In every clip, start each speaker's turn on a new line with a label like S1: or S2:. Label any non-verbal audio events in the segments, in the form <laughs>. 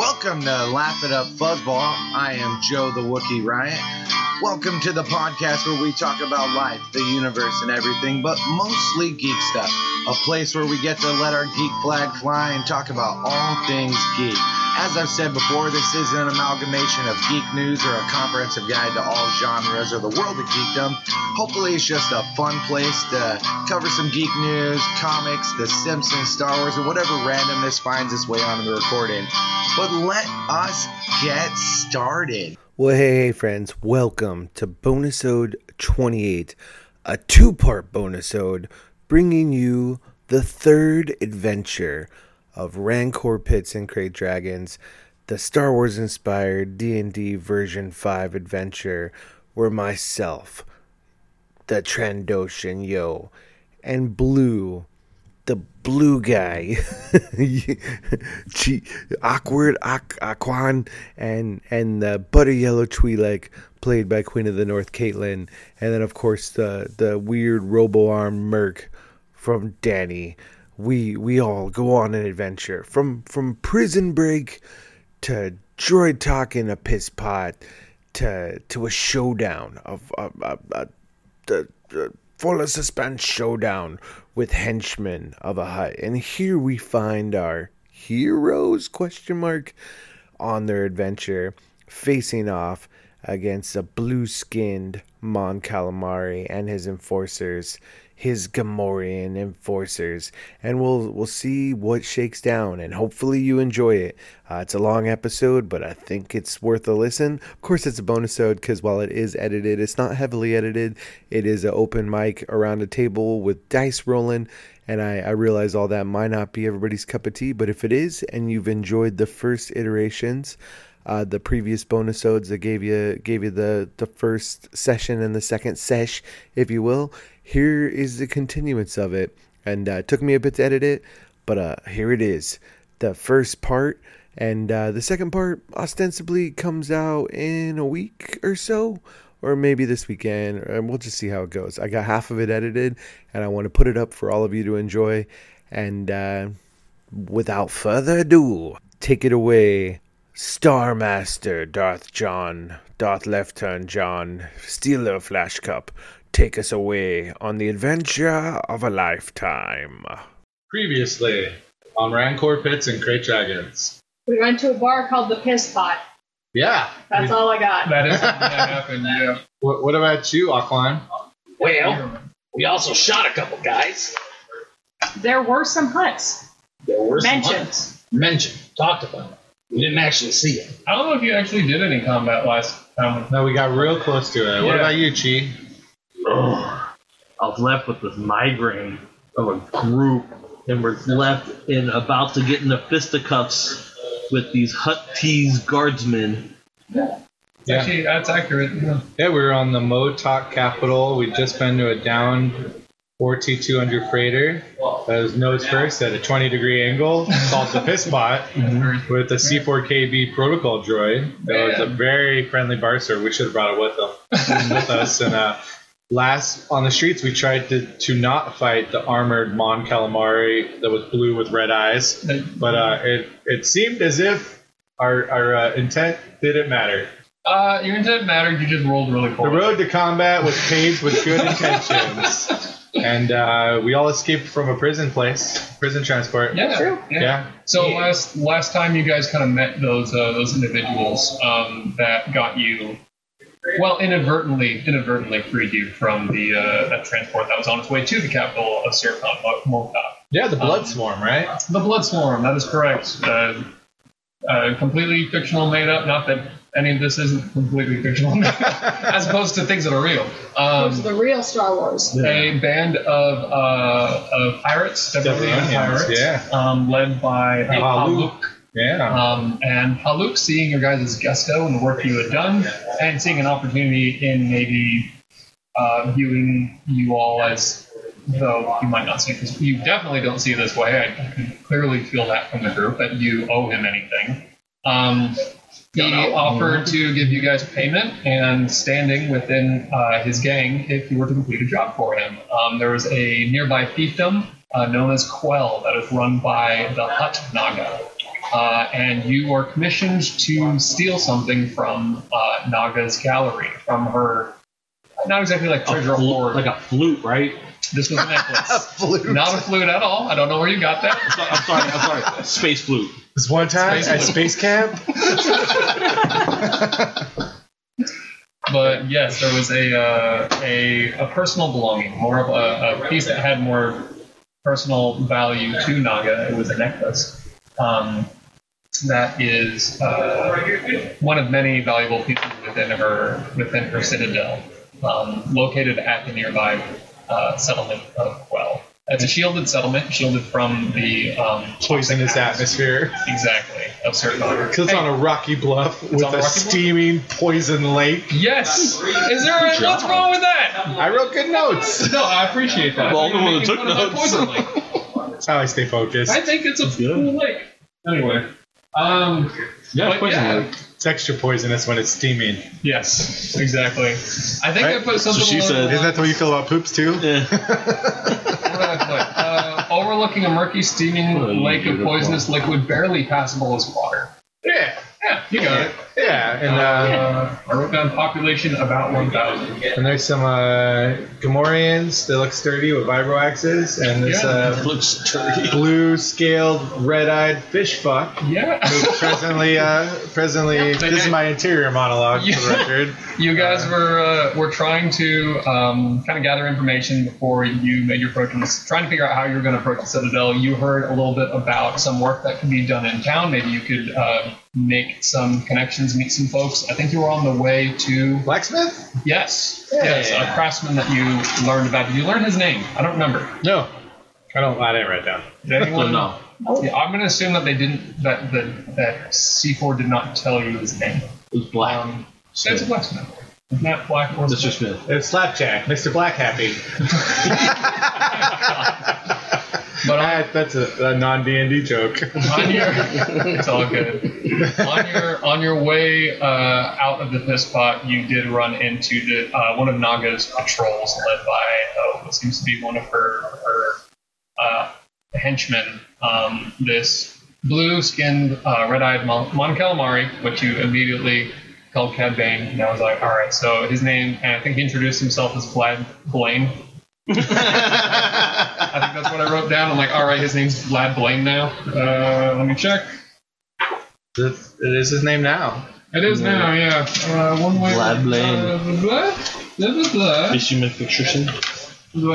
S1: Welcome to Laugh It Up Fuzzball. I am Joe the Wookiee Riot. Welcome to the podcast where we talk about life, the universe, and everything, but mostly geek stuff. A place where we get to let our geek flag fly and talk about all things geek. As I've said before, this isn't an amalgamation of geek news or a comprehensive guide to all genres or the world of geekdom. Hopefully, it's just a fun place to cover some geek news, comics, The Simpsons, Star Wars, or whatever randomness finds its way onto the recording. But let us get started.
S2: Well, hey, hey, friends, welcome to Bonusode 28, a two part bonusode bringing you the third adventure of Rancor Pits and Crate Dragons, the Star Wars inspired D&D version 5 adventure where myself, the Trandoshan Yo, and Blue the blue guy, <laughs> Gee, awkward Ak- Aquan, and and the butter yellow Twi'lek, played by Queen of the North Caitlin, and then of course the the weird robo arm Merc from Danny. We we all go on an adventure from from prison break to droid talk in a piss pot to to a showdown of a, a, a, a, a full of suspense showdown with henchmen of a hut and here we find our heroes question mark on their adventure facing off against a blue-skinned mon calamari and his enforcers his Gamorrean enforcers, and we'll we'll see what shakes down, and hopefully you enjoy it. Uh, it's a long episode, but I think it's worth a listen. Of course, it's a bonus episode because while it is edited, it's not heavily edited. It is an open mic around a table with dice rolling, and I, I realize all that might not be everybody's cup of tea, but if it is, and you've enjoyed the first iterations. Uh, the previous bonusodes that gave you gave you the the first session and the second sesh, if you will here is the continuance of it. And uh, it took me a bit to edit it, but uh, here it is the first part. And uh, the second part ostensibly comes out in a week or so, or maybe this weekend, and we'll just see how it goes. I got half of it edited, and I want to put it up for all of you to enjoy. And uh, without further ado, take it away, Star Master Darth John, Darth Left Turn John, Stealer Flash Cup, take us away on the adventure of a lifetime.
S3: Previously on Rancor Pits and Crate Dragons.
S4: We went to a bar called the Piss Pot.
S3: Yeah.
S4: That's all I got.
S3: That is something that happened, yeah. What, what about you, Aquan?
S5: Well, we also shot a couple guys.
S4: There were some hunts.
S5: There were some
S4: Mentioned.
S5: hunts. Mentioned. Talked about it. We didn't actually see it.
S6: I don't know if you actually did any combat last time.
S3: No, we got real close to it. What
S6: Yeah.
S3: about you, Chi?
S7: Ugh. I was left with this migraine of a group, and we're left in about to get into fisticuffs with these Hut Tees guardsmen.
S3: Yeah.
S6: Actually, that's accurate. Yeah.
S3: Yeah, we were on the Motok Capital. We'd just been to a down 42200 freighter that was nose first at a 20 degree angle called the Piss Pot with the C4KB protocol droid. That was a
S6: Man.
S3: very friendly barster. We should have brought it with, them, <laughs> with us. And uh, last on the streets, we tried to, to not fight the armored Mon Calamari that was blue with red eyes. But uh, it, it seemed as if our, our uh, intent didn't matter.
S6: Uh, your intent mattered. You just rolled really poorly.
S3: The road to combat was paved with good intentions, and uh, we all escaped from a prison place, prison transport.
S6: Yeah. Yeah.
S3: Yeah.
S6: So
S5: Yeah.
S6: last last time you guys kind of met those uh, those individuals um, that got you, well, inadvertently inadvertently freed you from the uh, that transport that was on its way to the capital of Serpon, Mortok.
S3: Yeah, the blood
S6: Um,
S3: swarm, right?
S6: The Blood Swarm, that is correct. Uh, uh, completely fictional made up. Not that any of this isn't completely fictional, <laughs> as opposed to things that are real.
S4: Those are
S6: Um,
S4: the real Star Wars.
S6: a band of, uh, of pirates, definitely
S3: Devilonians,
S6: pirates,
S3: yeah.
S6: um, led by uh,
S3: Haluk.
S6: Haluk.
S3: Yeah.
S6: Um, and Haluk, seeing your guys' gusto and the work you had done, and seeing an opportunity in maybe uh, viewing you all as, though you might not see this, you definitely don't see it this way. I can clearly feel that from the group that you owe him anything. Um, he offered to give you guys payment and standing within uh, his gang if you were to complete a job for him. Um, there was a nearby fiefdom uh, known as Quell that is run by the Hut Naga. uh, and you are commissioned to steal something from uh, Naga's gallery, from her. Not exactly like
S7: A
S6: treasure
S7: flute-
S6: hoard.
S7: like a flute, right?
S6: this
S7: <laughs>
S6: was a necklace,
S8: Flute.
S6: not a flute at all. I don't know where you got that.
S7: So- I'm sorry, I'm sorry. Space flute.
S3: This one time
S6: Space
S3: at space camp,
S6: But yes, there was a uh, a, a personal belonging, more of a, a piece that had more personal value to Naga. It was a necklace. Um, that is uh, one of many valuable pieces within her within her citadel, um, located at the nearby uh, settlement of Quell. It's a shielded settlement, shielded from the um,
S3: poisonous atmosphere.
S6: exactly of Sirkon.
S3: Because it's on a rocky bluff with
S6: on a
S3: a,
S6: rocky bluff?
S3: steaming poison lake.
S6: Yes. Is there? A, what's wrong with that?
S3: I wrote good notes.
S6: No, I appreciate that.
S7: Well,
S6: I thought you
S7: I'm the
S6: were
S7: one that
S6: making
S7: took
S6: fun of my
S7: notes.
S6: poison lake.
S3: That's how I stay focused.
S6: I think it's a cool lake. Anyway. Um,
S7: Yeah,
S6: But
S7: poison
S6: yeah.
S7: lake.
S3: It's extra poisonous when it's steaming.
S6: yes, exactly. I think I
S3: Right?
S6: put something.
S7: she
S6: along the
S7: said.
S3: Isn't
S6: lines- <laughs>
S3: that the way you feel about poops too?
S7: Yeah.
S6: What did I put? Uh, overlooking a murky, steaming
S7: Oh, you
S6: lake of
S7: beautiful.
S6: poisonous liquid, barely passable as water.
S3: Yeah.
S6: Yeah, you got it.
S3: Yeah. And uh,
S6: Uh, I wrote down population about 1,000.
S3: and there's some uh, Gamorreans that look sturdy with vibro axes, and this
S6: Yeah.
S3: uh,
S7: Looks dirty.
S3: blue scaled red eyed fish fuck.
S6: Yeah. <laughs>
S3: who presently, uh, presently,
S6: they
S3: this is
S6: got-
S3: my interior monologue for the
S6: Yeah.
S3: record.
S6: You guys were uh, were trying to um, kind of gather information before you made your approach, and was trying to figure out how you were going to approach the Citadel. You heard a little bit about some work that could be done in town. Maybe you could uh, make some connections, meet some folks. I think you were on the way to
S3: Blacksmith?
S6: yes,
S3: Yeah.
S6: yes, a craftsman that you learned about. Did you learn his name? I don't remember.
S3: No, I don't. I didn't write down.
S6: Did anyone?
S7: Oh, no.
S6: Yeah, I'm going to assume that they didn't. That that, that C4 did not tell you his name.
S7: It was black.
S6: Um, so it's a blacksmith. Not black or
S7: Mr. Smith.
S3: It's Slapjack, Mr. Black Happy.
S6: But I,
S3: I, that's a, a non D and D joke. <laughs>
S6: on your it's all good on your on your way uh, out of the piss pot you did run into the uh, one of naga's patrols led by uh, what seems to be one of her her uh, henchmen um, this blue skinned uh, red eyed mon-, mon calamari which you immediately called cad bane and i was like all right so his name and i think he introduced himself as vlad blaine I think that's what I wrote down. I'm like, all right, his name's Vlad Blaine now. Uh, let me check.
S3: This- it is his name now.
S6: It is now, yeah. Uh, one way.
S7: Vlad Blaine.
S6: Uh, blah, blah, blah, blah,
S7: Fishy McFisherson.
S6: blah.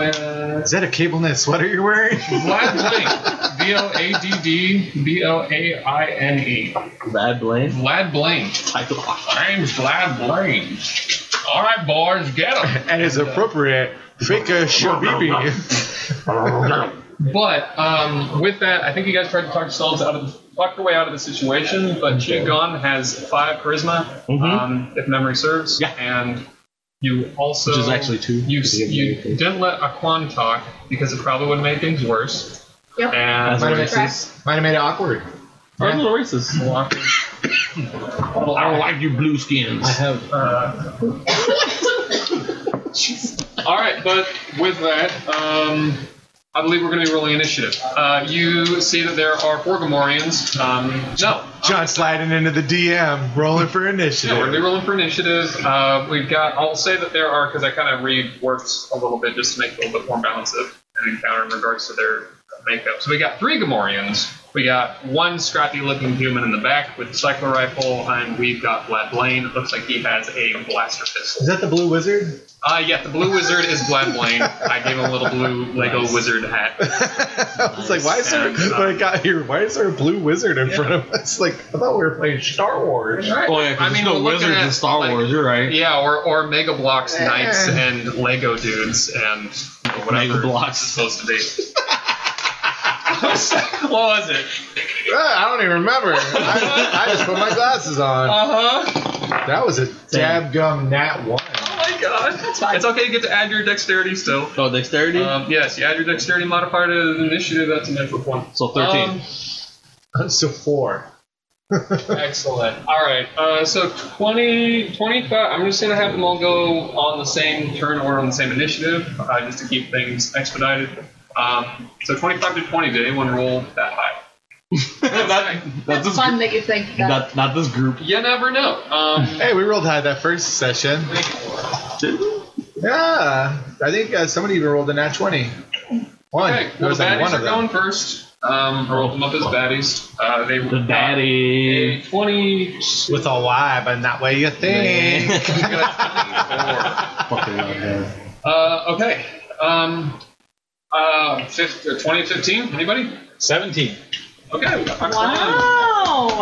S6: Uh,
S3: Is that a cable knit sweater you're wearing? <laughs>
S6: Vlad Blaine. <laughs> V L A D D B L A I N E.
S7: Bad Blaine.
S6: Vlad Blaine.
S7: Title.
S6: Name's Vlad Blaine. All right, boys, get him.
S3: and is appropriate. Fake a shabibi.
S6: But um, with that, I think you guys tried to talk yourselves out of talk your way out of the situation. But Shingon has five charisma, um, if memory serves.
S7: Mm-hmm. Yeah.
S6: And you also
S7: Which is actually two.
S6: You
S7: Because you
S6: you
S7: have many
S6: didn't let Aquan talk because it probably would make things worse.
S4: Yep.
S6: And
S7: That's
S3: Might have
S7: right.
S3: made- might have made it awkward.
S7: Or a little racist. I don't like you blue skins.
S6: all right, but with that, um, I believe we're going to be rolling initiative. Uh, you see that there are four Gamorreans. Um, no,
S3: John sliding into the DM, rolling for
S6: Yeah, we're gonna be
S3: initiative.
S6: rolling for initiative. Uh, we've got. I'll say that there are because I kind of reworked a little bit just to make it a little bit more balanced of an encounter in regards to their makeup. So we got three Gamorreans. We got one scrappy-looking human in the back with a cycler rifle, and we've got Vlad Blaine. It looks like he has a blaster pistol.
S3: Is that the blue wizard?
S6: Uh, yeah, the blue wizard is Vlad Blaine. I gave him a little blue Lego wizard hat.
S3: <laughs> I was like, why is there?
S6: Nice.
S3: When I got here, why is there a blue wizard in front of us? Like, I thought we were playing Star <laughs> Wars.
S7: Oh yeah, 'cause
S6: I mean, we're
S7: there's no
S6: looking
S7: wizards in
S6: at,
S7: Star
S6: like-
S7: Wars. You're right.
S6: Yeah, or, or Mega Blocks Knights
S3: Eh.
S6: and Lego Dudes and you know, whatever
S7: Mega Blocks.
S6: it's supposed to be. <laughs> what was it?
S3: Uh, I don't even remember. I, I just put my glasses on.
S6: Uh huh.
S3: That was a dab gum nat one.
S6: Oh my god. It's okay to get to add your dexterity still.
S7: Oh, dexterity.
S6: Um, yes, you add your dexterity modifier to the initiative. That's an extra one.
S7: so thirteen.
S6: Um, <laughs>
S3: So four.
S6: Excellent. All right. Uh, so 20, 25. I'm just going to have them all go on the same turn order on the same initiative uh, just to keep things expedited. Um, so 25 to 20. Did anyone roll that high?
S9: Not- not,
S4: That's
S9: this,
S4: fun that you think that.
S9: not, not this group.
S6: You never know. Um,
S3: Hey, we rolled high that first session. Yeah, I think uh, somebody even rolled a nat twenty. One.
S6: okay,
S3: There
S6: well,
S3: was
S6: the
S3: like
S6: baddies
S3: one
S6: are
S3: of them.
S6: going first. Um, I rolled them up as baddies. Uh, they
S7: The baddie. <laughs>
S6: A twenty.
S3: With a Y, but not what you think.
S7: Fucking love that.
S6: Uh, okay. Um, uh, fifth, uh, 2015, anybody?
S9: Seventeen.
S6: Okay. we got Foxland.
S4: Wow.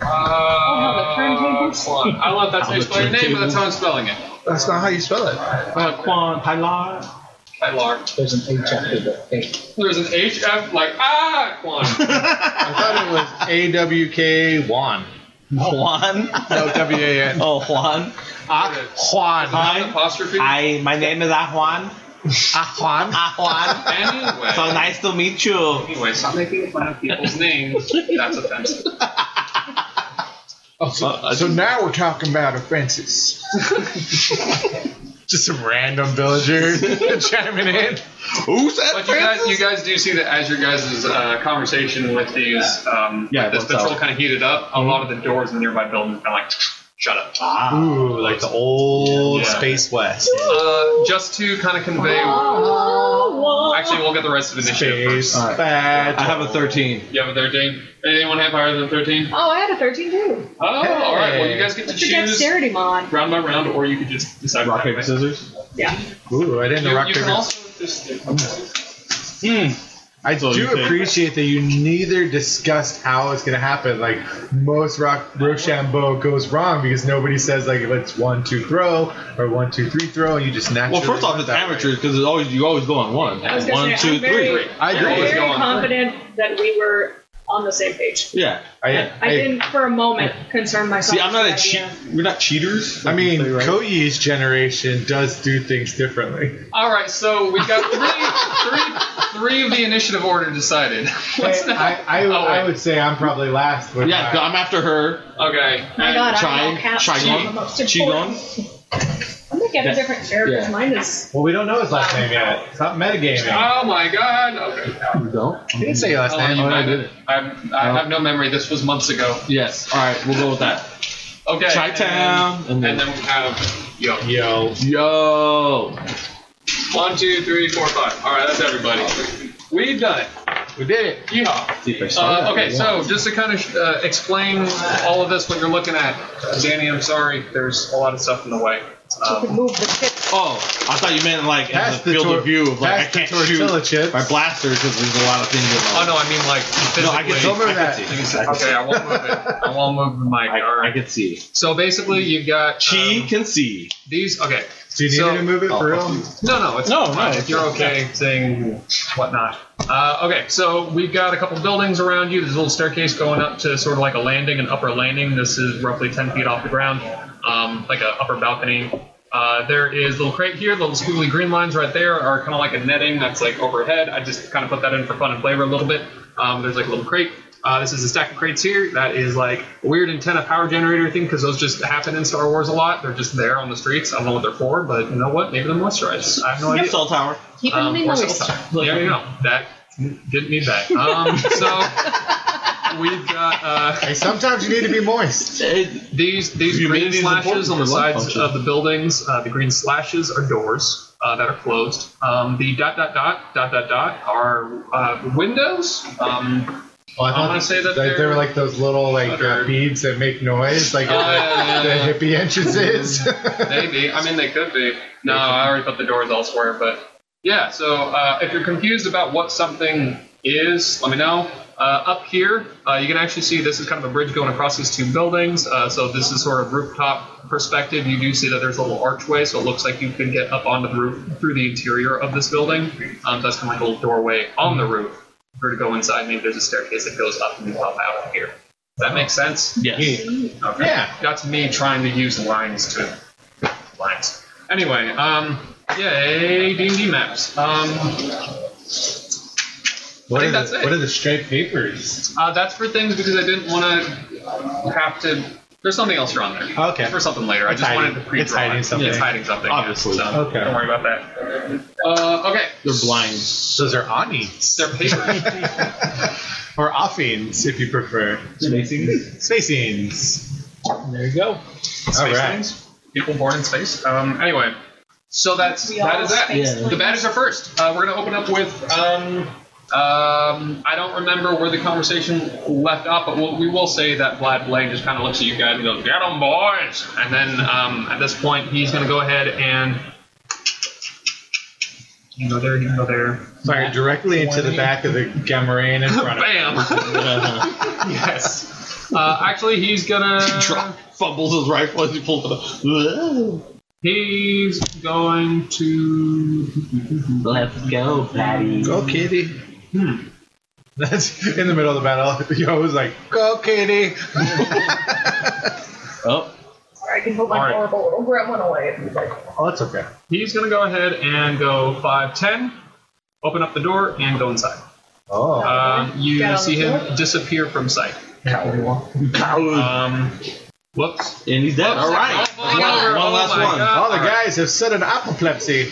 S6: Uh,
S4: turntables.
S6: Foxland. I love
S3: <laughs>
S6: that's how you spell your name, but that's how I'm spelling it.
S3: That's not how you spell it.
S6: Uh,
S7: Quan Pilar.
S6: Kylar.
S10: There's an H after the H.
S6: There's an HF, like, ah,
S3: <laughs>
S6: Quan.
S3: I thought it was A W K Juan.
S9: Juan.
S3: No W A N.
S9: Oh, Juan.
S3: Juan.
S9: Hi.
S6: Apostrophe.
S9: I. My name is Ah Juan.
S3: Ah, Juan.
S9: Ah <laughs> Juan.
S6: Anyway.
S9: So nice to meet you.
S6: Anyway, stop making fun of people's names. That's offensive.
S3: So now we're talking about <laughs> offenses. Just some random villager <laughs> chiming in.
S9: Who's that?
S6: But you guys, you guys do see that as your guys' uh, conversation with these, um,
S9: Yeah,
S6: with this
S9: that's
S6: patrol
S9: out.
S6: kind of heated up, a lot of the doors in the nearby buildings kind of like, shut up.
S3: Ooh, like the old
S6: Yeah.
S3: Space West.
S6: Uh, just to kind of convey.
S4: Wow.
S6: Actually, we'll get the rest of the initiative first.
S3: Space Bad.
S9: I have a thirteen.
S6: You have a 13? Anyone have higher than 13?
S4: Oh, I had a 13 too.
S6: Oh, alright. Well, you guys get to
S4: That's a
S6: choose
S4: dexterity mod.
S6: round by round, or you could just decide.
S9: Rock
S6: right
S9: paper
S6: away.
S9: scissors.
S4: Yeah.
S3: Ooh, I didn't
S6: You,
S3: know rock
S6: you can
S3: paper.
S6: also just.
S3: I
S9: So you
S3: do
S9: think-
S3: appreciate that you neither discussed how it's gonna happen. Like most rock Rochambeau goes wrong because nobody says like if it's one two throw or one two three throw, and you just naturally.
S9: Well, first off,
S3: went
S9: it's
S3: that way.
S9: amateur because it's always you always go on one.
S4: I was gonna
S9: One,
S4: say,
S9: two,
S4: I'm very-
S9: three.
S3: I
S4: I'm
S3: agree.
S6: Always
S4: very
S6: go on.
S4: confident that we were on the same page.
S9: Yeah.
S3: I,
S4: I didn't, for a moment, concern myself.
S9: See, I'm not a
S4: with
S9: cheat.
S4: that
S9: We're not cheaters.
S3: I mean,
S9: Right.
S3: Koyi's generation does do things differently.
S6: Alright, so we've got three, three, three of the initiative order decided. <laughs> What's
S3: I,
S6: that?
S3: I, I,
S6: Oh, wait.
S3: I would say I'm probably last. With
S9: Yeah,
S3: my-
S9: I'm after her.
S6: Okay.
S4: idea. My God,
S9: Try-
S4: I'm all caps.
S9: try
S4: I'm
S9: on.
S4: the most
S9: She
S4: important.
S9: gone.
S4: <laughs> I'm gonna get a different character.
S9: Yeah.
S4: Mine is.
S3: well, we don't know his last name yet. It's not metagaming.
S6: Oh my god. Okay.
S9: You don't.
S3: He didn't say your last
S6: I'll let
S3: name.
S6: you
S9: I
S6: back.
S9: did it.
S6: I'm- I have no memory. This was months ago.
S9: Oh. Yes. All right, we'll go with that.
S6: Okay.
S9: Chi
S6: and then-
S9: Town. And
S6: And
S9: then.
S6: then we have. Yo.
S3: Yo,
S9: Yo.
S6: One, two, three, four, five. Alright, that's everybody. We've done it.
S3: we did it.
S6: Yeehaw.
S9: See if I saw
S6: Uh,
S9: that.
S6: okay, so just to kind of uh, explain all of this, what you're looking at, Danny, I'm sorry, there's a lot of stuff in the way. Um,
S4: Move the fifth.
S9: Oh, I thought you meant like as
S3: Past
S9: a
S3: the
S9: field
S3: tor-
S9: of view of like I
S3: past the
S9: can't
S3: tortilla
S9: shoot
S3: chips.
S9: my blaster because there's a lot of things.
S6: oh
S9: Going
S6: no,
S9: on.
S6: I mean like
S9: No, I can
S6: physically.
S9: see.
S3: Over
S9: I
S3: that.
S9: can see.
S6: Okay, I won't move it. I won't move the mic.
S9: I,
S6: All
S9: I
S6: right.
S9: can see.
S6: So basically, you've got
S9: She
S6: um,
S9: can see.
S6: these. Okay.
S3: Do you need
S6: So-
S3: me to move it
S9: Oh,
S3: for
S9: fuck
S3: real?
S6: No, no, it's
S9: No,
S6: fine.
S9: no,
S6: If you're okay saying whatnot. Uh, okay, so we've got a couple buildings around you. There's a little staircase going up to sort of like a landing, an upper landing. This is roughly 10 feet off the ground, um, like a upper balcony. Uh, there is a little crate here. The little squiggly green lines right there are kind of like a netting that's like overhead. I just kind of put that in for fun and flavor a little bit. Um, there's like a little crate. Uh, this is a stack of crates here. That is like a weird antenna power generator thing because those just happen in Star Wars a lot. They're just there on the streets. I don't know what they're for, but you know what? Maybe they're moisturized. I have no idea.
S9: Cell tower.
S4: Keep it
S6: Um,
S4: in
S6: or
S4: the
S6: sales
S4: noise.
S6: tax. There you go. That didn't need that. Um, so we've got uh,
S3: Hey, sometimes you need to be moist.
S9: It-
S6: these these green
S9: Humidity is
S6: slashes
S9: important
S6: on the
S9: for lung
S6: sides
S9: function.
S6: of the buildings. Uh, the green slashes are doors uh, that are closed. Um, the dot dot dot dot dot dot are uh, windows. Um,
S3: Well, I
S6: I'm
S3: thought
S6: gonna say that
S3: they- they
S6: they're-
S3: were like those little like uh,
S6: they're-
S3: beads that make noise, like <laughs>
S6: Oh, yeah, yeah,
S3: the,
S6: yeah,
S3: the hippie
S6: <laughs>
S3: entrances.
S6: maybe. I mean, they could be. No, I already put the doors elsewhere. But yeah. So uh, if you're confused about what something is, let me know. Uh, up here, uh, you can actually see this is kind of a bridge going across these two buildings. Uh, so this is sort of rooftop perspective. You do see that there's a little archway, so it looks like you could get up onto the roof through the interior of this building. Um, that's kind of like a little doorway on the roof. If you were to go inside, maybe there's a staircase that goes up and pop out of here. Does that make sense?
S9: Yes.
S6: Okay.
S3: Yeah.
S6: That's me trying to use lines to lines. Anyway, um, yay, D&D maps. Um,
S3: what, are
S6: think that's
S3: the,
S6: it.
S3: what are the straight papers?
S6: uh, that's for things because I didn't want to have to. There's something else around there.
S3: Okay.
S6: It's for something later.
S3: It's
S6: I just
S3: hiding-
S6: wanted to pre-draw.
S3: it's hiding
S6: it.
S3: something.
S6: It's hiding something. yeah.
S9: Obviously.
S6: So,
S3: Okay.
S6: Don't worry about that. Uh, okay.
S9: They're blind.
S3: Those are Anis. <laughs>
S6: They're papers.
S3: or offings if you prefer. Spacings. Spacings.
S10: There you go.
S3: All right.
S6: Spacings. People born in space. Um, anyway, so that's
S4: We
S6: that
S4: all
S6: is that.
S4: space
S7: Yeah.
S6: The baddies are first. Uh, we're gonna open up with. Um, um, I don't remember where the conversation left off, but we'll, we will say that Vlad Blade just kind of looks at you guys and goes, "Get 'em, boys!" And then um, at this point, he's gonna go ahead and. You go there. You go there.
S3: Fire directly into the back of the Gamarine in front of
S6: Bam. <laughs> yes. Uh, actually, he's gonna.
S9: Drop, fumbles his rifle as he pulls it up.
S6: He's going to.
S7: Let's go, Patty.
S3: Go, kitty. Hmm. That's in the middle of the battle. <laughs> Yo was like, "Go, kitty."
S7: Oh,
S4: Sorry, I can put my
S6: Alright.
S4: horrible little gremlin away.
S3: Oh, it's okay.
S6: He's gonna go ahead and go five ten, open up the door and go inside.
S3: Oh,
S6: Um, you
S4: Down
S6: see him
S4: the door.
S6: disappear from sight. Um, whoops.
S7: and he's dead. All right.
S6: Oh, my God.
S9: one last
S6: Oh, my
S9: one.
S6: God.
S3: all the
S6: All right.
S3: guys have set an apoplexy.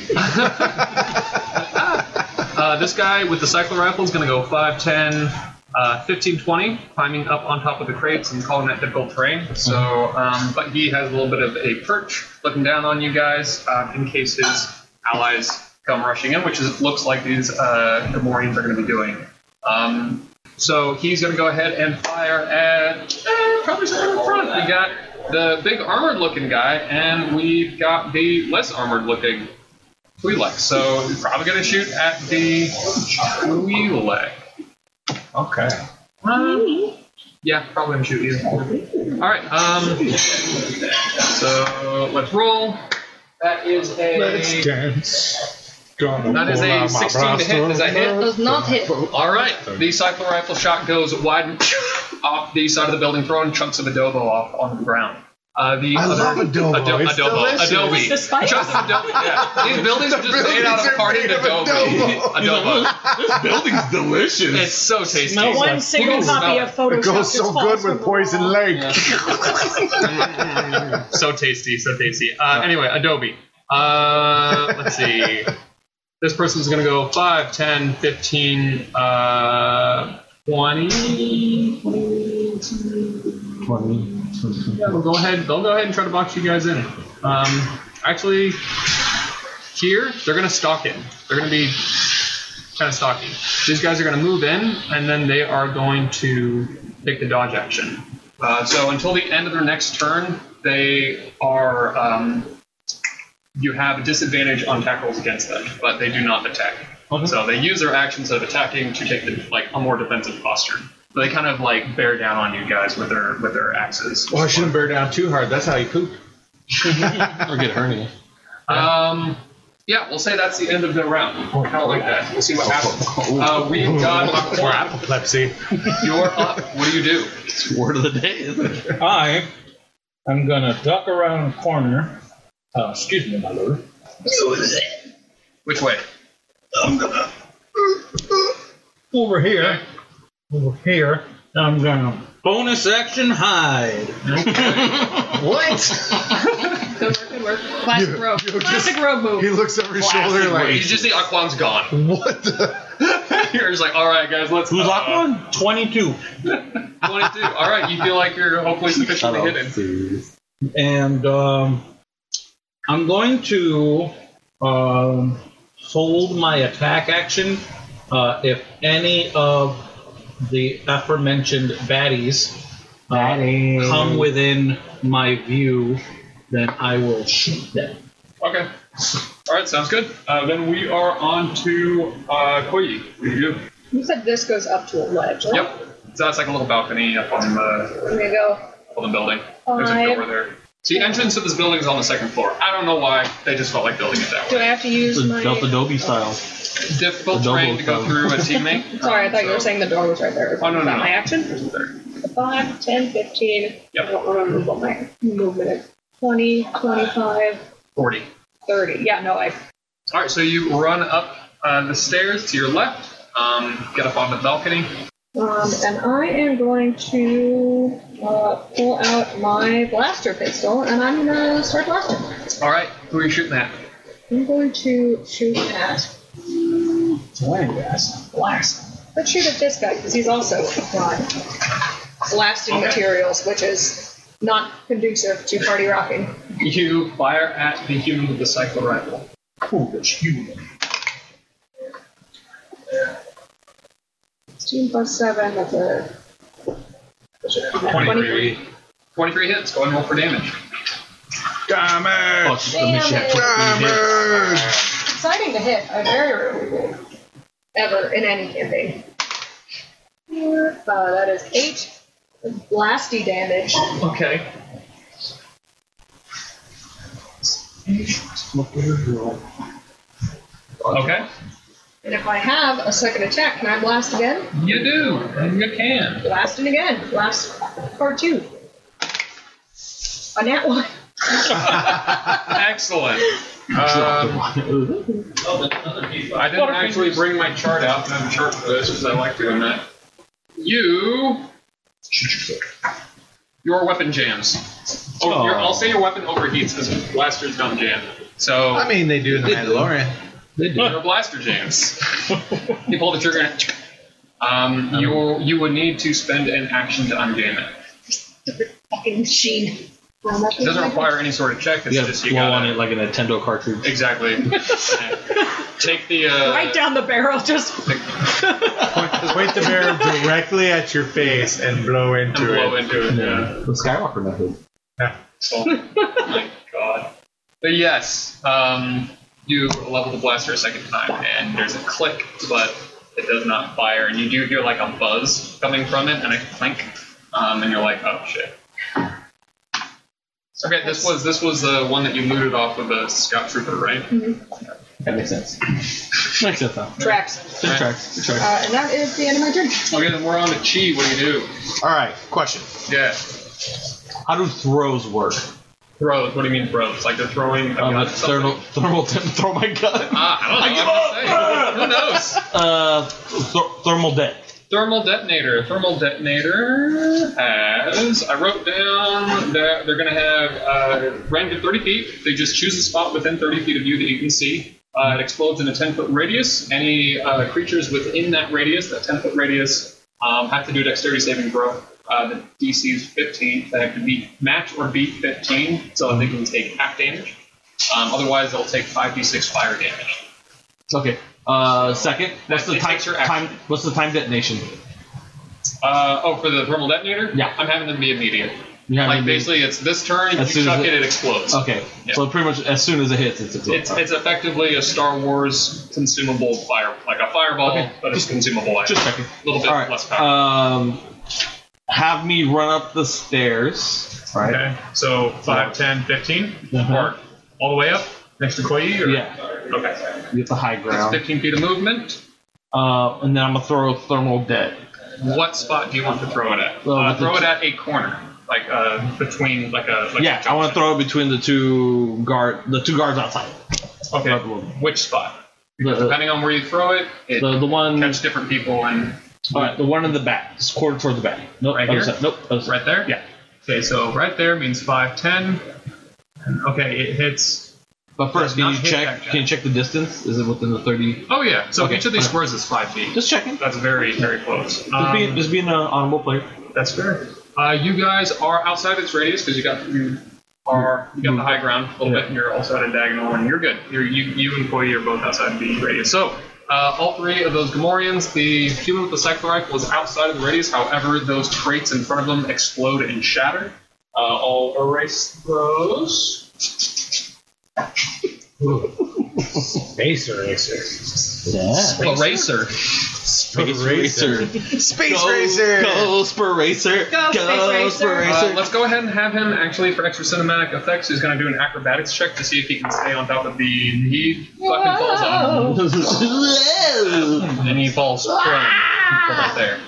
S6: Uh, this guy with the cycling rifle is going to go 5, 10, uh, 15, 20, climbing up on top of the crates and calling that difficult terrain. So, um, but he has a little bit of a perch looking down on you guys um, in case his allies come rushing in, which is, looks like these uh, Gamorreans are going to be doing. Um, so he's going to go ahead and fire at eh, probably somewhere in front. We got the big armored looking guy, and we've got the less armored looking Twi'lek. So we're probably going to shoot at the Twi'lek.
S3: Okay.
S6: Um, yeah, probably going to shoot you. All right. Um, so let's roll. That is a
S3: Let's dance. Gonna
S6: that is
S3: pull
S6: a
S3: out my
S6: 16 to hit. Does that hit?
S4: Does not hit.
S6: All right. The cycling rifle shot goes wide and <laughs> off the side of the building, throwing chunks of adobo off onto the ground. Uh, the
S3: I
S6: other-
S3: love adobo.
S6: Ado-
S3: It's
S6: adobo.
S3: delicious.
S6: Adobe.
S4: The spice.
S6: Chunks of adobo. Yeah. These buildings are just made
S3: buildings
S6: out of
S3: are
S6: partied
S3: made of
S6: adobe.
S3: adobo.
S6: <laughs> adobo.
S9: This building's delicious.
S7: <laughs>
S6: It's so tasty.
S4: One single
S6: Google
S4: copy
S6: smell
S4: of Photoshop.
S3: It goes
S4: just
S3: so
S4: falls
S3: good
S4: from
S3: with
S4: the
S3: Poison
S4: wall.
S3: Lake.
S6: so tasty, so tasty. Uh, anyway, Adobe. Uh, let's see. This person's going to go 5, 10, 15, uh, 20.
S7: 20.
S6: Yeah, we'll go ahead. They'll go ahead and try to box you guys in. Um, actually, here they're gonna stalk in. They're gonna be kind of stalking. These guys are gonna move in, and then they are going to take the dodge action. Uh, so until the end of their next turn, they are. Um, you have a disadvantage on tackles against them, but they do not attack. So they use their action instead of attacking to take the, like a more defensive posture. So they kind of like bear down on you guys with their with their axes.
S3: Oh, I shouldn't bear down too hard. That's how you poop.
S9: or get hernia.
S6: Um, yeah, we'll say that's the end of the round. Kind of like that. We'll see what happens. Uh, we've got
S3: Or apoplexy.
S6: You're up. What do you do?
S7: It's word of the day, isn't it?
S10: I am gonna duck around the corner. Uh, excuse me, my lord.
S6: Which way?
S10: Over here. Over here. And I'm gonna bonus action hide.
S3: What?
S4: Good work, good work. Classic rogue. Classic rogue move.
S3: He looks over his shoulder
S6: You
S3: like,
S6: just see Aquan's gone.
S3: what the?
S6: <laughs> You're just like, all right, guys, let's.
S7: Who's
S6: uh,
S7: Aquan?
S10: 22.
S6: 22. All right, you feel like you're hopefully sufficiently hidden.
S10: And um, I'm going to um, hold my attack action uh, if any of the aforementioned baddies uh,
S7: Baddies.
S10: come within my view. Then I will shoot them.
S6: Okay. All right, sounds good. Uh, then we are on to uh, Koyi. What do you do?
S4: You said this goes up to a ledge. right?
S6: Yep. So it's like a little balcony up on uh, the
S4: I'm gonna go.
S6: on the building. There's a
S4: Five.
S6: door there. So the entrance to this building is on the second floor. I don't know why they just felt like building it that way.
S4: Do I have to use
S7: It's
S4: my?
S7: Delta Adobe style.
S6: difficult
S7: The
S6: terrain
S7: double
S6: to go
S7: thumb.
S6: through a
S7: <laughs>
S6: teammate.
S4: Sorry, I thought you were
S6: So-
S4: saying the door was right there.
S6: Oh, no, no,
S4: Is that
S6: no.
S4: My action.
S6: There.
S4: Five, ten, fifteen.
S6: Yep.
S4: I don't remember what my movement is. Twenty, twenty-five,
S6: 40.
S4: thirty. Yeah, no, I.
S6: All right, so you run up uh, the stairs to your left, um, get up on the balcony.
S4: Um, and I am going to uh, pull out my blaster pistol, and I'm gonna start blasting.
S6: All right, who are you shooting at?
S4: I'm going to shoot at
S10: It's a land gas.
S4: blast. Let's shoot at this guy because he's also got blasting materials, which is not conducive to party rocking.
S6: You fire at the human with the cyclo rifle. Cool, that's human.
S4: Sixteen plus seven. That's a
S6: 23. 23 hits. Go ahead and roll for damage.
S11: Fuck the
S4: Damn
S11: machete.
S4: it.
S11: Damn it.
S4: exciting to hit. I very rarely do ever in any campaign. Uh, that is eight blasty damage.
S6: Okay. Okay.
S4: And if I have a second attack, can I blast again?
S6: You do. And you can.
S4: Blast it again. Blast part two. On that one.
S6: Excellent. Um, I didn't actually bring my chart out, and I have a chart for this because I like doing that. You. Your weapon jams. Oh, your, I'll say your weapon overheats because blasters don't jam. So
S1: I mean, they do in the Mandalorian.
S6: your blaster
S10: <laughs>
S6: jams. you pull the trigger and it- um, you you would need to spend an action to unjam it.
S4: Stupid fucking machine.
S6: It doesn't require any sort of check. It's
S10: You have
S6: just
S10: to
S6: you
S10: blow
S6: got
S10: on it like a Nintendo cartridge. <laughs>
S6: Exactly. Take the. Uh,
S4: Right down the barrel, just
S1: Point the barrel directly at your face and blow
S6: and
S1: into
S6: blow
S1: it.
S6: into it. Yeah.
S10: The Skywalker method.
S6: <laughs> my god. But yes, um, you level the blaster a second time, and there's a click, but it does not fire, and you do hear like a buzz coming from it and a clink, um, and you're like, oh shit. Okay, this was this was the one that you looted off with the scout trooper, right?
S10: That makes sense. makes sense now.
S4: tracks.
S10: Good tracks. Good tracks.
S4: Uh, and that is the end of my turn.
S6: Okay, then we're on to chi. What do you
S11: All right, question.
S6: do? Yeah,
S10: How do throws work?
S6: throws. What do you mean throws? Like they're throwing. A
S10: Um,
S6: gun
S10: a
S6: at something?
S10: thermal, thermal <laughs> throw my gun.
S6: Ah, I don't know. I'm not saying. Who knows?
S10: Uh, th- thermal deck.
S6: Thermal detonator. Thermal detonator has. I wrote down that they're going to have uh, range of 30 feet. They just choose a spot within 30 feet of you that you can see. Uh, it explodes in a 10 foot radius. Any uh, creatures within that radius, that 10 foot radius, um, have to do dexterity saving throw. Uh, the DC is 15. They have to beat match or beat 15, so they can take half damage. Um, otherwise, they'll take 5d6 fire damage.
S10: Okay. Uh, second. What's the
S6: It
S10: time,
S6: takes your
S10: time?
S6: action.
S10: What's the time detonation?
S6: Uh, oh, for the thermal detonator?
S10: Yeah.
S6: I'm having them be immediate.
S10: You're having
S6: like
S10: me-
S6: basically, it's this turn.
S10: As
S6: you
S10: soon as
S6: chuck it, Oh.
S10: it-
S6: it explodes.
S10: Okay.
S6: Yeah.
S10: So pretty much as soon as it hits, it's
S6: It's
S10: exploded.
S6: it's effectively a Star Wars consumable fire, like a fireball,
S10: Okay.
S6: but it's consumable.
S10: Just checking.
S6: a little bit
S10: All right.
S6: less powerful.
S10: Um, have me run up the stairs. Right.
S3: Okay, so 5, 10, 15,
S10: Uh-huh.
S3: or all the way up next to Koyi? Or?
S10: Yeah.
S3: Okay.
S10: You get the high
S6: It's
S10: ground.
S6: 15 feet of movement.
S10: Uh, and then I'm gonna throw a thermal deck.
S6: What spot do you want to throw it at?
S10: Well,
S6: uh,
S10: with the
S6: throw
S10: t-
S6: it at a corner, like uh, between like a. Like
S10: Yeah. I want to throw it between the two guard, the two guards outside.
S6: throw. Okay.
S10: another one.
S6: Which spot?
S10: The,
S6: Depending on where you throw it, it
S10: the, the one.
S6: catch different people and
S10: All right. The one in the back. It's quarter towards the back. Nope.
S6: Right
S10: other
S6: here?
S10: side. Nope. Other side.
S6: right there.
S10: Yeah.
S6: Okay, so right there means 5, 10. Okay, it hits
S10: But first,
S6: Not
S10: can you
S6: hit
S10: check?
S6: that guy.
S10: Can you check the distance? Is it within the thirty?
S6: Oh yeah. So
S10: Okay.
S6: each of these squares is five feet.
S10: Just checking.
S6: That's very very close.
S10: Just
S6: Um,
S10: being, just being uh, an honorable player.
S6: that's fair. Uh, you guys are outside its radius because you got you are you got the high ground a little bit, and you're also at a diagonal, and you're good. You're, you you and Koi are both outside the radius. So. Uh, all three of those Gamorreans, the human with the cycle rifle is outside of the radius. However, those crates in front of them explode and shatter. Uh, I'll erase those.
S12: Space racer.
S6: Eraser.
S10: Space racer.
S1: Space Racer!
S10: Go Spur Racer.
S4: Go, Space
S10: Spur
S4: Racer.
S6: Uh, let's go ahead and have him actually for extra cinematic effects. He's going to do an acrobatics check to see if he can stay on top of the. He fucking falls on
S4: Whoa.
S7: <laughs>
S6: him, and he falls prone from
S4: Ah!
S6: up there.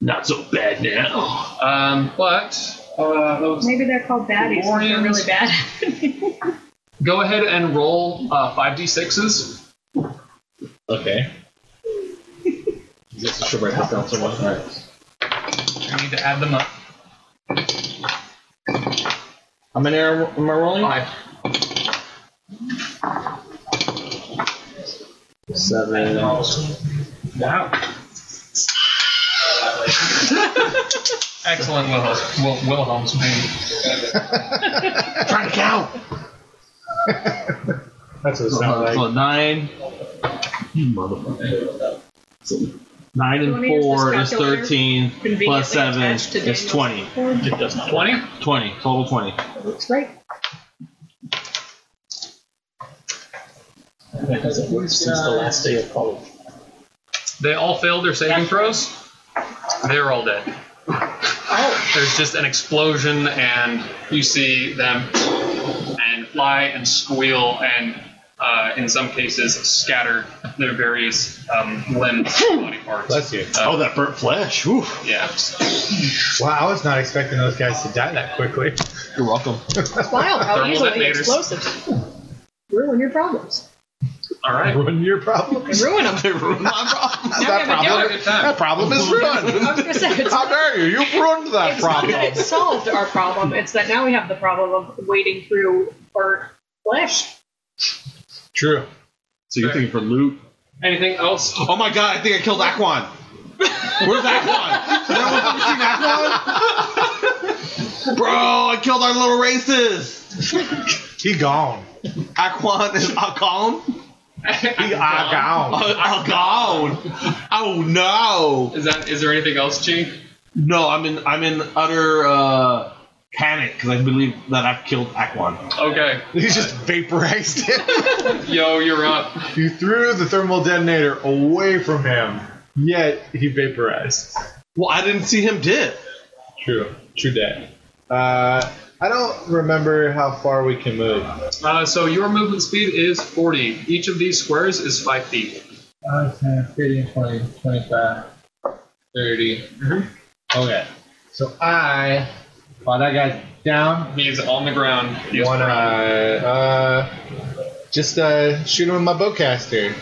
S10: Not so bad now.
S6: Um, but uh, those-
S4: Maybe they're called baddies. if They're really bad.
S6: go ahead and roll uh, five d sixes. <laughs>
S10: Okay. Just should write this down somewhere. All right.
S6: You need to add them up.
S10: How many are, am I rolling?
S6: Five.
S10: Seven.
S6: Wow. Excellent Wilhelm, Wil, Wilhelm's name.
S1: Trying to count.
S3: That's what it sounds like.
S7: So nine. You motherfucker. So Nine
S4: Do
S7: and
S4: you wanna use
S7: four
S4: this
S7: is
S4: calculator?
S7: thirteen
S4: Conveniently
S7: plus seven
S4: attached to
S7: is
S4: Daniel's
S7: twenty.
S4: cord.
S7: It does not.
S6: 20?
S7: Twenty total. Twenty.
S4: Looks right.
S13: That hasn't worked since the last day of college.
S6: They all failed their saving throws. They're all dead. There's just an explosion, and you see them and fly and squeal, and uh, in some cases scatter their various um, limbs, and body parts.
S3: Bless you.
S6: Uh,
S1: Oh, that burnt flesh. Whew.
S6: yeah.
S3: Wow, I was not expecting those guys to die that quickly.
S1: You're welcome.
S4: It's wild how
S6: Thermal
S4: easily
S6: detonators.
S4: explosives ruin your problems.
S6: All right.
S3: Ruin your problem.
S4: They ruin them.
S1: They ruined my problem.
S4: Now we
S1: that,
S4: have a
S1: problem
S4: different-
S1: that problem <laughs> is ruined.
S4: I was gonna say,
S3: <laughs>
S4: it's,
S1: How dare you? You've ruined that
S4: it's not
S1: problem.
S4: that it solved our problem. It's that now we have the problem of wading through burnt flesh.
S3: True.
S7: So you're thinking for loot.
S6: Anything else?
S1: Oh my god, I think I killed Aquan. Where's Aquan? Has anyone fucking seen Aquan? Bro, I killed our little racist.
S3: <laughs> He gone.
S1: Aquan is Akon?
S3: He ah gone.
S1: Uh, Akon. Oh no.
S6: <laughs> Is that? Is there anything else, G?
S1: No, I'm in I'm in utter uh, panic because I believe that I've killed Aquan.
S6: Okay.
S3: He just vaporized him.
S6: <laughs> Yo, you're up.
S3: you threw the thermal detonator away from him, yet he vaporized.
S1: Well, I didn't see him dip.
S3: True. True that. Uh, I don't remember how far we can move.
S6: Uh, so your movement speed is 40. Each of these squares is 5 feet.
S3: Uh,
S13: 15, 20, 25, 30.
S1: Mm-hmm.
S3: Okay. So I, while that guy's down,
S6: He's on the ground. He's
S3: wanna
S6: prone.
S3: uh, just uh, shoot him with my bowcaster.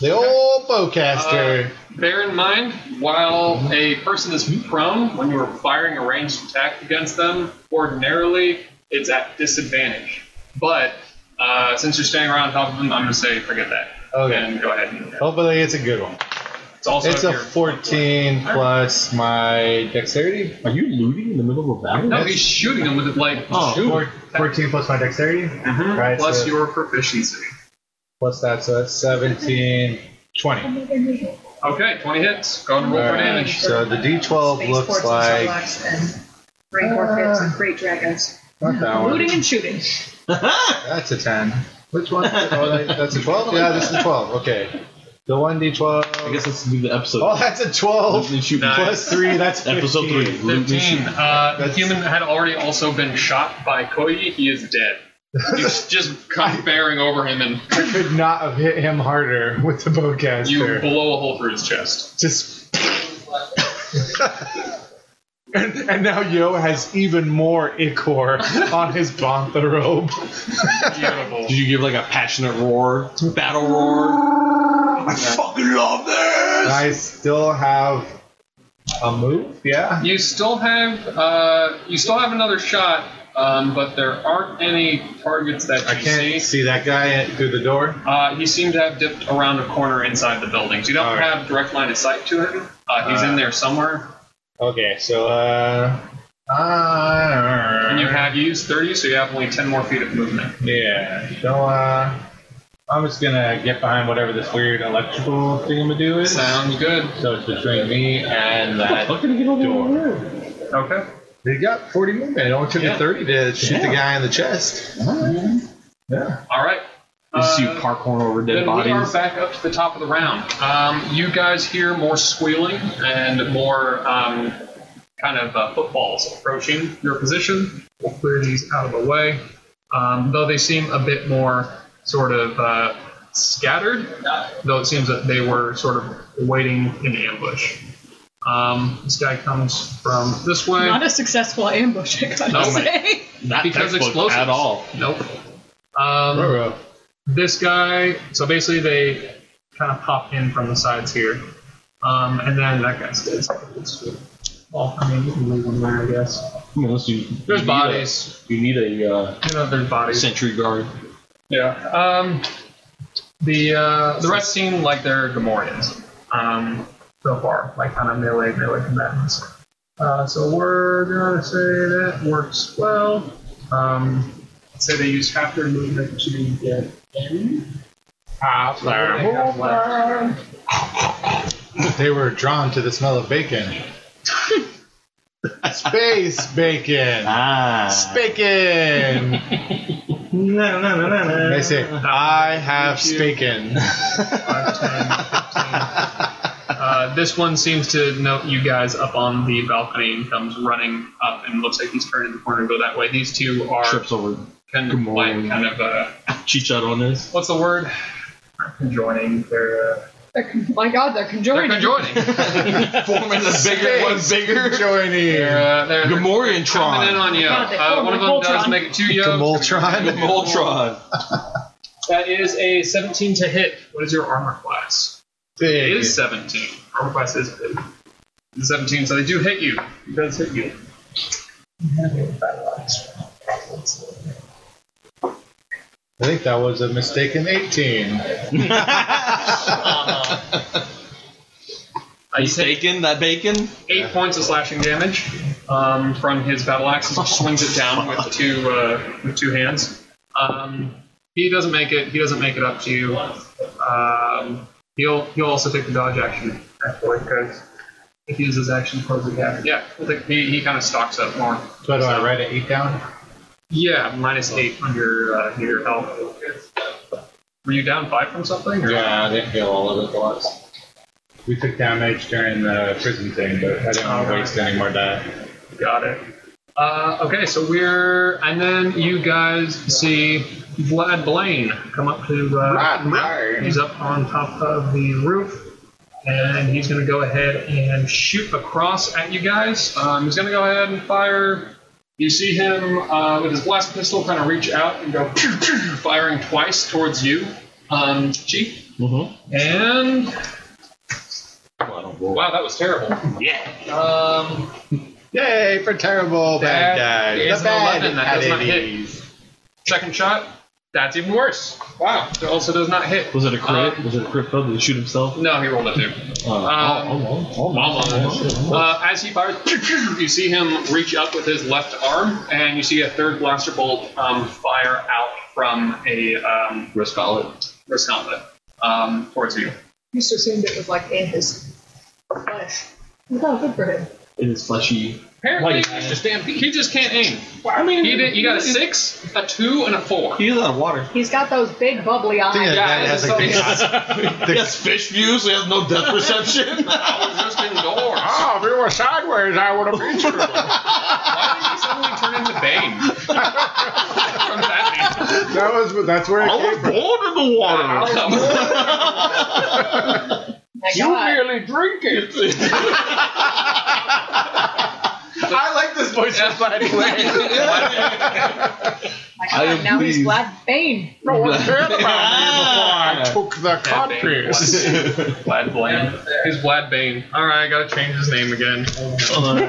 S3: The old bowcaster.
S6: Bear in mind, while a person is prone, when you are firing a ranged attack against them, ordinarily it's at disadvantage. But uh, since you're standing around on top of them, I'm going to say forget that.
S3: Okay.
S6: And go ahead. And,
S3: Hopefully, it's a good one.
S6: it's also
S3: It's
S6: if
S3: a
S6: you're-
S3: 14 plus my dexterity.
S7: Are you looting in the middle of a battle?
S6: No, he's shooting them with it like
S7: Oh.
S6: shoot.
S3: Four- 14 plus my dexterity.
S6: Mhm.
S3: Right,
S6: plus
S3: so-
S6: your proficiency.
S3: Plus that, so that's 17, 20.
S6: Okay, 20 hits. Go and roll for
S3: Alright,
S6: damage.
S3: So the D12
S4: Space
S3: looks
S4: ports and
S3: like
S4: Sarlaccs and Rancor pits and great dragons.
S3: not that one.
S4: Looting and shooting.
S3: That's a 10. Which
S6: <laughs>
S3: one? Oh, that- that's a 12? Yeah, this is a 12. Okay. The 1d12.
S7: I guess this would be the episode.
S3: Oh, that's a 12.
S7: Looting and shooting.
S6: Nice.
S3: Plus 3, that's 15.
S7: Episode three. Looting and
S6: 15.
S7: shooting.
S6: Uh, the
S3: That's-
S6: human had already also been shot by Koyi. He is dead. He's just come bearing over him and
S3: I could not have hit him harder with the
S6: you
S3: <laughs> bowcaster.
S6: blow a hole through his chest.
S3: Just. <laughs> and, and now Yo has even more ichor on his Bontha robe.
S6: Beautiful.
S7: Did you give like a passionate roar, battle roar?
S1: I fucking love this.
S3: I still have a move, yeah?
S6: You still have uh, you still have another shot, um, but there aren't any targets that you
S3: I can't
S6: see.
S3: see that guy through the door.
S6: Uh, he seemed to have dipped around a corner inside the buildings. You don't
S3: Alright.
S6: have direct line of sight to him. Uh, he's
S3: Uh,
S6: in there somewhere,
S3: Okay, so uh, uh
S6: and you have used 30, so you have only 10 more feet of movement.
S3: yeah. So uh, I'm just gonna get behind whatever this weird electrical thingamadoo is.
S6: Sounds good.
S3: So it's between me and that door.
S6: Okay.
S3: They got 40 movement. It only took me
S6: Yeah.
S3: 30 to shoot the guy in the chest. Yeah.
S6: All right.
S7: You see
S6: Uh,
S7: parkour over dead
S6: Then we are
S7: bodies.
S6: back up to the top of the round. Um, you guys hear more squealing and more um, kind of uh, footballs approaching your position. We'll clear these out of the way. Um, though they seem a bit more sort of uh, scattered, though it seems that they were sort of waiting in ambush. Um, this guy comes from this way.
S4: Not a successful ambush, I gotta
S6: No, man.
S4: say.
S7: Not
S6: because
S7: textbook
S6: explosives.
S7: at all.
S6: Nope. Um,
S3: Ruh-roh.
S6: this guy. So basically, they kind of pop in from the sides here, um, and then that guy's dead. Well, I mean, you can leave them there, I guess.
S7: I mean, unless you,
S6: There's
S7: you
S6: bodies.
S7: Need a, you need a uh,
S6: You know, there's bodies.
S7: sentry guard.
S6: Yeah. Um, the uh, the rest seem like they're Gamorreans. Um, so far, like kind of melee melee combatants.
S14: Uh, so we're gonna say that works well. Um, say they use half their movement to get in. Half
S3: their
S14: movement.
S3: They were drawn to the smell of bacon. <laughs> Space bacon.
S7: Ah.
S3: Spakin.
S7: No, no, no, no, no.
S3: They say, I
S9: <laughs>
S3: have spaken.
S6: Uh, this one seems to note you guys up on the balcony and comes running up and looks like he's turning the corner and go that way. These two are
S7: Trips over
S6: kind
S7: Good
S6: of like
S7: morning.
S6: kind of uh,
S7: chicharrones.
S6: what's the word? Not Conjoining. They're uh,
S4: They're con- my God, they're
S6: they're
S4: conjoining.
S6: conjoining.
S9: Forming the bigger, one bigger.
S6: they're,
S3: Joining.
S6: uh, they're, they're coming in
S9: Gamorreantron.
S6: on you.
S4: God, they
S6: Uh,
S4: formed
S6: one of
S4: a
S6: them does
S4: Voltron.
S6: make it to you.
S3: Moltron.
S7: Voltron.
S6: That is a 17 to hit. What is your armor class? It
S3: Big.
S6: is 17. Armor class is big. It's 17, so they do hit you. It does hit you.
S3: I think that was a mistaken 18.
S6: Uh, you take
S7: Bacon, that bacon?
S6: eight points of slashing damage um, from his battle axe as he swings it down with two uh, with two hands. Um, he doesn't make it. He doesn't make it up to you. Um, he'll he'll also take the dodge action actually because if he uses action to close the gap. Yeah, he'll take- he, he kind of stocks up more.
S3: So do I write an 8 down?
S6: Yeah, minus eight on your uh, your health. Were you down five from something? or-
S3: Yeah, I didn't heal all of it last. We took damage during the prison thing, but I didn't want to waste any more die.
S6: Got it. Uh, okay, so we're and then you guys see Vlad Blaine come up to. Uh, He's up on top of the roof, and he's going to go ahead and shoot across at you guys. Um, he's going to go ahead and fire. You see him uh, with his blast pistol kind of reach out and go <coughs> firing twice towards you, um, Chief.
S7: Mm-hmm.
S6: And wow, that was terrible.
S7: Yeah.
S6: Um,
S3: Yay for terrible
S6: That
S3: bad guys.
S6: is
S3: The
S6: an
S3: bad
S6: 11. That does not hit.
S3: daddies.
S6: Second shot, that's even worse. Wow, it also does not hit.
S7: Was it a crit?
S6: Um,
S7: was it a crit fail? Did he shoot himself?
S6: No, he rolled a two.
S7: Uh,
S6: Um,
S7: almost.
S6: Uh, as he fires, <clears throat> you see him reach up with his left arm, and you see a third blaster bolt um, fire out from a um,
S7: Wrist ballot.
S6: wrist helmet um, towards you.
S4: You just assumed it was like in his flesh. Oh, good for him.
S7: It is fleshy.
S6: Apparently,
S7: Like-
S6: he's just damn, he just can't aim. I mean, he did, you got a six, a two, and a four.
S7: He's out of water.
S4: He's got those big bubbly eyes.
S9: Yeah,
S6: Yeah,
S9: that
S6: it's
S9: has like the
S6: so-
S9: <laughs> eyes. He has fish views. He has no depth perception.
S6: <laughs> I was just indoors.
S3: Oh, if we were sideways, I
S6: <laughs>
S3: would have been you.
S6: Why did he suddenly turn into
S3: <laughs>
S6: Bane? From Batman.
S3: That was that's where it
S9: I
S3: came
S9: was
S3: from.
S9: born in the water.
S4: My God.
S9: drink <laughs>
S6: <laughs>
S9: it. I like this voice
S6: Yeah.
S9: by the way.
S4: My God.
S7: I am
S4: Now he's
S7: pleased.
S4: Vlad Bane.
S3: No one cared about me before
S7: Ah.
S3: I took the
S6: Vlad Bane.
S3: copies.
S6: Vlad Blaine. He's Vlad Bane. All right, I gotta change his name again.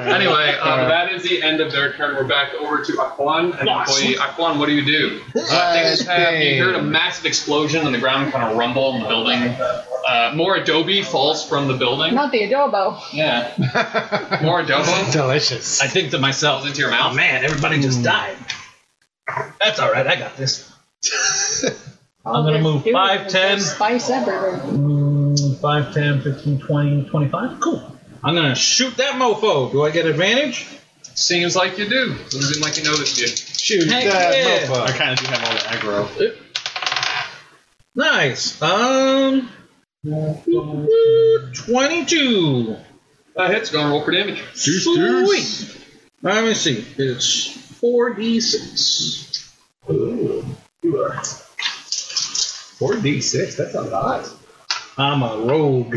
S6: Anyway, um, that is the end of their turn. We're back over to Aquan. And employee Aquan, what do you do? Uh, things have, you heard a massive explosion and the ground kind of rumble in the building. Uh, more adobe falls from the building.
S4: Not the adobo.
S6: Yeah. More adobo
S3: Delicious.
S7: I think to myself,
S6: falls into your mouth.
S7: man, everybody
S10: Hmm.
S7: just died. That's all right. I got this. I'm gonna move
S4: Dude,
S7: 5, 10,
S4: there's Spice everywhere.
S10: Mm, 5, 10, 15, 20, 25. Cool. I'm going to shoot that mofo. Do I get advantage?
S6: Seems like you do. Doesn't seem like you noticed you.
S3: Shoot
S10: Heck
S3: that
S10: yeah.
S3: mofo.
S9: kind of do have all the aggro.
S10: Nice. Um, 22.
S6: That hit's gonna roll for damage.
S10: Sweet. Let me see. It's 4d6.
S3: 4d6, that's a lot.
S10: I'm a rogue.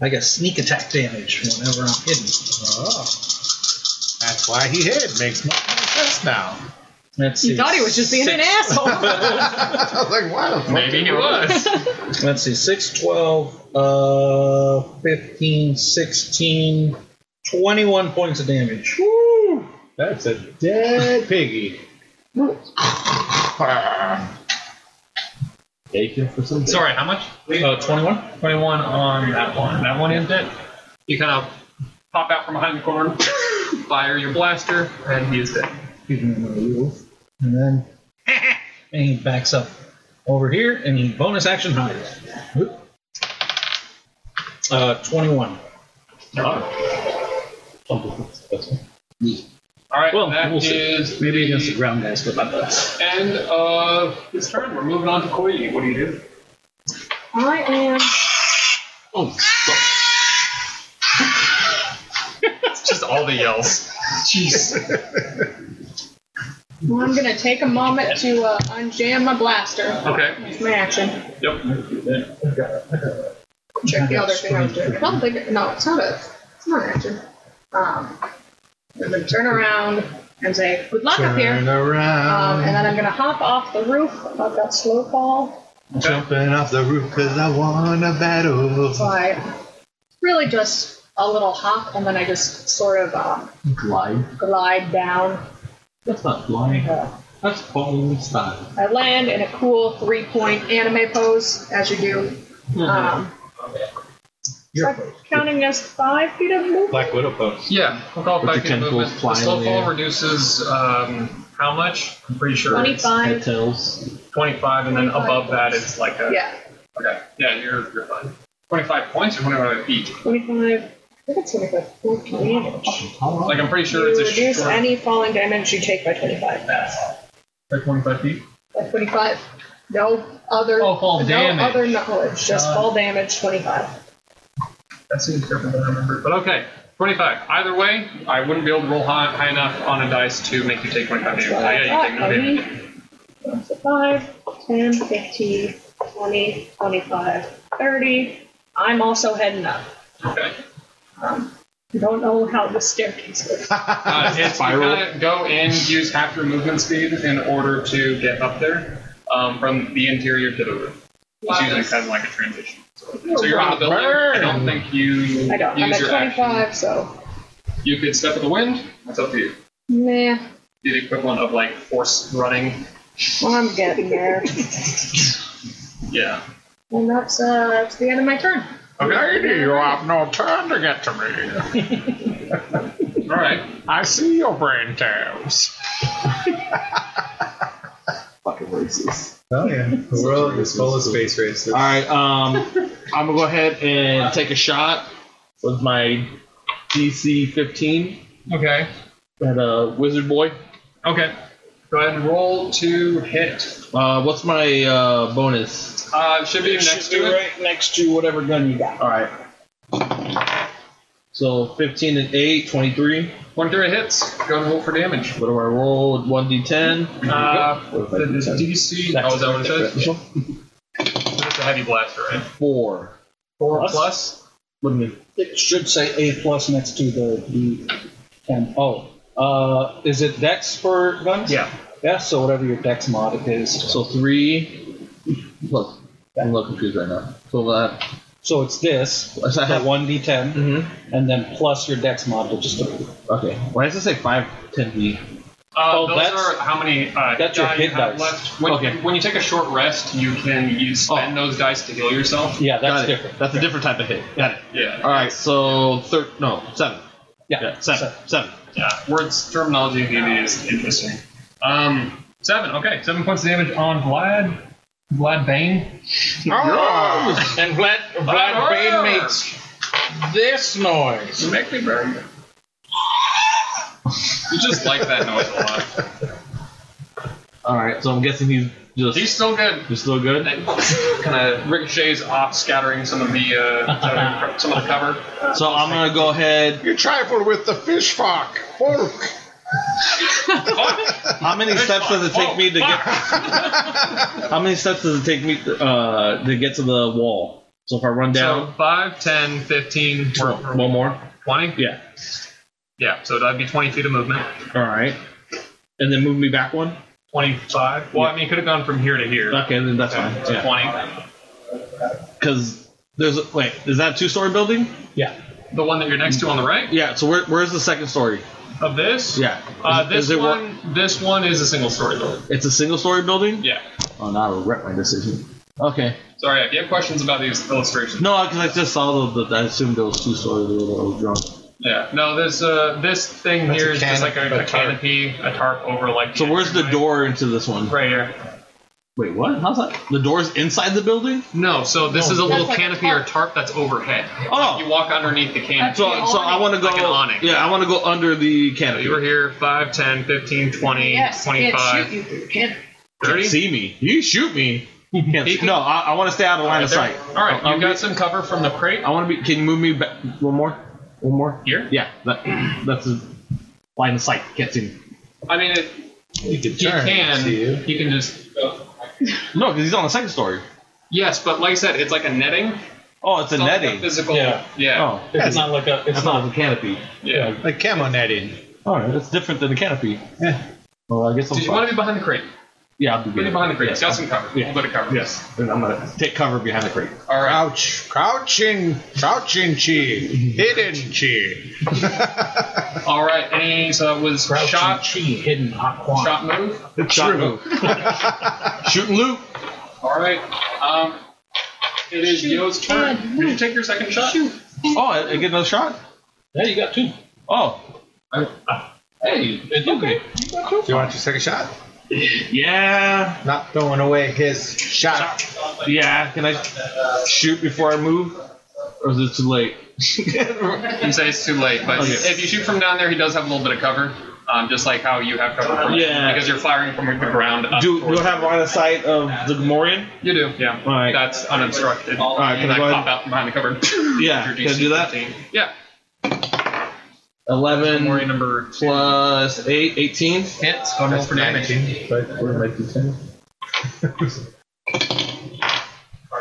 S10: I get sneak attack damage whenever I'm hidden.
S3: Oh. That's why he hit. Makes much more sense now.
S10: Let's see.
S4: He thought he was just being an asshole.
S3: I was like, why the fuck?
S6: Maybe he was.
S10: Let's see, 6, 12, uh, 15, 16, 21 points of damage.
S3: That's a dead piggy.
S7: Bacon for some
S6: Sorry, how much?
S10: Uh, 21?
S6: 21 on that one. That one is dead. You kind of pop out from behind the corner, <laughs> fire your blaster, and he is dead.
S10: Give him another move. And then and he backs up over here and he bonus action hides. Whoop. Uh, 21.
S6: All right,
S7: Well,
S6: that
S7: we'll see.
S6: is
S7: Maybe against the ground guys, but not us.
S6: end of his turn. We're moving on to Koyi. What do you do?
S4: I am.
S7: Oh, fuck.
S6: It's just all the yells. Jeez.
S4: Well, I'm gonna take a moment to uh, unjam my blaster.
S6: Okay.
S4: It's my action.
S6: Yep.
S4: Check the other thing I was doing. I don't think. No, it's not a. It's not an action. Um, I'm gonna turn around and say, "Good luck up here,"
S9: Turn
S4: um, and
S9: around,
S4: then I'm gonna hop off the roof. I've got slow fall,
S9: jumping off the roof because I wanna battle.
S4: so I really just a little hop, and then I just sort of uh,
S7: Glide.
S4: glide down.
S7: That's not flying.
S4: Uh,
S7: That's falling style.
S4: I land in a cool three point anime pose, as you do.
S7: Mm-hmm.
S4: Um,
S10: Your
S4: so counting as five feet of movement.
S3: Black Widow pose.
S6: Yeah. We'll call it
S7: With
S6: five
S7: the
S6: feet of
S7: tentacles
S6: movement. The
S7: flying
S6: slow
S7: in the
S6: fall
S7: air.
S6: reduces um, how much? I'm pretty sure it's
S4: 25.
S7: Tails.
S6: 25, and then
S4: 25
S6: above that it's like a.
S4: Yeah,
S6: Okay. Yeah, you're, you're fine. 25 points or 25 feet?
S4: 25. I think it's 25. 14.
S6: Like, I'm pretty sure
S4: You
S6: it's a
S4: reduce
S6: short.
S4: any falling damage you take by 25.
S6: Like 25 feet?
S4: By 25. No other.
S6: Oh, fall
S4: no
S6: damage.
S4: other knowledge. Just fall damage 25.
S6: Oh, That seems different than I remember. But okay, 25. Either way, I wouldn't be able to roll high, high enough on a dice to make you take 25 damage.
S4: That's what I
S6: yeah, you take no
S4: thought,
S6: damage.
S4: That's a 5, 10, 15, 20, 25, 30. I'm also heading up.
S6: Okay.
S4: I don't know how the staircase works.
S6: Uh, it's, you gotta go in, use half your movement speed in order to get up there um, from the interior to the roof. It's usually kind of like a transition. <laughs> So you're on the building. I don't think you
S4: I don't. I'm at
S6: use your action.
S4: 25, so.
S6: You could step in the wind. That's up to you.
S4: Meh.
S6: Be the equivalent of like force running.
S4: Well, I'm getting there.
S6: Yeah.
S4: and that's, uh, that's the end of my turn.
S6: Okay.
S14: You have no time to get to me.
S6: All right.
S14: I see your brain tabs.
S7: Fucking racist.
S3: Oh yeah. The world is full of space races.
S7: All right. Um, I'm gonna go ahead and take a shot with my DC 15
S6: Okay.
S7: at a uh, wizard boy.
S6: Okay. Go ahead and roll to hit.
S7: Uh, what's my uh, bonus?
S6: Uh, it should be next to it.
S10: next to whatever gun you got.
S7: All right. So 15 and 8, 23.
S6: One three hits. Go ahead and roll for damage.
S7: What do I roll? 1d10.
S6: Uh, the, the DC. Oh, is that what it says?
S7: This one?
S6: It's a heavy blaster, right?
S7: 4.
S6: Four
S10: Plus?
S6: plus.
S7: What do you mean?
S10: It should say A plus next to the D. And oh, uh, is it Dex for guns?
S6: Yeah.
S10: Yeah. So whatever your Dex mod is.
S7: So 3. Look, I'm a little confused right now. So that.
S10: So uh, it's this,
S7: So I
S10: the
S7: have one.
S10: one D10, and then plus your Dex mod, which is three.
S7: Okay. Why does it say 5, 10d?
S6: Uh,
S10: Oh,
S6: those
S10: that's-
S6: are how many uh,
S10: that's your
S6: die
S10: hit
S6: you have
S10: dice.
S6: left. When,
S7: Okay.
S6: when you take a short rest, you can you
S10: Oh.
S6: spend those dice to heal yourself.
S10: Yeah, that's
S7: Got it.
S10: different.
S7: That's a different type of hit. Got it.
S6: Yeah.
S7: All right. So thir- no seven.
S10: Yeah.
S7: Yeah, seven. Seven.
S6: Yeah. Words terminology in D&D is interesting. Um, seven. Okay, seven points of damage on Vlad. Vlad Bane.
S10: <laughs> And Vlad,
S6: Vlad Bane makes
S10: this noise.
S6: You make me burn. You just like that noise a lot.
S7: All right. So I'm guessing he's just
S6: He's still good.
S7: he's still good.
S6: kind of ricochets off, scattering some of the
S7: <laughs>
S6: uh, some of the cover.
S7: So I'm gonna go ahead.
S9: You trifle with the fish fork. Fork.
S7: How many steps does it take me to get? <laughs> How many steps does it take me uh, to get to the wall? So if I run
S6: So
S7: down
S6: 5, 10, 15,
S7: one more,
S6: 20?
S7: yeah.
S6: Yeah, so that'd be 20 feet of movement.
S7: All right. And then move me back one.
S6: 25. Well, I mean, you could have gone from here to here.
S7: Okay, then that's fine.
S6: So 20.
S7: Because there's a, wait, is that a two-story building?
S10: Yeah.
S6: The one that you're next to on the right
S7: Yeah. So where, where's the second story?
S6: of this?
S7: Yeah.
S6: Uh,
S7: Is-
S6: this
S7: is it wor-
S6: one, this one is a single story building.
S7: It's a single-story building.
S6: Yeah.
S7: Oh, now I regret my decision. Okay.
S6: Sorry, if you have questions about these illustrations.
S7: No, because I just saw the, the I assumed it was two stories that I was drunk.
S6: Yeah. No, this uh, this thing
S10: That's a
S6: here is just like
S10: canopy,
S6: a,
S10: a
S6: a
S10: tarp.
S6: canopy, a tarp over like.
S7: So where's the door into this one?
S6: Right here.
S7: Wait, what? How's that? The door's inside the building?
S6: No, so this is a little
S4: like a
S6: canopy or tarp that's overhead.
S7: Oh.
S6: You walk underneath the canopy.
S7: So, so I want to go.
S6: Like an awning.
S7: Yeah, I want to go under the canopy.
S6: You were here 5, 10, 15, 20,
S4: Yes, can't
S6: 25,
S4: shoot you through the canopy.
S7: Can't
S6: 30.
S7: see me. You shoot me. You can't see- No, I, I want to stay out of line of
S6: There.
S7: sight.
S6: All right,
S7: I,
S6: you got some cover from the crate
S7: I want to be. Can you move me back one more? One more.
S6: here.
S7: Yeah, that, that's a line of sight. Can't see me.
S6: I mean, it,
S3: You could
S6: you
S3: turn.
S6: can.
S3: see
S6: You.
S3: you.
S6: can just.
S7: No, because he's on the second story.
S6: Yes, but like I said, it's like a netting. It's
S7: Oh, it's a
S6: not like
S7: netting.
S6: physical.
S10: Yeah.
S6: Yeah.
S7: Oh,
S10: It's not like a. It's
S7: <laughs> it's
S10: not.
S7: not a canopy.
S6: yeah.
S3: Like camo netting.
S7: All right, that's different than a canopy.
S3: Yeah.
S7: Well, I guess I'm
S6: Did you
S7: fine.
S6: want to be behind the crate?
S7: yeah, I'll be
S6: Really behind the crate. It's
S7: Yes.
S6: got some cover. A
S7: Yeah.
S6: little bit of cover.
S7: Yes, then I'm gonna take cover behind the crate.
S6: All right.
S3: Crouch, crouching, crouching chi, hidden chi.
S6: All right. Any so it was shot,
S10: Chi hidden aqua.
S6: shot move.
S7: It's true. Shooting loop.
S6: All right. Um, it is Yo's turn. Did you take your second shot?
S7: Oh, I, I get another shot.
S10: Yeah, you got two.
S7: Oh,
S10: Hey, it's okay.
S3: Do you want your second shot?
S7: yeah,
S3: Not throwing away his shot.
S7: yeah. Can I shoot before I move, or is it too late?
S6: You say it's too late, but
S7: Okay.
S6: if you shoot from down there, he does have a little bit of cover. Um, just like how you have cover from
S7: Yeah.
S6: because you're firing from the ground. Up
S7: Do do
S6: towards-
S7: I have line of sight of the Gamorrean?
S6: You do. Yeah.
S7: All right.
S6: That's unobstructed. All
S7: right,
S6: And
S7: can I
S6: I
S7: go ahead-
S6: pop out from behind the
S7: <laughs>
S6: cover.
S7: Yeah,
S6: Your
S7: can I do that?
S6: DC-15. Yeah. Worry
S7: Eleven
S6: number
S7: plus eight, eighteen.
S6: hits. One roll for damage.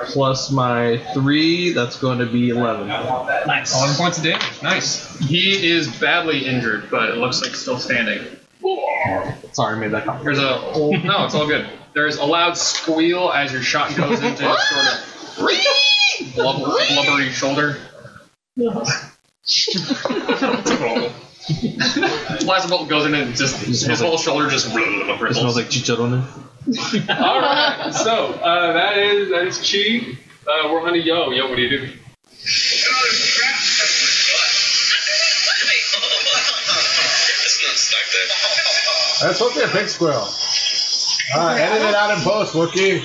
S7: Plus my three, that's going to be eleven.
S6: Eleven points of damage. Nice. He is badly injured, but it looks like still standing.
S7: Sorry, I made that up.
S6: There's a no, it's all good. There's a loud squeal as your shot goes into his sort of blub- blubbery shoulder. Last bolt goes in and just his whole shoulder just
S7: It smells
S6: ripples.
S7: like chicharrones.
S6: all
S7: <laughs>
S6: right, so uh, that is that is Chi. Uh, we're on to Yo. Yo, what do you do?
S3: That's supposed to be a pig squirrel. All right, edit it out in post,
S6: <laughs>
S3: Wookie.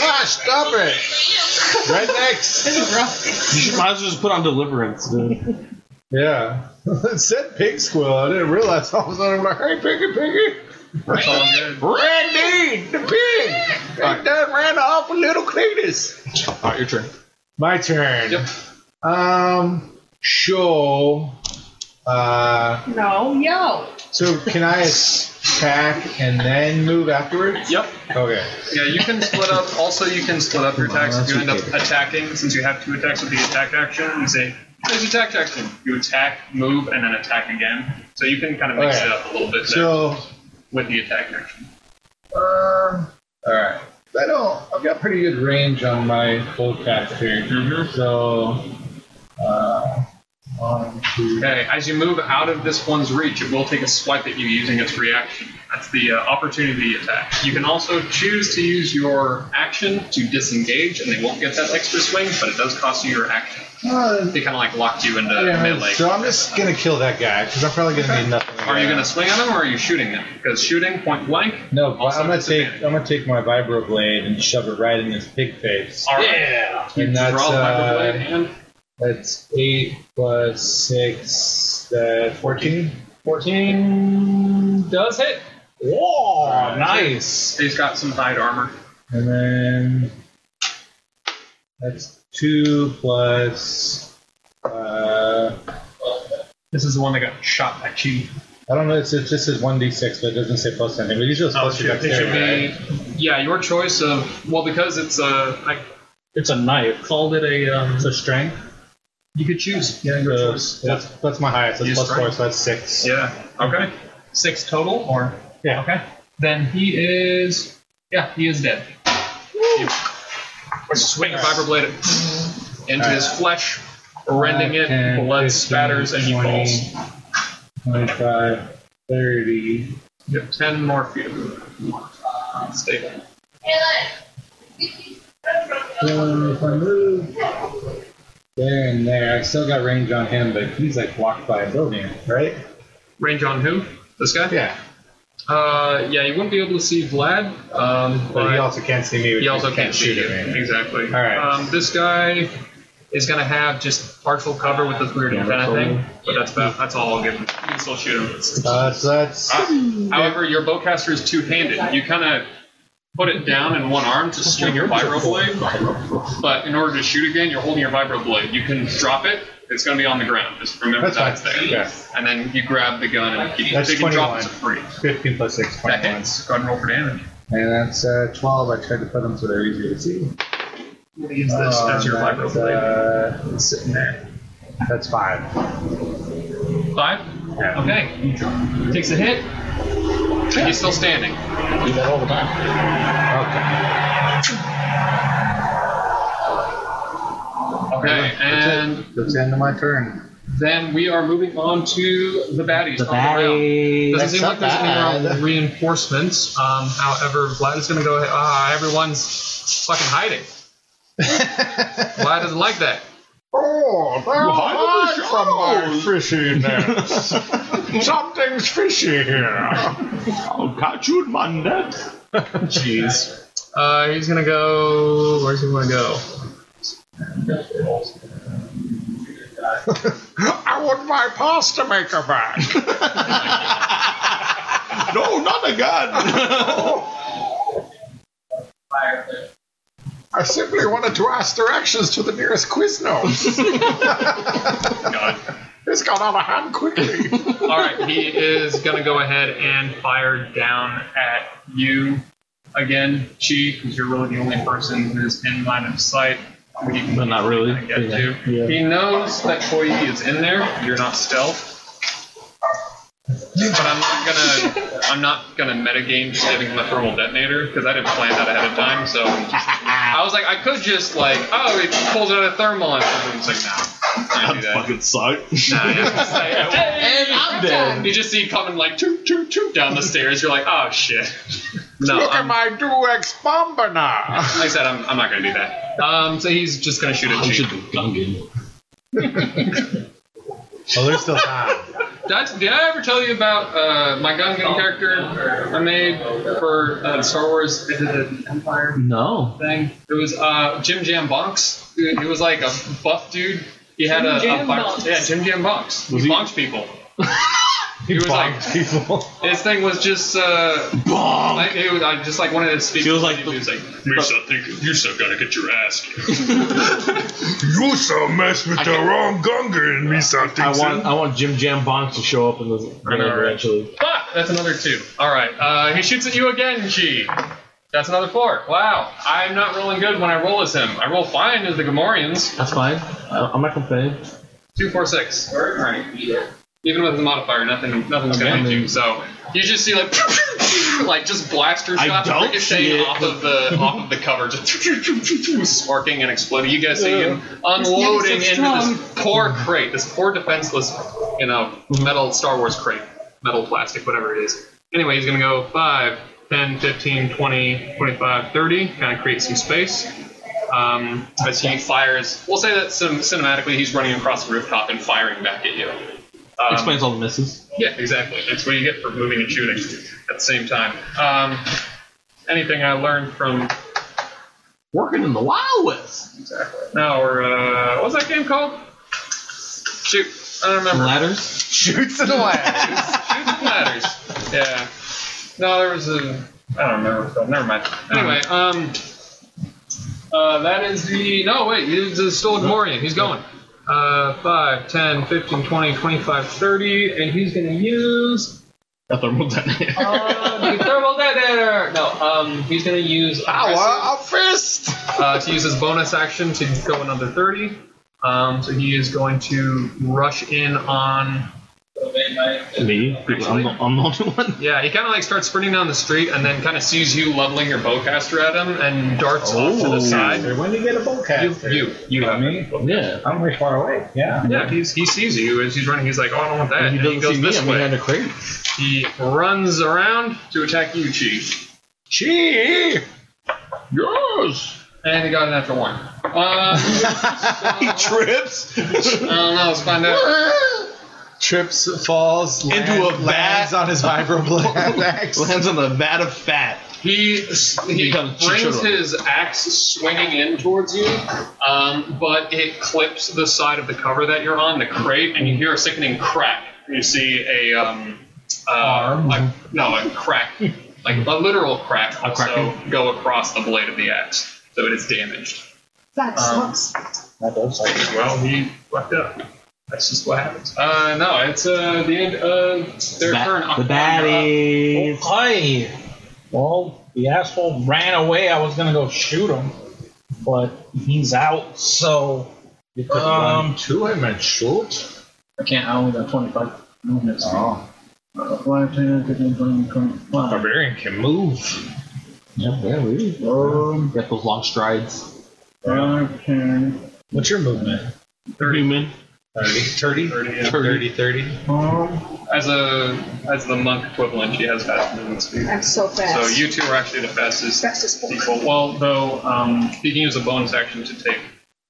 S3: ah, stop it! Rednecks.
S7: You should <laughs> might as well just put on Deliverance, dude.
S3: Yeah, <laughs> it said pig squirrel. I didn't realize <laughs> all of a sudden I'm like, hey, piggy, piggy.
S6: It's all good.
S3: Randy, the pig. It done ran off with little Cletus.
S7: All right, your turn.
S3: My turn.
S6: Yep.
S3: Um, so, uh,
S4: No, yo.
S3: so can I attack and then move afterwards?
S6: Yep.
S3: Okay.
S6: Yeah, you can split up. Also, you can split up your attacks if you end up
S3: okay.
S6: attacking, since you have two attacks with the attack action. You say, there's attack action. You attack, move, and then attack again. So you can kind of mix
S3: Okay.
S6: it up a little bit there
S3: So,
S6: with the attack action.
S3: Um, all right. I don't. I've got pretty good range on my full cast here.
S6: Mm-hmm.
S3: So, uh, one, two.
S6: Okay, as you move out of this one's reach, it will take a swipe at you using its reaction. That's the uh, opportunity attack. You can also choose to use your action to disengage, and they won't get that extra swing, but it does cost you your action.
S3: Uh,
S6: They kind of like locked you into
S3: yeah,
S6: melee.
S3: so I'm just gonna kill that guy because I'm probably gonna need nothing.
S6: Are you going to swing at them, or are you shooting them? Because shooting point blank.
S3: No,
S6: Also
S3: I'm gonna take.
S6: disadvantage.
S3: I'm gonna take my vibro blade and shove it right in his pig face.
S6: All right.
S3: And that's
S6: Draw the vibro
S3: uh,
S6: blade and
S3: that's eight plus six. Uh, Fourteen.
S6: 14 does hit.
S10: Whoa, nice.
S6: He's got some hide armor.
S3: And then that's two plus. Uh,
S6: This is the one that got shot by Chi.
S3: I don't know. It's, it just says one d six, but it doesn't say plus anything. But usually it's plus your
S6: It Oh, should
S3: dexterity.
S6: be, yeah, your choice of, well, because it's a, I,
S10: It's a knife. Called it a. Um,
S3: It's a strength.
S6: you could choose. Yeah, your
S3: So
S6: choice.
S3: that's that's my highest. That's
S6: Use
S3: plus four,
S6: strength.
S3: so that's six.
S6: Yeah. Okay.
S10: six total, or
S3: Yeah.
S6: Okay. Then he is, yeah, he is dead. Swing a vibro blade into his flesh, rending it,
S3: Ten,
S6: blood
S3: 15,
S6: spatters, and he
S3: 20,
S6: falls.
S3: 25, 30.
S6: You have 10 more feet. Stay
S3: um, So if I move, There and there. I still got range on him, but he's like blocked by a building, right?
S6: Range on who? This guy?
S3: Yeah.
S6: Uh, yeah, you wouldn't be able to see Vlad. Um,
S3: But he
S6: but-
S3: also can't see me. which
S6: He also
S3: means
S6: can't, shoot
S3: shoot at
S6: you.
S3: me.
S6: Exactly.
S3: All right.
S6: Um, this guy is gonna have just partial cover with this weird antenna thing, but that's about, that's all I'll give him. You can still shoot him.
S3: Uh, so that's
S6: However, your bowcaster is two-handed. You kind of put it down in one arm to swing your vibroblade, but in order to shoot again, you're holding your vibroblade. You can drop it. It's going to be on the ground. Just remember
S3: That's
S6: that's,
S3: fine.
S6: there.
S3: Yeah.
S6: And then you grab the gun and keep
S3: That's
S6: so you can drop it
S3: 21.
S6: for free.
S3: 15 plus 6,
S6: That
S3: 21.
S6: hits. Go ahead and roll for damage.
S3: And that's uh, 12. I tried to put them so they're easier to see.
S6: Use this. that's your
S3: Um,
S6: vibroblade.
S3: uh, it's sitting there. That's 5.
S6: Five?
S3: Yeah.
S6: Okay. Takes a hit. And he's still standing.
S3: Do that all the time. Okay.
S6: Okay, and
S3: That's the end of my turn.
S6: then we are moving on to the baddies. on round. Doesn't
S3: That's
S6: seem like
S3: not
S6: there's any
S3: bad.
S6: more reinforcements. Um, however, Vlad is going to go ahead. Ah, everyone's fucking hiding. <laughs> Vlad doesn't like that.
S3: Oh, there
S9: Why did we
S3: are
S9: show?
S3: fishiness.
S6: <laughs>
S3: Something's fishy here.
S9: I'll catch you, Monday.
S6: Jeez. Uh, he's gonna go. Where's he gonna go?
S9: I want my pasta maker
S3: <laughs>
S9: back. no, not again.
S3: I simply wanted to ask directions to the nearest Quiznos. This got out of hand quickly.
S6: All right, he is gonna go ahead and fire down at you again, Chi, because you're really the only person who's in line of sight. But
S7: But not really.
S6: Get to.
S7: Yeah.
S6: He knows that Koyi is in there. You're not stealth. But I'm not gonna. I'm not gonna metagame just giving him a thermal detonator because I didn't plan that ahead of time. So I was like, I could just like, oh, it pulls out a thermal, and I was like, no, I'm not gonna do that.
S9: Fucking
S7: <laughs>
S9: suck.
S6: Nah, yeah, it's just like, and I'm dead. You just see coming like choop choop choop down the stairs. You're like, oh shit. No,
S9: Look
S6: I'm-
S9: at my Duex Bombana.
S7: <laughs>
S6: like I said, I'm, I'm not gonna do that. Um, so he's just gonna shoot at
S7: I
S6: you.
S7: should be gungan.
S3: <laughs> well, Oh, there's still time.
S6: Did I, did I ever tell you about uh, my Gungan character I made for uh, Star Wars It did the Empire
S7: No.
S6: thing? It was uh, Jim Jam Bonks. He was like a buff dude. He had a,
S4: Jim Jam
S6: a bi-
S4: Bonks.
S6: yeah, Jim Jam Bonks. he,
S7: he-
S6: bonked
S7: <laughs>
S6: people. he was like
S3: people.
S6: his thing was just uh,
S9: Bonk.
S6: Like, it was, I just like wanted to speak.
S7: She was
S6: to
S7: like
S6: him.
S7: the-
S6: he was like, you're so thinking, you're so gonna get your ass kicked.
S9: You so mess with the
S7: can't-
S9: wrong Gunga and me something.
S7: I want I want Jim Jam Bonk to show up in this whenever actually.
S6: Fuck, that's another two. All right, uh, he shoots at you again, G. That's another four. Wow, I'm not rolling good when I roll as him. I roll fine as the Gamorreans.
S7: That's fine. I, I'm not complaining.
S6: Two, four, six. All right. Even with the modifier, nothing, nothing's gonna hit you. So you just see like, <laughs> like just blaster
S9: I
S6: shots
S9: don't see
S6: ricocheting
S9: it.
S6: off of the off of the cover, just <laughs> sparking and exploding. You guys see him unloading into this poor crate, this poor defenseless, you know, metal Star Wars crate, metal plastic, whatever it is. Anyway, he's gonna go 5, 10, 15, 20, 25, 30, kind of create some space. Um, as he fires, we'll say that sim- cinematically he's running across the rooftop and firing back at you. Um,
S7: Explains all the misses.
S6: yeah, exactly. It's what you get for moving and shooting at the same time. Um, anything I learned from
S7: Working in the Wild West.
S6: now or uh, what was that game called? Shoot, I don't remember.
S7: Ladders.
S3: Shoots and laughs.
S6: <laughs> Shoot the ladders. Yeah. No, there was a. I don't remember. So never mind. Anyway, um, uh, that is the. No, wait. It's uh, still Gmorian. He's going. Uh, 5, 10, 15, 20, 25, 30, and he's going to use.
S7: A thermal detonator.
S6: Uh, the thermal detonator. No, um, he's gonna use aggressive,
S3: Power of fist.
S6: uh, to use his bonus action to go another thirty. Um, so he is going to rush in on.
S7: Me? Because I'm, the, I'm the only <laughs> one.
S6: Yeah, he kind of like starts sprinting down the street and then kind of sees you leveling your bowcaster at him and darts off to the side.
S3: When do you get a
S6: You,
S3: bowcaster?
S6: you,
S3: You and me?
S7: Yeah.
S3: I'm way far away. Yeah.
S6: yeah. He's, he sees you as he's running. He's like, "Oh, I don't want that."
S7: He
S6: And he
S7: doesn't
S6: goes
S7: see me.
S6: this
S7: I'm
S6: way.
S7: behind a crate.
S6: He runs around to attack you, Chief.
S9: Gee. Yes.
S6: And he got an after one. Uh,
S9: he trips
S6: I don't know. Let's find out.
S3: Trips, falls, land,
S9: into a
S3: lands
S9: vat,
S3: on his <laughs> vibroblade axe.
S9: lands on the vat of fat.
S6: He he
S9: Become
S6: brings
S9: Chichiro.
S6: his axe swinging in towards you, um, but it clips the side of the cover that you're on, the crate, and you hear a sickening crack. You see a um, uh,
S15: Arm?
S6: a- no, a crack, like a literal crack, also go across the blade of the axe, so it is damaged.
S14: That
S6: Um,
S14: sucks.
S10: That does suck.
S6: Well, he fucked up. That's just what happens. Uh, no, it's uh, the end. Uh, their
S7: Ba-
S6: turn.
S7: the baddies.
S10: Oh, Hi. Well, the asshole ran away. I was gonna go shoot him, but he's out. So
S3: You could
S10: Um,
S3: run to him and shoot.
S14: I can't. I only got 25 movements. Oh. Uh, five, 10, 15, 20, 25.
S10: barbarian can move.
S9: Yeah, yeah, we
S14: Um,
S9: got those long strides.
S14: five, 10,
S10: What's your movement?
S7: Human.
S3: 30? 30, 30, 30.
S14: um,
S6: As a as the monk equivalent, she has fast movement speed.
S4: I'm so fast.
S6: So you two are actually the fastest
S4: Fast as fuck.
S6: people. Well, though um, you can use a bonus action to take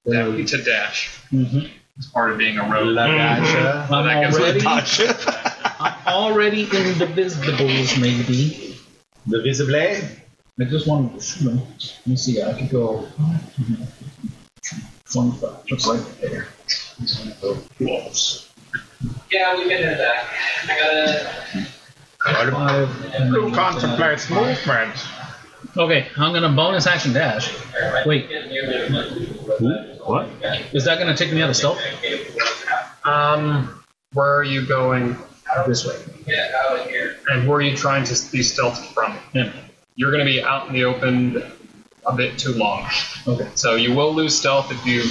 S6: that, to dash
S10: Mm-hmm.
S6: as part of being a rogue.
S3: La gotcha.
S6: So that
S10: I'm
S6: gives her
S10: already,
S6: dodge.
S14: <laughs>
S10: I'm already in the visibles, maybe.
S3: The visible.
S14: I just wanted to shoot him. Let me see. I could go 25, just like there.
S6: Yeah, we can do that. I gotta.
S14: Five, and then
S3: movement.
S10: Okay, I'm gonna bonus action dash. Wait,
S7: What?
S10: is that gonna take me out of stealth?
S6: Um, where are you going,
S10: This way.
S6: and where are you trying to be stealthed from?
S10: Yeah.
S6: You're gonna be out in the open a bit too long,
S10: Okay.
S6: so you will lose stealth if you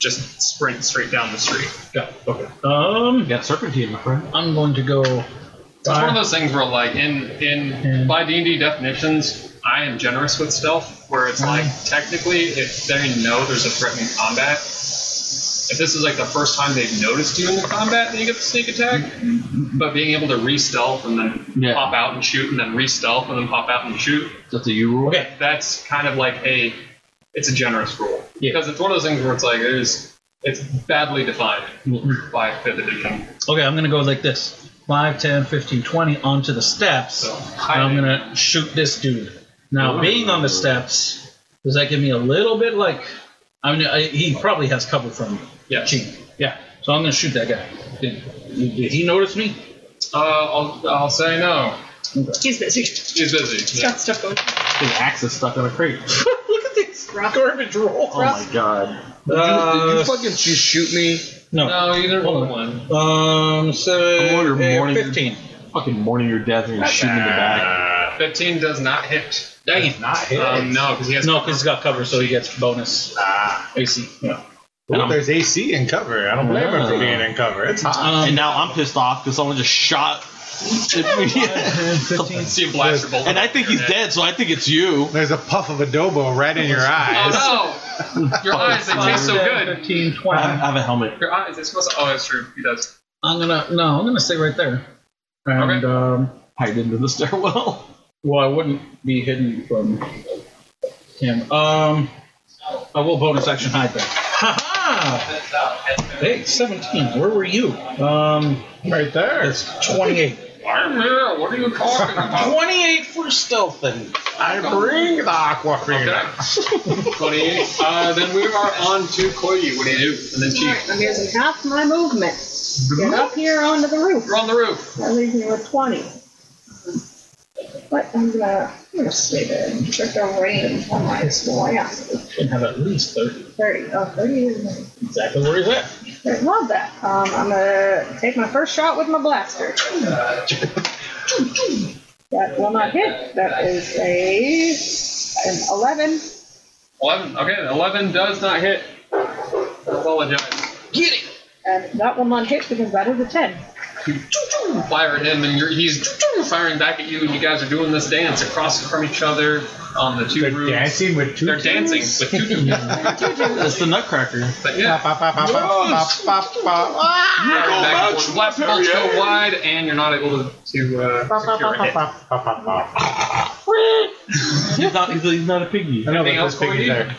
S6: just sprint straight down the street.
S10: Got it. Okay. Um,
S7: You got serpentine, my friend.
S10: I'm going to go.
S6: It's one of
S10: five.
S6: those things where, like, in in
S10: Yeah.
S6: by D and D definitions, I am generous with stealth, where it's like technically, if they know there's a threatening combat, if this is like the first time they've noticed you in the combat, then you get the sneak attack.
S10: Mm-hmm.
S6: But being able to re-stealth and then
S7: Yeah.
S6: pop out and shoot, and then re-stealth and then pop out and shoot,
S7: That's a you rule.
S10: Okay.
S6: that's kind of like a it's a generous rule
S10: Yeah.
S6: because it's one of those things where it's like there's it's badly defined
S10: Mhm.
S6: by fifth edition.
S10: Okay, I'm gonna go like this. 5, 10, 15, 20 onto the steps.
S6: So
S10: and I'm
S6: hiding.
S10: gonna shoot this dude. Now, being on the steps, does that give me a little bit like? I mean, I, he probably has cover from
S6: Yeah.
S10: Ching. Yeah. So I'm gonna shoot that guy. Did, did he notice me?
S6: Uh, I'll, I'll say no.
S4: He's busy. He's
S6: He's busy.
S4: got stuff going.
S7: His axe is stuck in a crate.
S10: Look at this
S4: Rough.
S10: garbage roll.
S7: Oh my god.
S9: Did you
S10: Uh,
S9: fucking just shoot me?
S10: no.
S6: No, either
S10: Hold
S6: one.
S10: on.
S6: one.
S10: Um.
S7: I'm
S10: So
S7: wondering,
S10: eh,
S7: morning-
S10: fifteen.
S7: Fucking mourning your death and you're shooting in the back.
S6: 15 does not hit.
S10: Dang it.
S3: Not hit.
S6: Um, no, because he has
S10: No, because he's got cover, so he gets bonus
S3: Ah.
S10: AC. Yeah.
S3: Ooh, there's AC in cover. I don't blame her for
S7: Yeah.
S3: being in cover. It's hot.
S10: Um,
S7: and now I'm pissed off because someone just shot <laughs> at me.
S10: 15.
S6: see a blaster bolt.
S7: and I think he's dead, so I think it's you.
S3: There's a puff of adobo right in your eyes.
S6: Oh no! Your eyes, they taste so
S10: 10,
S6: good.
S10: 15,
S7: I
S10: 20.
S7: have, I have a helmet.
S6: Your eyes, it's supposed to. Oh, that's true. He does.
S10: I'm gonna no, I'm gonna stay right there. And um,
S7: Hide into the stairwell. <laughs>
S10: well, I wouldn't be hidden from him. Um, I will bonus action hide there. Ha ha! Hey, 17. Where were you? Um,
S3: Right there.
S10: that's 28.
S6: I'm here. What are you talking about?
S10: 28 for stealthing.
S3: I bring the aquafina.
S6: Okay. 28. Uh, then we are on to Koyu. What do you do? And then
S4: All
S6: Chief.
S4: right, I'm using half my movement. Get up here onto the roof.
S6: You're on the roof.
S4: That leaves me with 20. But I'm gonna, I'm gonna stay there and check the range on my small yeah.
S10: Should have at least 30.
S4: 30. Oh, 30 is
S10: Exactly where he's at.
S4: I love that. Um, I'm gonna take my first shot with my
S10: <laughs>
S4: blaster. That will not hit. That is a an 11.
S6: 11. Okay, 11 does not hit. Apologize.
S4: And that will not hit because that is a 10.
S6: Fire at him, and you're, he's firing back at you, and you guys are doing this dance across from each other on the 2
S3: They're
S6: roofs.
S3: dancing with two.
S6: They're dancing with two
S7: <laughs> That's the nutcracker.
S6: But yeah.
S7: You're
S6: Back
S7: going back
S6: and
S7: to
S6: forth. Left bolts go wide, and you're not able to, to uh, secure a hit.
S7: He's not, he's, he's not a piggy.
S3: I know,
S6: Anything
S3: but
S6: else
S3: this piggy's
S6: going
S3: there.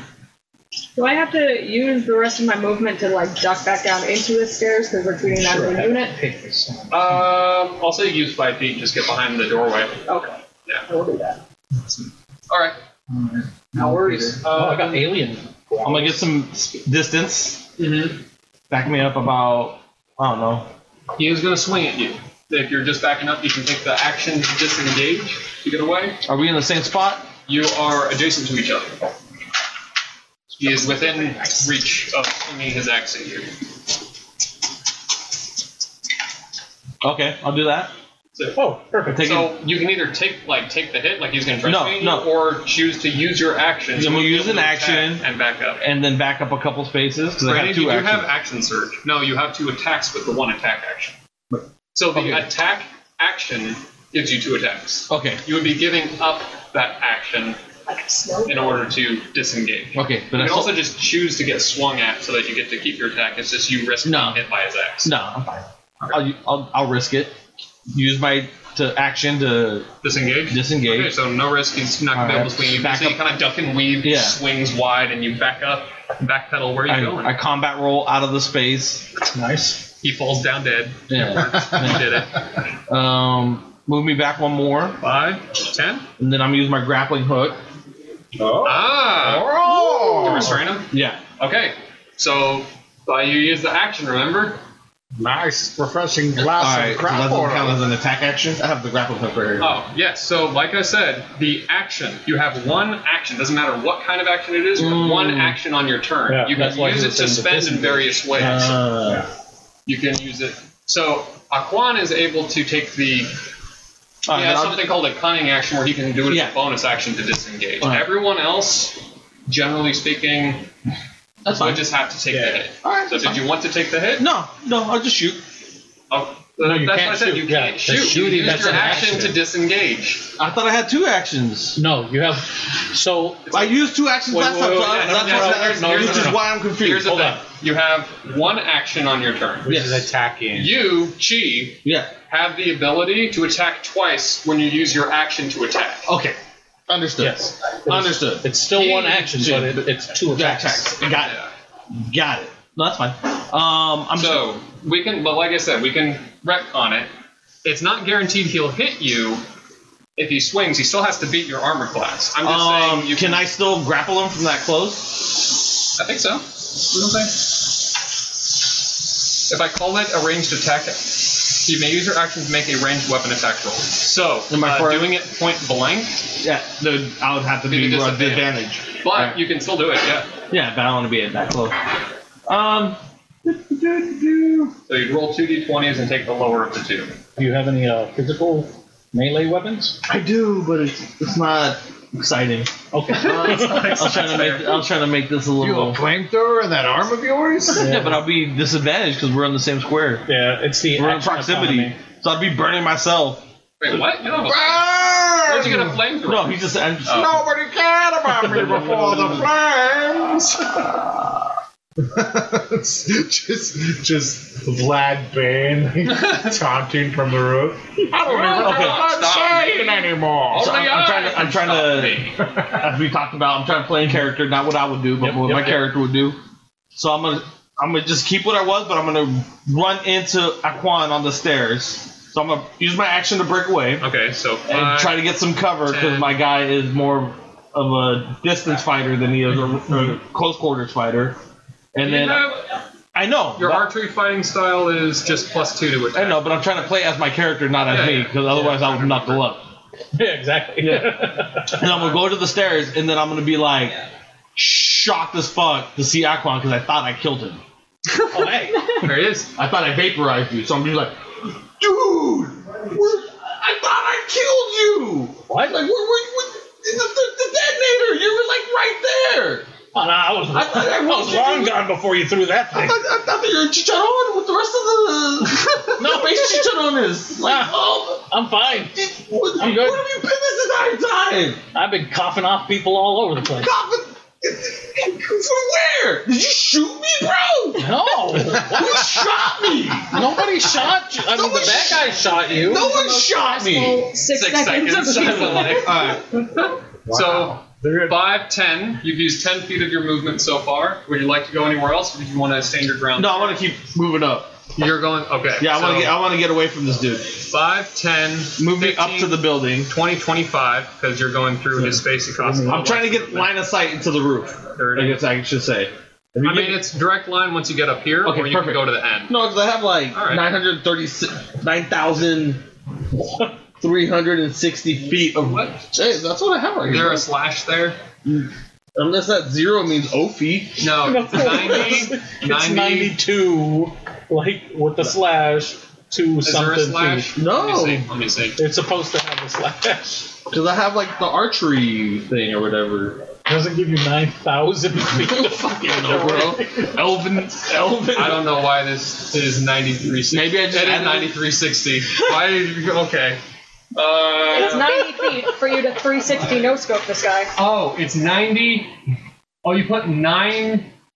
S4: Do I have to use the rest of my movement to like duck back down into the stairs because we're treating that as a unit?
S10: Pick this one.
S6: Um, I'll say use five feet. Just get behind the doorway.
S4: Okay.
S6: Yeah.
S4: I will do that.
S6: All right. No worries.
S10: Oh,
S6: Uh,
S10: I got alien.
S7: I'm gonna get some s- distance.
S6: mhm.
S7: Back me up about I don't know.
S6: He is going to swing at you. If you're just backing up, you can take the action to disengage to get away.
S7: Are we in the same spot?
S6: You are adjacent to each other. He is within reach of swinging his axe at you.
S7: Okay, I'll do that.
S6: So,
S10: Oh, perfect.
S7: Take
S6: so you can either take like take the hit, like he's going to try
S7: No,
S6: to swing
S7: no.
S6: you, or choose to use your action.
S7: I'm
S6: to
S7: gonna
S6: be
S7: use
S6: able
S7: an
S6: to
S7: action.
S6: attack and back up.
S7: and then back up a couple spaces because I
S6: Brandon,
S7: have two
S6: you
S7: actions.
S6: do have action surge. No, you have two attacks with the one attack action. So the
S7: Okay.
S6: attack action gives you two attacks.
S7: okay,
S6: You would be giving up that action
S4: Like a snow.
S6: in order to disengage.
S7: okay, but
S6: You can
S7: I still,
S6: also just choose to get swung at so that you get to keep your attack. It's just you risk
S7: No.
S6: being hit by his axe.
S7: no, I'm fine. I'll, I'll I'll risk it. Use my to action to
S6: Disengage?
S7: Disengage.
S6: Okay, so no risk. He's not going to be able to
S7: Alright.
S6: swing you.
S7: Back
S6: so you
S7: up.
S6: kind of duck and weave,
S7: Yeah.
S6: swings wide, and you back up, backpedal. Where are you
S7: I,
S6: going?
S7: I combat roll out of the space.
S10: Nice.
S6: he falls down dead.
S7: Yeah.
S6: You did it.
S7: <laughs> um, move me back one more,
S6: Five, ten.
S7: and then I'm gonna use my grappling hook.
S6: Ah! To
S9: Oh!
S6: restrain him?
S7: Yeah.
S6: Okay, so uh, you use the action, remember?
S9: Nice, refreshing glass
S7: All right,
S9: of crap
S7: doesn't
S9: water.
S7: count
S9: as an attack action. I have the grapple hook right here.
S6: Oh, yes. So, like I said, the action. You have one action. Doesn't matter what kind of action it is, you have one action on your turn.
S10: Mm. Yeah,
S6: you
S10: that's why
S6: can use it
S10: he was
S6: to
S10: saying the
S6: spend in
S10: disengage.
S6: various ways.
S7: Uh,
S6: you can use it. So, Aquan is able to take the.
S7: all
S6: He
S7: right, then
S6: has
S7: I'll-
S6: something called a cunning action where he can do it
S7: Yeah.
S6: as a bonus action to disengage.
S7: All right.
S6: Everyone else, generally speaking,
S7: that's
S6: would
S7: fine.
S6: just have to take the hit.
S7: All right,
S6: So,
S7: that's
S6: did you want to take the hit?
S7: No, no, I'll just shoot.
S6: Oh, that's what I
S10: can't
S6: said.
S10: shoot.
S6: You
S10: Yeah,
S6: can't
S10: the
S6: shoot.
S10: shooting,
S6: you use
S10: that's
S6: your
S10: an
S6: action,
S10: action.
S6: to disengage.
S7: I thought I had two actions.
S10: No, you have. So
S7: I used two actions
S10: Wait,
S7: last
S10: wait,
S7: time,
S10: wait,
S7: so I-
S10: wait,
S7: that's
S6: no,
S7: why
S6: no,
S7: that-
S6: no, no,
S7: which
S6: no,
S7: is
S6: no.
S7: why I'm
S6: Here's
S7: confused.
S6: the
S10: Hold
S6: thing.
S10: on.
S6: You have one action on your turn.
S7: Which
S10: this
S7: is
S10: is attacking.
S6: You, Chi,
S7: Yeah.
S6: have the ability to attack twice when you use your action to attack.
S7: Okay. Understood.
S10: Yes.
S7: Understood.
S10: It's still one
S6: Yeah,
S10: action, but it, it's two attacks.
S7: Attacks. Got it. Got it. No, that's fine. Um, I'm just-
S6: So we can, but like I said, we can wreck on it. It's not guaranteed he'll hit you. If he swings, he still has to beat your armor class. I'm just
S7: Um,
S6: saying. You
S7: can I still grapple him from that close?
S6: I think so. What do you think? If I call it a ranged attack, you may use your action to make a ranged weapon attack roll. So
S7: Am I
S6: uh,
S7: for-
S6: doing it point blank,
S7: Yeah, the, I would have to
S6: Maybe
S7: be
S6: just
S7: run
S6: advantage.
S7: advantage.
S6: but you can still do it. Yeah.
S7: Yeah, but I don't want to be at that close. Um,
S6: So you'd roll two d20s and take the lower of the two.
S10: Do you have any uh, physical melee weapons?
S7: I do, but it's, it's not exciting. <laughs>
S10: Okay.
S7: Uh, I was trying to make I was trying to make this a
S9: You
S7: little.
S9: a flamethrower in that arm of yours?
S7: <laughs> Yeah, but I'll be disadvantaged because we're in the same square.
S10: yeah, it's the
S7: We're in
S10: action
S7: proximity,
S10: economy.
S7: so I'd be burning myself.
S6: Wait, what? You don't have a, where'd you get a flamethrower?
S7: No, he just. I'm just
S9: <laughs>
S6: Oh.
S9: Nobody cared about me before the
S7: <laughs>
S9: flames. It's just, just Vlad
S6: <laughs>
S9: Bane taunting from the roof. I don't even know
S7: Okay.
S9: what
S6: Stop Oh
S9: I'm saying anymore.
S7: So I'm,
S6: Only
S7: I'm trying
S6: I
S7: to. I'm trying to. <laughs> As we talked about, I'm trying to play in character, not what I would do, but
S10: Yep,
S7: what
S10: yep,
S7: my
S10: yep.
S7: character would do. So I'm gonna. I'm gonna just keep what I was, but I'm gonna run into Aquan on the stairs. So I'm gonna use my action to break away
S6: Okay, so
S7: and
S6: five,
S7: try to get some cover because
S6: ten.
S7: my guy is more of a distance fighter than he is a, a close quarters fighter.
S6: You
S7: And then
S6: know,
S7: I know
S6: your
S7: but-
S6: archery fighting style is just plus two to
S9: <laughs>
S7: I
S6: attack.
S7: know, but I'm trying to play as my character, not as
S6: Yeah,
S7: me,
S6: yeah.
S7: because otherwise I would knuckle up.
S10: <laughs> Yeah, exactly. <laughs>
S7: and I'm gonna go to the stairs, and then I'm gonna be like shocked as fuck to see Aquan because I thought I killed him.
S10: oh, hey.
S6: There he is.
S7: I thought I vaporized you, so I'm gonna be like, dude, where- I thought I killed you.
S10: What?
S7: Like, where were you? What, the, the- the detonator, you were like right there.
S10: Oh, no, I was,
S7: I thought I
S10: I was
S7: was-
S10: long gone before you threw that
S7: I
S10: thing.
S7: thought, I thought that you were Chicharron with the rest of the no face Chicharron is <laughs> like,
S10: Nah.
S7: oh,
S10: Ah, I'm fine.
S7: what,
S10: I'm
S7: where
S10: good.
S7: have you been this entire time?
S10: I've been coughing off people all over the place.
S7: Coffin. From where? Did you shoot me, bro?
S10: No,
S7: Who shot me?
S10: nobody shot you. I mean, the
S7: Nobody
S10: bad guy shot
S6: Oh
S10: you.
S7: No one shot me.
S4: Six,
S6: Six
S4: seconds,
S6: seconds.
S4: of
S6: All
S4: people.
S6: right. So
S3: They're good.
S6: Five, ten. You've used ten feet of your movement so far. Would you like to go anywhere else, or did you want to stand your ground?
S9: No, I want to keep moving up.
S6: You're going. Okay.
S9: Yeah, I want
S6: so
S9: to get. I want to get away from this dude.
S6: Five, ten.
S9: Move me up
S6: 15,
S9: to the building.
S6: 20, 25, because you're going through his space across.
S9: I'm trying to get line of sight into the roof. I
S6: Thirty.
S9: guess I should say. If
S6: I
S9: you
S6: mean,
S9: get-
S6: it's direct line once you get up here,
S9: Okay,
S6: or you
S9: perfect.
S6: can go to the end.
S9: no, because I have like
S6: All right.
S9: 936 9,360 feet of
S6: What?
S9: Jeez, that's what I have right
S6: Is there
S9: here.
S6: a slash there?
S9: Unless that zero means O feet.
S6: No.
S10: No.
S6: 90, 90.
S10: It's 92, like with the slash to
S6: Is there a
S10: something.
S6: slash?
S9: No,
S6: Let me see. Let me see.
S10: It's supposed to have a slash.
S9: because I have like the archery thing or whatever.
S10: doesn't give you 9,000 feet.
S9: <laughs>
S10: of fucking
S9: bro.
S10: Elvin. Elvin.
S6: I don't know why this is 9360.
S9: Oh. Maybe I just
S6: Edit
S9: added-
S6: 9360. why? did you- Okay.
S4: <laughs> It's
S6: Uh,
S4: 90 feet for you to 360 no scope this guy.
S15: Oh, it's 90. Oh, you put 9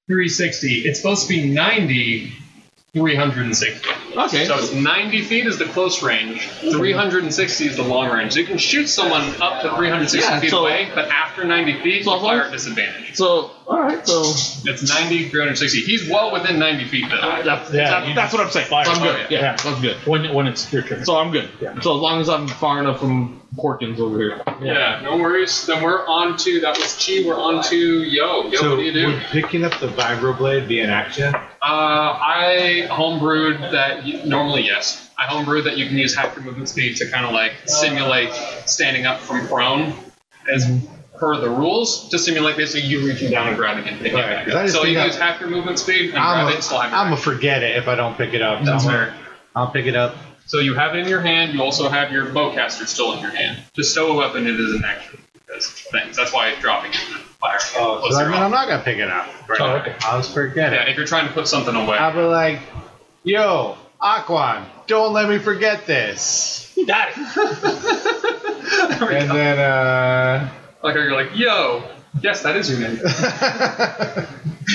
S15: 360. It's supposed to be 90 360.
S9: Okay.
S6: so it's 90 feet is the close range, 360 is the long range. So you can shoot someone up to 360
S9: Yeah,
S6: feet
S9: so-
S6: away, but after 90 feet,
S9: So
S6: you fire
S9: long-
S6: at disadvantage.
S9: So, all right. So
S6: It's 90, 360. He's well within 90 feet though.
S9: that's
S10: Yeah,
S9: that,
S10: you
S9: that's what I'm saying. So
S10: fire.
S9: I'm
S6: Oh, yeah.
S9: good. Yeah,
S10: Yeah.
S9: that's good.
S10: When, when it's your turn.
S9: So I'm good.
S10: Yeah.
S9: So as long as I'm far enough from Porkins over here.
S6: Yeah, no worries. Then we're on to, that was Chi, we're on to Yo. Yo,
S3: so
S6: what do you do?
S3: would picking up the vibroblade be an action?
S6: Uh, I homebrewed that you, normally, yes. I homebrewed that you can use half your movement speed to kind of like simulate standing up from prone as
S3: Mm-hmm.
S6: per the rules to simulate basically you reaching down and grabbing it. and picking it
S3: Right,
S6: back
S3: 'cause I
S6: up.
S3: just
S6: So
S3: think
S6: you
S3: I-
S6: use half your movement speed and
S3: I'm
S6: grab
S3: a-
S6: it, slide
S3: I'm
S6: back.
S3: gonna forget it if I don't pick it up.
S6: That's
S3: Don't worry.
S6: fair.
S3: I'll pick it up.
S6: So you have it in your hand. You also have your bowcaster still in your hand. To stow a weapon, it is an action. Because things. That's why dropping it in the fire.
S3: Oh,
S6: Close
S3: so I
S6: your
S3: mean, I'm
S6: off.
S3: not gonna pick it up.
S6: Oh, okay.
S3: I'll just forget
S6: yeah,
S3: it.
S6: if you're trying to put something away.
S3: I'll be like, "Yo, Aquan, don't let me forget this."
S10: Got it.
S6: <laughs> There we
S3: And
S6: go.
S3: then, uh,
S6: like you're like, yo, yes, that is your
S3: <laughs>
S6: name.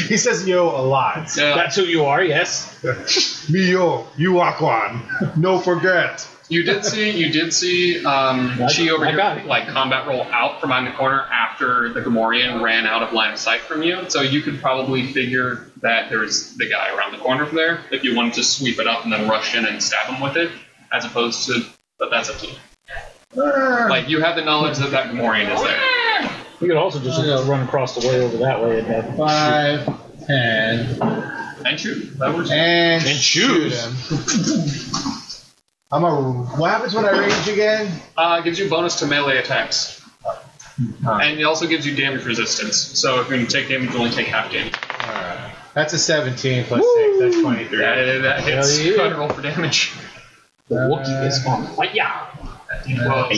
S3: he says "yo" a lot.
S6: Yeah.
S10: That's who you are, yes.
S3: Me yo, you Aquan. No forget.
S6: You did see, you did see um,
S10: I-
S6: Chi over
S10: I
S6: here,
S10: got it.
S6: like combat roll out from behind the corner after the Gamorrean ran out of line of sight from you. So you could probably figure that there was the guy around the corner from there. If you wanted to sweep it up and then rush in and stab him with it, as opposed to, but that's up to you. Like you have the knowledge that that Gamorrean is there.
S10: You could also just run across the way over that way and then.
S3: Five and
S6: And shoot, that works.
S3: and,
S9: And shoes.
S3: shoot him. I'm a. What happens when I rage again?
S6: Uh, gives you bonus to melee attacks. And it also gives you damage resistance. So if you take damage, you only take half damage.
S3: Alright. That's a 17 plus six. That's 23.
S6: Yeah, yeah, that hits.
S10: Hell yeah.
S6: Go ahead and roll for damage.
S10: The Wookiee is on fire.
S6: Well,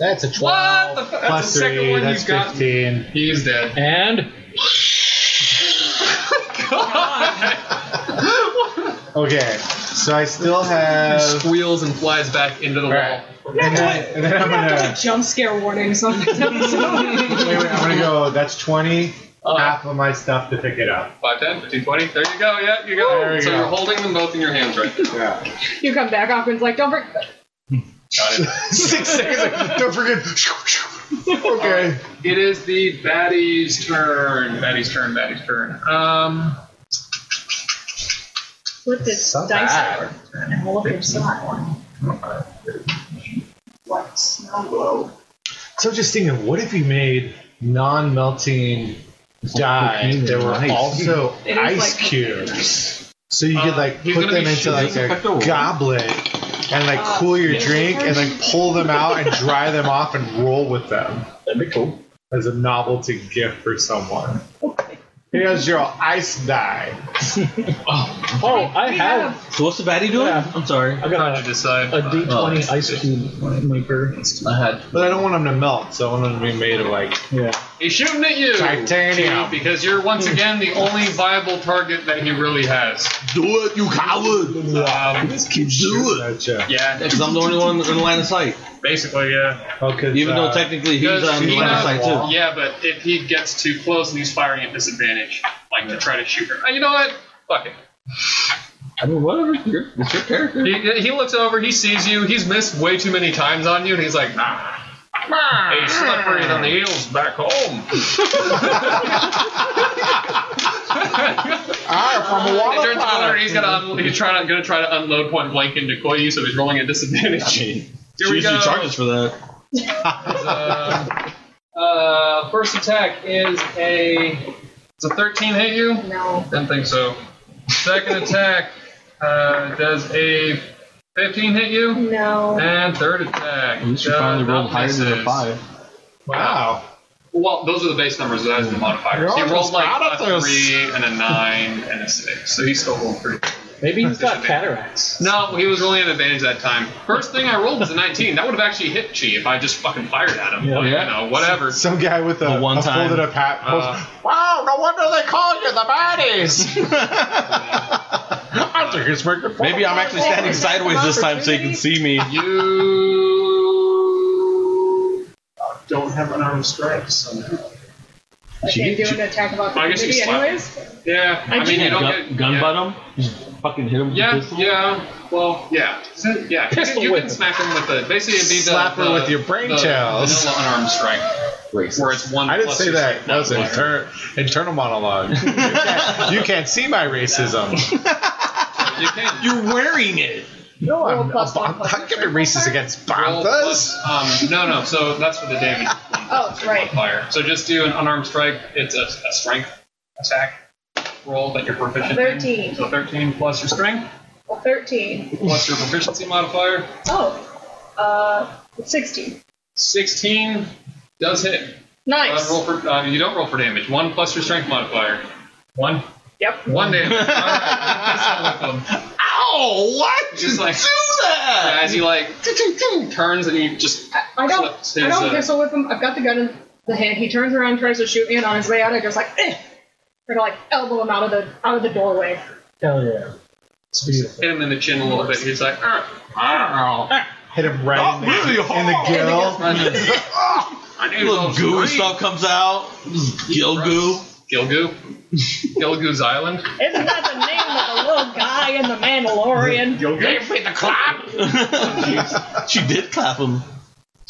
S3: That's a 12
S6: What the fu- that's
S3: plus
S6: the second
S3: three.
S6: one you
S3: That's
S6: got.
S3: 15.
S6: He's dead. <laughs>
S10: And
S3: Okay, so I
S6: <laughs>
S3: still have.
S6: Squeals and flies back into the
S3: Alright.
S6: wall.
S3: And then, and then I'm gonna.
S4: Jump scare warnings on this episode.
S3: Wait, wait, I'm gonna go. That's 20.
S6: Uh.
S3: half of my stuff to pick it
S6: <laughs>
S3: up.
S6: 5, 10, 15, 20. There you go. Yeah, you got
S3: There
S6: it.
S3: you
S6: So
S3: go.
S6: you're holding them both in your
S3: <laughs>
S6: hands right now.
S3: Yeah.
S4: <laughs> you come back, Aquaman's like, don't break.
S6: Got it.
S3: Six seconds. like, Don't forget. okay.
S6: It is the baddie's turn. Baddie's turn, baddie's turn. Um,
S4: Flip this
S3: So
S4: dice
S3: bad.
S4: over. And we'll look at slot one. What? Snow
S3: So I'm just thinking, what if you made non-melting dye that were also
S4: It is
S3: ice
S4: like-
S3: cubes? So you could
S6: Uh,
S3: like
S6: he's
S3: put
S6: gonna
S3: them
S6: be
S3: into like
S9: shooting
S3: a
S9: effect over.
S3: goblet and like
S4: Uh,
S3: cool your
S4: yeah.
S3: drink and like pull them out and dry them off and roll with them
S10: that'd be cool.
S3: as a novelty gift for someone. Here's your ice dye.
S10: Oh, I have.
S7: So what's the baddie doing?
S10: Yeah.
S7: I'm sorry. Oh.
S10: I
S6: how'd
S10: got
S6: you
S10: a,
S6: decide?
S10: a D20 ice cube maker.
S7: I had
S3: But I don't want them to melt, so I want them to be made of like
S10: Yeah.
S6: He's shooting at you.
S3: Titanium.
S6: Because you're once again the only viable target that he really has.
S9: Do it, you coward.
S6: Um,
S9: Do it.
S3: gotcha.
S6: yeah,
S7: Because I'm the only one in line of sight.
S6: basically, yeah.
S3: Okay.
S7: Even though technically he's
S6: Because
S7: on
S6: he
S7: line of
S6: knows-
S7: sight too.
S6: Yeah, but if he gets too close and he's firing at disadvantage, like to try to shoot her. Uh, You know what? Fuck it.
S7: I mean, whatever. You're, it's your character.
S6: He, he looks over, he sees you, he's missed way too many times on you, and he's like, nah. Hey, slippery than the eels back home.
S9: from
S6: He turns the corner and he's gonna un- he's trying to, gonna try to unload point blank into Koyu, so he's rolling at disadvantage. Here we
S7: Usually
S6: go.
S7: charges for that.
S6: Uh, uh, first attack is a it's a 13 hit you?
S4: No.
S6: Didn't think so. <laughs> Second attack uh, does a 15 hit you?
S4: No.
S6: And third attack.
S7: At least you finally
S6: does
S7: rolled
S6: not
S7: higher than a
S6: misses.
S7: five.
S6: Wow. Well, those are the base numbers. That is the modifier.
S9: You're
S6: He
S9: always
S6: rolled
S9: proud
S6: like
S9: of
S6: a
S9: those.
S6: three and a nine and a six, so he still rolled pretty. good.
S10: Maybe he's got cataracts.
S6: No, he was rolling at advantage that time. First thing I rolled was a 19. That would have actually hit Chi if I just fucking fired at him. Like,
S9: Yeah.
S6: You know, whatever.
S9: Some guy with a,
S7: The one
S9: a
S7: time.
S9: folded up hat. pulls-
S6: Uh,
S7: Oh,
S9: wow, no wonder they call you the baddies. I think it's very good.
S7: Maybe I'm actually standing sideways this time so you can see me.
S6: You.
S14: Don't have unarmed strikes. So
S4: I can't do an attack of
S6: I guess you
S4: opportunity
S6: slap.
S4: anyways.
S6: Yeah. I, mean, you don't
S7: gun,
S6: get
S7: gun
S6: yeah.
S7: butt him. Just fucking hit him with the
S6: Yeah,
S7: pistol.
S6: yeah. Well, yeah, yeah. You can,
S10: Pistol
S6: you
S10: whip
S6: can
S10: him.
S6: smack him with the basically it'd be the,
S9: Slap her
S6: the-
S9: with your brain
S6: the
S9: shells.
S6: Vanilla unarmed strike, where it's one.
S9: I didn't
S6: plus
S9: say
S6: your
S9: that.
S6: strength
S9: That was an
S6: modifier.
S9: inter- internal monologue. you, can't, you can't see my racism.
S6: You can.
S7: You're wearing it.
S9: No,
S4: Roll
S9: I'm
S4: plus one,
S9: not.
S4: plus
S9: I
S4: your
S9: can be racist
S4: strength modifier?
S9: against
S6: Roll
S9: Banthas.
S6: plus- um, no, no. So that's for the damage.
S4: Oh, right.
S6: Modifier. So just do an unarmed strike. It's a, a strength attack roll that you're proficient. In.
S4: Thirteen.
S6: So 13 plus your strength
S4: Well, Thirteen.
S6: plus your proficiency modifier.
S4: Oh. Uh, sixteen.
S6: 16 does hit. Uh,
S4: Nice.
S6: roll for, uh, you don't roll for damage. One plus your strength modifier. One.
S4: Yep.
S6: One damage. All right. Pistol whip him.
S9: Ow! What?
S6: Just like-
S9: do that.
S6: As he like <laughs> turns and he just
S4: I don't.
S6: Clips
S4: I
S6: his,
S4: don't
S6: uh,
S4: pistol whip him. I've got the gun in the hand. He turns around, tries to shoot me, and on his way out, I just like, eh, try to like elbow him out of the out of the doorway.
S10: Hell yeah. It's beautiful.
S6: hit him in the chin a little bit. He's like, "Uh, "Arr, arr."
S9: Hit him right in, the,
S7: Oh, really
S9: in the gill.
S7: <laughs>
S6: I knew
S7: Little
S6: those
S7: goo and
S6: three.
S7: stuff comes out. Gill goo.
S6: Gilgoo, Gilgoo's Island.
S4: Isn't that the name of the little guy in the Mandalorian?
S6: <laughs> Give me the clap.
S7: she did clap him.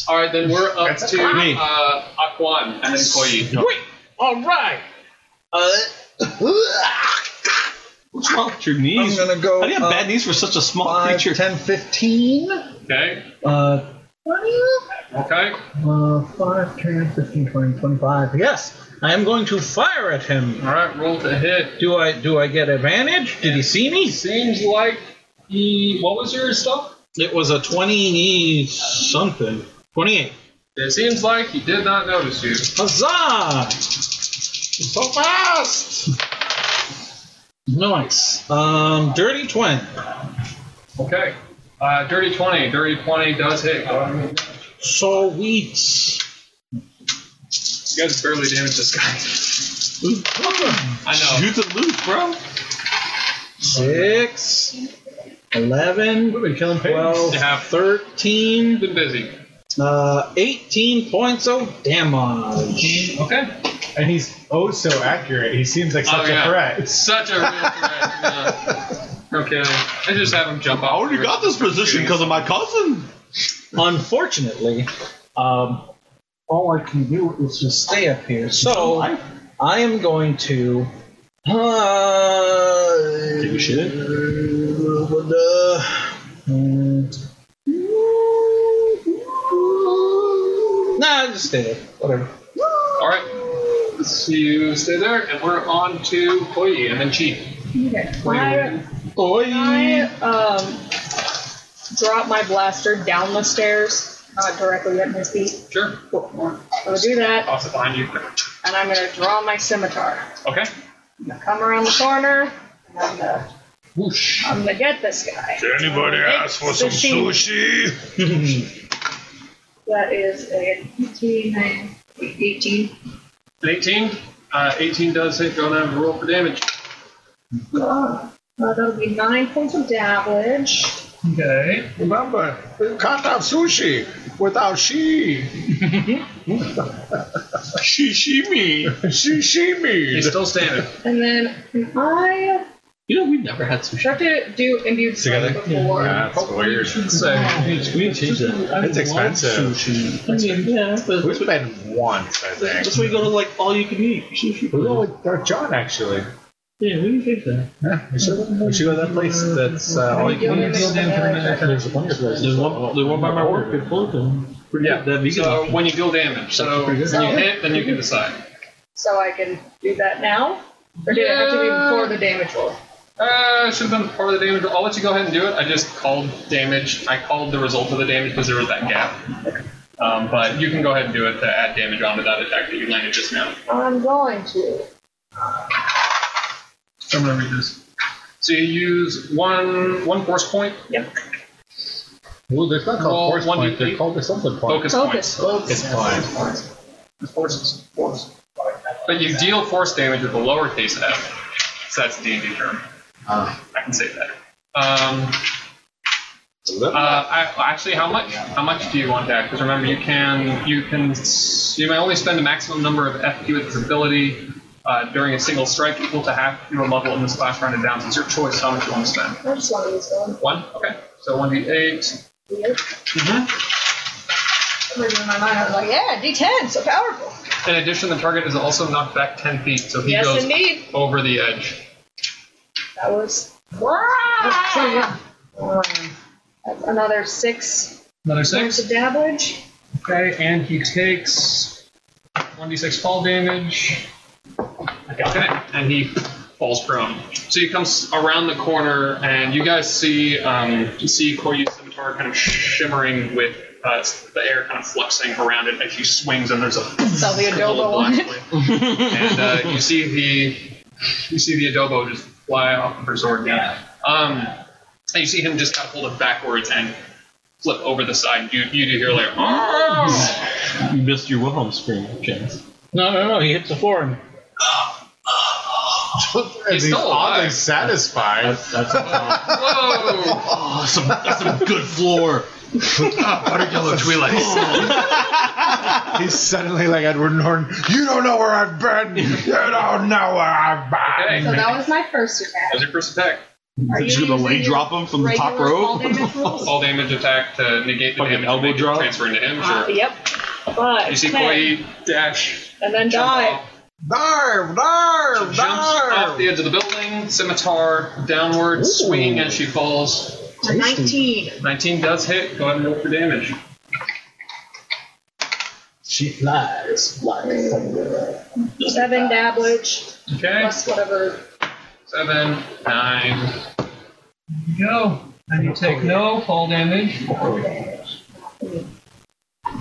S6: All right, then we're up to
S7: Me.
S6: uh, Aquan and then Koyi.
S7: No.
S10: All right.
S7: What's wrong with your knees?
S9: I'm gonna go,
S7: How do you have
S9: uh,
S7: bad knees for such a small
S9: Five,
S7: creature?
S9: 10, 15.
S6: Okay.
S10: Uh,
S6: Okay.
S10: uh, 5, 10, 15, 20, 25. Yes, I am going to fire at him.
S6: All right. Roll to hit.
S10: Do I do I get advantage? Did he see me?
S6: Seems like he. What was your stuff?
S10: It was a 20 something. 28.
S6: It seems like he did not notice you.
S10: Huzzah!
S6: So fast.
S10: Nice. Um, dirty 20.
S6: Okay. Uh, dirty twenty. Dirty twenty does hit. Go ahead and roll.
S10: So wheats.
S6: You guys barely damaged this guy. I know.
S7: Shoot the loot, bro.
S10: Six, eleven,
S15: We've been killing pigs.
S10: twelve,
S6: Yeah.
S10: thirteen,
S6: Been busy.
S10: uh, 18 points of damage.
S6: Okay.
S9: And he's oh so accurate. He seems like such
S6: oh, yeah.
S9: a threat.
S6: Such a real threat. yeah. Okay. I just have him jump
S7: I
S6: off.
S7: already got this position because of my cousin.
S10: Unfortunately, um, all I can do is just stay up here. So I am going to. Uh,
S7: Give a shit.
S10: What the? Mm. Nah, just stay there. Whatever.
S6: All right. So you stay there, and we're on to Koyi and then Chi.
S4: Okay. I, I um drop my blaster down the stairs, not directly at his feet.
S6: Sure.
S4: Cool. I'll do that,
S6: Toss it behind you.
S4: and I'm gonna draw my scimitar.
S6: Okay.
S4: I'm gonna come around the corner, and I'm gonna,
S6: Whoosh.
S4: I'm gonna get this guy.
S9: Anybody
S4: ask for some
S9: sushi?
S4: <laughs> That is a 18, nine, 18.
S6: An 18. Uh, 18 does hit. Go down and roll for damage.
S4: Uh, that'll be nine points of damage.
S15: Okay.
S9: Remember, you can't have sushi without she.
S7: Shishimi.
S9: She she
S6: He's
S9: me.
S6: still standing.
S4: And then can I
S7: You know, we We've never had
S4: Do
S7: sushi.
S4: I have to do imbued
S3: Together?
S4: sight before?
S3: Yeah, that's weird.
S7: We can change that.
S3: It's expensive.
S7: I mean, yeah, but
S3: We spent once, I think.
S7: that's where you go to like all you can eat sushi.
S3: We go
S7: place.
S3: with Dark John, actually.
S7: Yeah, we can change that.
S3: Yeah, we should, we should go to that place that's uh, all you can eat. There's a bunch of
S7: There's
S3: places.
S7: one, there's one by my work at Fullerton. Pretty
S6: Yeah.
S7: good. That vegan
S6: So
S7: option.
S6: when you deal damage, so when you hit, then you can decide.
S4: So I can do that now? Or did it have to be before the damage roll?
S6: Uh, should have done part of the damage. I'll let you go ahead and do it. I just called damage. I called the result of the damage because there was that gap. Um, but you can go ahead and do it to add damage onto that attack that you landed just now.
S4: I'm going to.
S6: So I'm gonna read this. So you use one one force point,
S3: Well, they're not
S6: Roll
S3: called force
S6: one
S3: point. They're
S6: D8.
S3: called something point.
S6: focus,
S4: Focus.
S6: point.
S4: Focus.
S6: Forces, force. But you deal force damage with a lowercase f. So that's D and D term. I can say that. Um, uh, I, actually, how much? How much do you want that? Because remember, you can you can s- you may only spend a maximum number of FP with this ability uh, during a single strike, equal to half your level in this class rounded down. So it's your choice how much you want to spend.
S4: I just want to use one.
S6: One. Okay. So one d eight.
S4: Yep.
S6: Mm-hmm.
S4: Somewhere in my mind, I was like, yeah, D10, so powerful.
S6: In addition, the target is also knocked back ten feet, so he
S4: yes,
S6: goes
S4: indeed.
S6: over the edge.
S4: That was. That's another six
S6: Another
S4: points
S6: six.
S4: of damage.
S6: Okay, and he takes one d six fall damage. Okay, and he falls prone. So he comes around the corner, and you guys see um, you see Koryu's scimitar kind of shimmering with uh, the air kind of fluxing around it as she swings, and there's a
S4: Saw the
S6: little
S4: adobo on it.
S6: black flame. and uh, you see the you see the adobo just fly off of her sword now. Um, and you see him just kind of hold it backwards and flip over the side. You you do hear like. "Oh, "Argh!"
S7: You missed your Wilhelm scream, James.
S10: No, no, no. He hits the floor and
S3: He's
S6: still alive.
S3: oddly satisfied.
S7: That's <laughs> a <laughs>
S6: Whoa!
S7: awesome. Oh, That's some good floor.
S6: Yellow Twi'lek.
S7: <laughs>
S3: He's suddenly like Edward Norton. You don't know where I've <laughs> been. You don't know where I've been.
S4: <laughs> So that was my first attack.
S6: That's your first attack.
S4: Are
S9: Just
S4: you
S9: gonna
S4: using
S9: leg
S4: your
S9: drop him from the top rope?
S4: regular fall damage rolls?
S6: All damage attack to negate the
S7: Fucking
S6: damage.
S7: elbow
S6: you make
S7: drop.
S6: Transfer into him.
S4: Uh,
S6: Sure.
S4: Yep. But
S6: You see
S4: ten,
S6: Koi dash.
S4: and then
S6: jump
S4: die.
S6: off-
S1: Darv, darv,
S6: Jumps off the
S1: darv.
S6: edge of the building, scimitar downward, swing as she falls.
S4: A Nineteen.
S6: 19 does hit. Go ahead and roll for damage.
S4: Seven damage
S6: Okay.
S4: plus whatever.
S6: Seven, nine.
S15: Go. And you take no fall damage.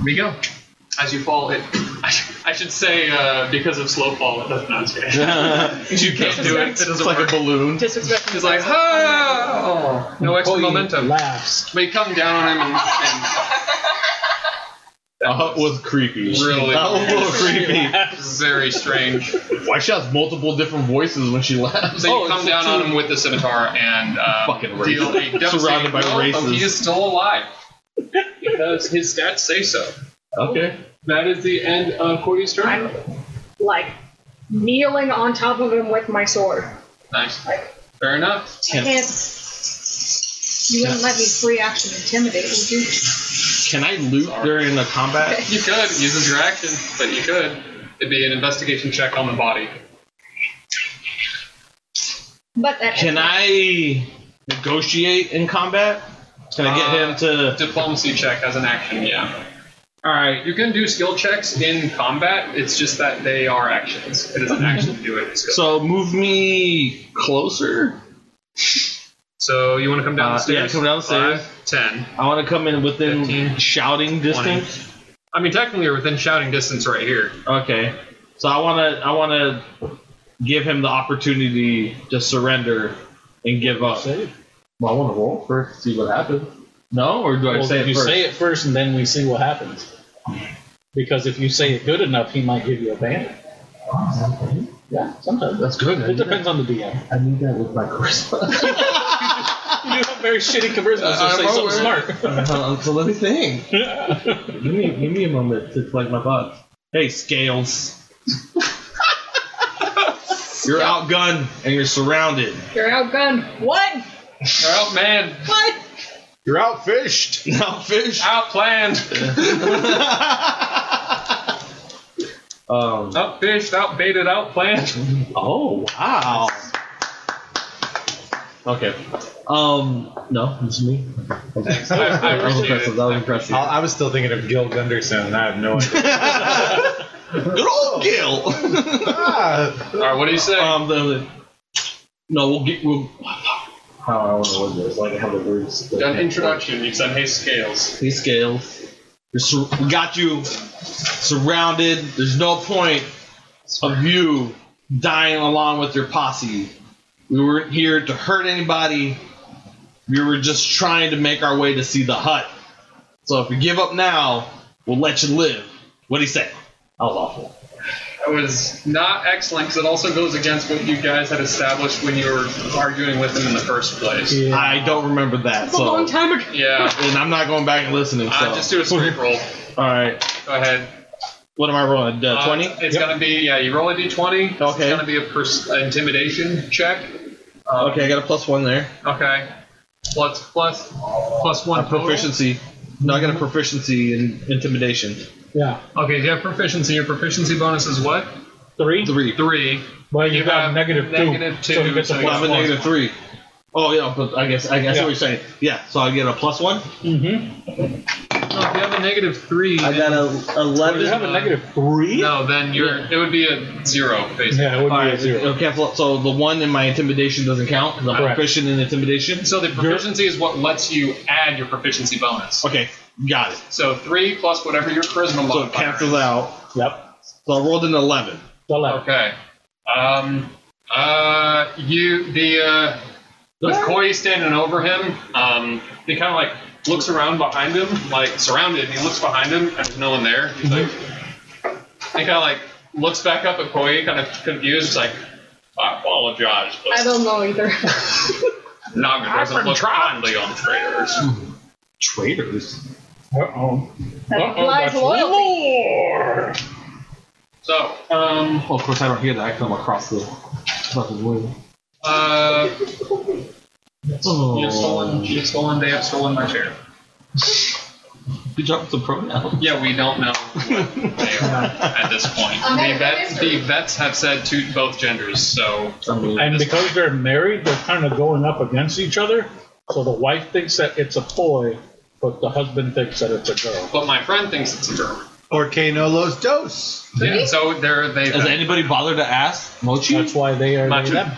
S6: We go. As you fall, it. I, sh- I should say uh, because of slow fall, it doesn't
S9: <laughs>
S6: matter. you can't do it. It doesn't
S9: It's like a
S6: work.
S9: balloon.
S4: Disrespect.
S6: He's like, ah! no extra momentum.
S10: laughs.
S6: But you come down on him and, and
S9: Uh, it was creepy.
S6: Really?
S9: That was a little creepy.
S6: very strange.
S9: Why she has multiple different voices when she laughs?
S6: So you
S7: Oh,
S6: come
S7: it's
S6: down
S7: a
S6: on
S7: two.
S6: him with the scimitar and um,
S9: Fucking racist.
S6: deal a devastating
S9: Surrounded by
S6: blow, but He
S9: racists.
S6: is still alive because his stats say so.
S7: Okay.
S6: That is the end of Cody's turn.
S4: I'm like kneeling on top of him with my sword.
S6: nice.
S4: Like,
S6: Fair enough.
S4: I can't. You wouldn't let me free action intimidate, would you?
S7: Can I loot during the combat?
S6: You could use your action, but you could. It'd be an investigation check on the body.
S4: But that.
S7: Can I negotiate in combat? Can I get him to?
S6: Diplomacy check as an action, yeah. All right, you can do skill checks in combat. It's just that they are actions. It is an action to do it. So,
S7: Mm-hmm. So move me closer.
S6: so you want to come down
S7: Uh,
S6: the stairs?
S7: yeah, come down the stairs.
S6: Five, ten.
S7: I want to come in within
S6: 15,
S7: shouting distance.
S6: I mean, technically, you're within shouting distance right here.
S7: Okay. So I want to I want to give him the opportunity to surrender and give up. Well, I want to roll first, see what happens. No, or do I
S10: Well,
S7: say
S10: you
S7: it first?
S10: say it first, and then we see what happens. Because if you say it good enough, he might give you a ban. Yeah, sometimes.
S7: That's good.
S10: It depends on the DM.
S7: Oh, I need that with my charisma.
S10: <laughs> You have very shitty charisma, so say something smart.
S7: so let me think. give me give me a moment to collect my thoughts. Hey, scales.
S9: You're outgunned and you're surrounded.
S4: You're outgunned. What?
S6: Oh man,
S4: What?
S9: You're outfished. Outfished.
S6: outplanned,
S7: <laughs> Um,
S6: outfished, outbaited,
S7: <laughs>
S6: outplanned.
S7: oh, wow. Okay. Um, no, it's me.
S6: I, I
S7: That was
S6: appreciate
S7: impressive.
S6: it.
S7: That was impressive.
S3: I I was still thinking of Gil Gunderson, and I have no idea.
S9: Good old Gil.
S3: <laughs> Ah,
S6: All right, what do you say?
S7: Um, the, the- no, we'll get we'll. How I want to word this? Like how the words.
S6: Done introduction. You said, "Hey, scales."
S7: These scales.
S9: You're sur- we got you surrounded. There's no point of you dying along with your posse. We weren't here to hurt anybody. We were just trying to make our way to see the hut. So if you give up now, we'll let you live. What do you say?
S7: That was awful.
S6: It was not excellent because it also goes against what you guys had established when you were arguing with him in the first place. Yeah,
S9: I don't remember that.
S4: It's a long
S9: So
S4: time ago.
S9: and I'm not going back and listening. So
S6: Uh, just do a straight roll.
S9: all right.
S6: Go ahead.
S9: What am I rolling?
S6: Uh,
S9: Twenty.
S6: it's gonna be yeah. You roll a d20. It's
S9: Okay.
S6: gonna be a pers- an intimidation check. Um,
S9: okay, I got a plus one there.
S6: Okay. Plus plus plus one
S9: A
S6: total.
S9: proficiency. No, I got a proficiency in intimidation.
S14: Yeah.
S6: Okay, you have proficiency. Your proficiency bonus is what?
S14: Three?
S9: Three.
S6: Three.
S14: Well, you,
S6: You
S14: got
S6: have
S14: negative two.
S6: negative
S14: So
S6: two,
S14: you get the
S9: Well,
S6: so
S14: plus
S9: I'm a
S14: one.
S9: negative three. Oh yeah, but I guess I guess
S14: Yeah.
S9: what you're saying. Yeah, so I get a plus one.
S6: No, if you have a negative three, uh,
S7: I got a
S14: You have
S7: eleven.
S14: a negative three?
S6: no, then you're it would be a zero basically.
S14: Yeah, it would be
S9: All right,
S14: a zero.
S9: it'll cancel out. So the one in my intimidation doesn't count. 'cause I'm
S14: Correct.
S9: proficient in intimidation.
S6: So the proficiency is what lets you add your proficiency bonus.
S9: Okay, got it.
S6: So three plus whatever your charisma
S9: So it
S6: modifier.
S9: cancels out.
S14: Yep.
S9: So I rolled an eleven.
S14: The left.
S6: Okay. Um. Uh. You the uh. With Koi standing over him, um, he kind of like looks around behind him, like surrounded. and He looks behind him, and there's no one there. He's like, he kind of like looks back up at Koi, kind of confused, he's like, I apologize,
S4: I
S6: but
S4: don't know
S7: <laughs>
S4: either.
S6: Naga doesn't look kindly on traitors.
S9: Traitors.
S14: Uh-oh.
S4: That
S14: Uh-oh,
S4: implies
S14: that's
S4: loyalty.
S6: So, um,
S7: Oh, of course, I don't hear that. I come across the fucking window.
S6: uh,
S7: Oh.
S6: you've stolen, you've stolen, they have stolen my chair.
S7: You dropped the pronoun.
S6: Yeah, we don't know what they are at this point. The, vet, the vets have said to both genders, so
S14: And because they're married, they're kind of going up against each other. So the wife thinks that it's a boy, but the husband thinks that it's a girl.
S6: But my friend thinks it's a girl.
S1: Or Kano Los Dos.
S6: Yeah, so they're they.
S7: Has anybody bothered to ask Mochi?
S14: That's why they are
S6: Machu.
S14: them.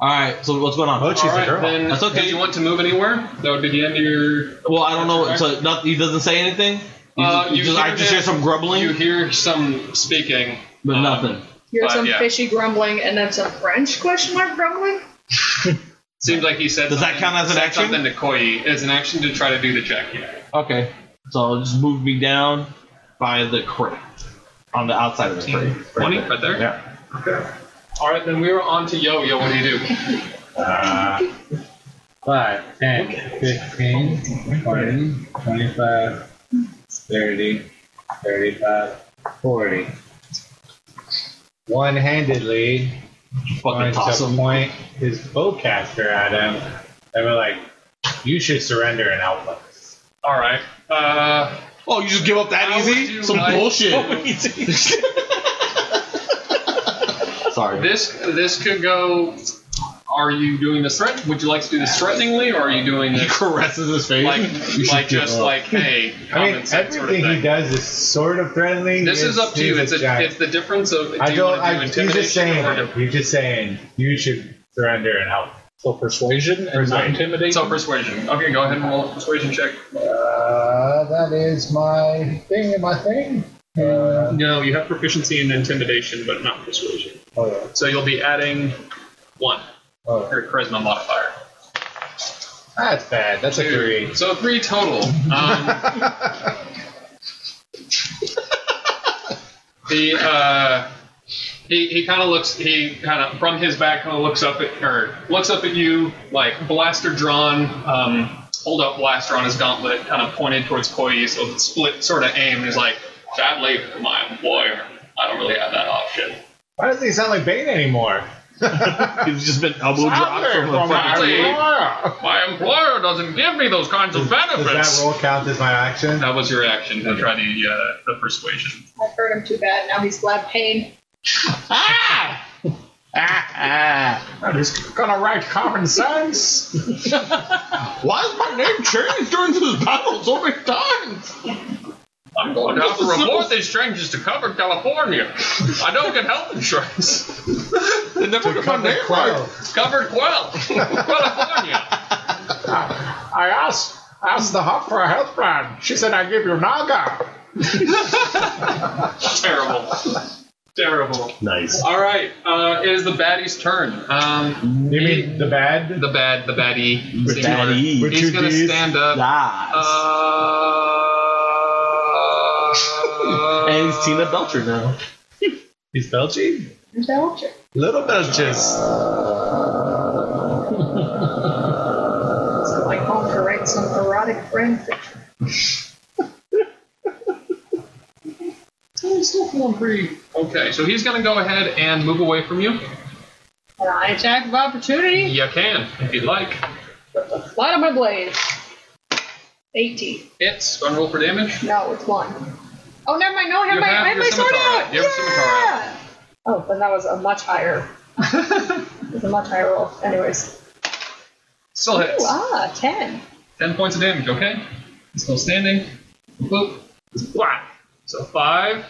S7: All right. So what's going on?
S1: Oh, she's
S6: All
S1: a
S6: right,
S1: girl.
S6: then.
S7: That's okay.
S6: Did you want to move anywhere? That would be the end of your.
S7: Well, I don't know. So not, he doesn't say anything. You
S6: Uh,
S7: just, you
S6: you
S7: just- I
S6: hear
S7: just hear
S6: that-
S7: some grumbling,
S6: You hear some speaking,
S7: but
S6: um,
S7: nothing.
S4: Here's
S6: Uh,
S4: some
S6: yeah.
S4: fishy grumbling and then some French question mark grumbling.
S6: Seems like he said.
S7: Does that
S6: something-
S7: count as an
S6: said
S7: action?
S6: Something to Koi. It's an action to try to do the check. Yeah.
S7: Okay. So just move me down by the crate, on the outside of the crate.
S6: Twenty right there.
S7: Yeah.
S6: Okay. All right, then we were on to Yo Yo. What do you do?
S3: Five, 10, 15, 20, 25, 30, 35, 40. One handedly
S7: Fucking
S3: going
S7: toss
S3: to
S7: him.
S3: point his bowcaster at him. They were like, You should surrender and help us.
S6: All right. Uh,
S9: Oh, you just give up that
S6: How would
S9: easy?
S6: you
S9: Some
S6: like- <laughs>
S9: bullshit.
S7: Sorry.
S6: this this could go. Are you doing this threat? Would you like to do this threateningly, or are you doing
S9: He
S6: this
S9: caresses his face.
S6: like
S9: You should
S6: like
S9: give
S6: just
S9: up.
S6: like hey
S3: I
S6: common
S3: mean,
S6: sense sort of
S3: everything he
S6: thing?
S3: does is sort of threatening.
S6: This is
S3: He's-
S6: up to
S3: he's
S6: you.
S3: a
S6: It's a,
S3: giant.
S6: it's the difference of do
S3: I
S6: you
S3: don't.
S6: want to do
S3: I, he's just saying.
S6: intimidation or do-
S3: He's just saying. You should surrender and help.
S14: So persuasion and not
S3: Persuasion.
S14: intimidation.
S6: so persuasion. Okay, go ahead and roll a persuasion check.
S3: Uh, that is my thing. and My thing. Uh,
S6: No, you have proficiency in intimidation, but not persuasion.
S3: hold on.
S6: So you'll be adding one
S3: Oh,
S6: your charisma modifier.
S3: that's bad. That's a three.
S6: So three total.
S3: <laughs>
S6: Um, the uh, he, he kind of looks he kind of from his back kind of looks up at or looks up at you like blaster drawn um, hold up blaster on his gauntlet kind of pointed towards Koi so split sort of aim. He's like, sadly, my employer, I don't really have that option.
S3: Why doesn't he sound like Bane anymore?
S7: He's just been elbow dropped from the
S6: Probably.
S7: front.
S6: My employer doesn't give me those kinds of
S3: Does that
S6: benefits.
S3: roll count as my action?
S6: That was your action to try the uh, the persuasion.
S4: I've hurt him too bad. Now he's glad pain.
S15: I'm just gonna write common sense.
S9: Why is my name changed during this battle so many times?
S6: I'm going to have to report these changes to cover California. I don't get health <laughs> insurance.
S9: They never get my name right.
S6: Covered well, California.
S15: I asked asked the hot for a health plan. She said I give you Naga.
S6: Terrible. Terrible.
S7: Nice.
S6: All right, uh, it is the baddie's turn. Um,
S3: You mean the bad?
S6: the bad, the baddie.
S7: The baddie.
S3: With
S6: He's
S3: two
S6: gonna
S3: Ds?
S6: stand up.
S7: Nice.
S6: Uh,
S7: And he's Tina Belcher now.
S3: He's Belgian?
S4: Belcher.
S3: Little Belches.
S4: So like home to write some erotic friend fiction. Oh,
S6: I'm still feeling pretty. Okay, so he's gonna go ahead and move away from you.
S4: And I attack of opportunity.
S6: You can, if you'd like.
S4: Flat on my blade. 18.
S6: It's gonna roll for damage.
S4: No, it's one. Oh, never mind. No, I have
S6: You
S4: my,
S6: have
S4: I have
S6: your
S4: my sword
S6: scimitar.
S4: out.
S6: You have a scimitar
S4: yeah! Oh, but that was a much
S6: <laughs>
S4: higher. it's a much higher roll. Anyways.
S6: Still
S4: Ooh,
S6: hits.
S4: ah, 10.
S6: Ten points of damage. Okay. He's still standing. Boop. Whack. So five,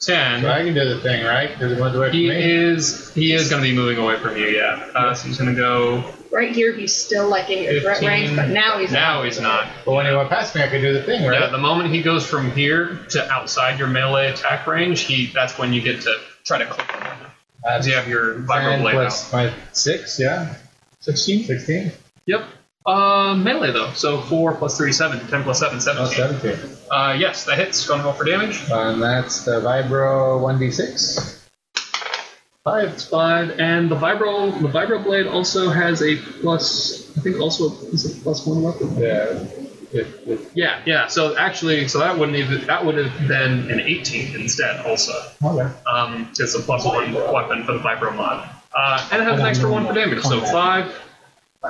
S6: ten.
S3: Dragon did the thing, right? Because he went away from
S6: He
S3: me.
S6: is he is gonna be moving away from you. Yeah. Uh, so he's gonna go.
S4: Right here, he's still like in your threat
S6: 15.
S4: range, but now he's
S6: Now he's not.
S3: But when he went past me, I could do the thing, right?
S6: Yeah, the moment he goes from here to outside your melee attack range, he that's when you get to try to click him. As you have your vibro
S3: Ten
S6: blade out.
S3: plus my six, yeah. 16? 16?
S6: Yep. Uh, melee though, so four plus three, seven. Ten plus seven,
S3: Oh,
S6: seventeen.
S3: 17.
S6: Uh, yes, that hits. Going to roll for damage.
S3: And that's the Vibro 1d6.
S6: Five, it's five, and the vibro the vibro blade also has a plus. I think also is a plus one weapon.
S3: Yeah.
S6: Yeah, yeah. So actually, so that wouldn't even that would have been an 18 instead. Also,
S3: Okay.
S6: um, it's a plus one weapon for the vibro mod, uh, and it has an extra one for damage. So five,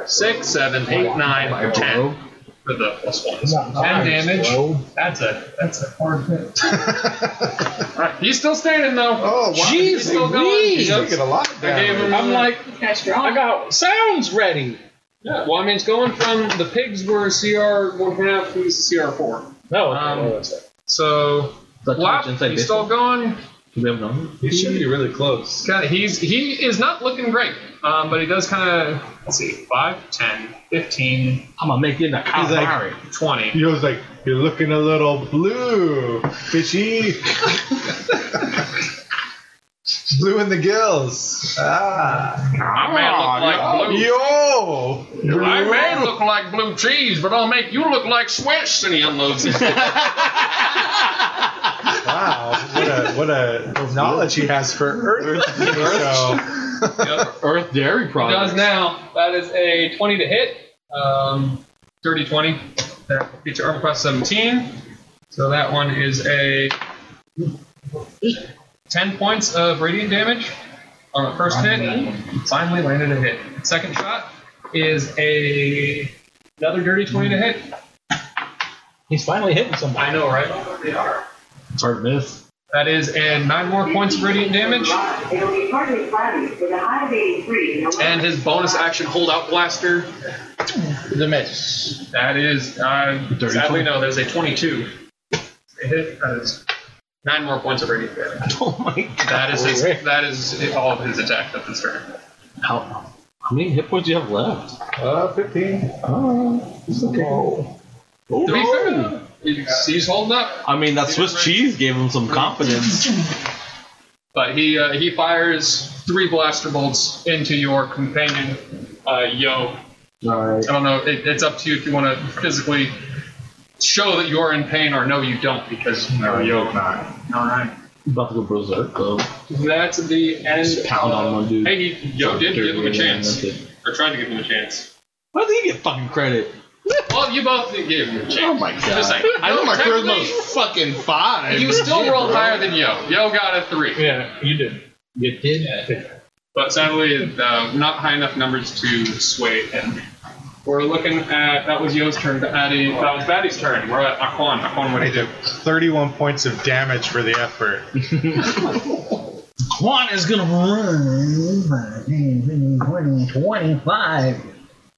S6: six, seven, eight, nine, ten for the plus ones. Ten damage. That's a that's a hard hit. All right, he's still standing though.
S3: Oh, wow.
S6: He's still going.
S3: He's
S6: Yep.
S3: taking a lot
S6: I
S3: down.
S6: gave him.
S9: I'm like,
S4: That's strong.
S9: I got sounds ready.
S6: Yeah, well, I mean, it's going from the pigs were CR one half, he's CR four.
S3: Oh,
S9: No,
S6: Um, So,
S7: But
S6: Wop,
S7: touch inside
S6: he's
S7: baseball.
S6: still going.
S7: Do we have another?
S3: He should be really close.
S6: Kinda, he's he is not looking great, um, but he does kind of. Let's see, 5, 10, 15,
S7: I'm gonna make it a
S3: He's like-
S7: calamari.
S6: 20.
S3: He was like, You're looking a little blue, fishy. blue in the gills. Ah.
S6: I may look like blue.
S3: Yo!
S6: I may look like blue cheese, but I'll make you look like Swiss. And he unloads his
S3: Wow, what a what a knowledge he has for Earth. so,
S7: Earth dairy
S6: does
S7: products.
S6: now. That is a 20 to hit. Um, 30 20. That beats your armor class 17. So that one is a 10 points of radiant damage on the first hit. Finally landed a hit. Second shot is a another dirty 20 to hit.
S10: He's finally hitting somebody.
S6: I know, right?
S7: It's hard to miss.
S6: That is a 9 more points of radiant damage.
S16: It'll be partly cloudy with a high of 83 and a low
S6: And his bonus action holdout blaster.
S3: the miss.
S6: That is, uh,
S7: Dirty
S6: sadly,
S7: 20.
S6: no, there's a 22. It hit, that is nine more points of radiant damage.
S7: <laughs> Oh my god.
S6: That is his, that is all of his attack of his turn.
S7: How, how many hit points do you have left?
S3: Uh, 15. Oh, it's okay.
S6: To be fair, he's, he's holding up,
S7: I mean, that Swiss cheese gave him some
S6: <laughs>
S7: confidence.
S6: but he uh, he fires three blaster bolts into your companion, uh, Yo.
S7: Alright.
S6: I don't know, it, it's up to you if you want to physically show that you're in pain or no, you don't, because no, Yo. All right.
S7: About to go Berserk, though.
S6: That's the end.
S7: Pound on one dude.
S6: Hey, he, Yo did give him a
S7: Dirty, yeah,
S6: chance.
S7: that's it.
S6: Or tried to give him a chance.
S7: Why does he get fucking credit?
S6: Well, you both gave him a chance.
S7: Oh my
S6: Just like,
S7: god.
S9: I know my
S6: technically,
S9: charisma's fucking five.
S6: You still rolled higher than Yo. Yo got a three.
S10: Yeah, you did.
S9: Good kid.
S14: But sadly, uh, not high enough numbers to sway him. We're looking at that was Yo's turn to Addy. That was Batty's turn. We're at Aquan. Aquan, what do you do?
S3: 31 points of damage for the effort.
S10: Quan is gonna run 20, 25.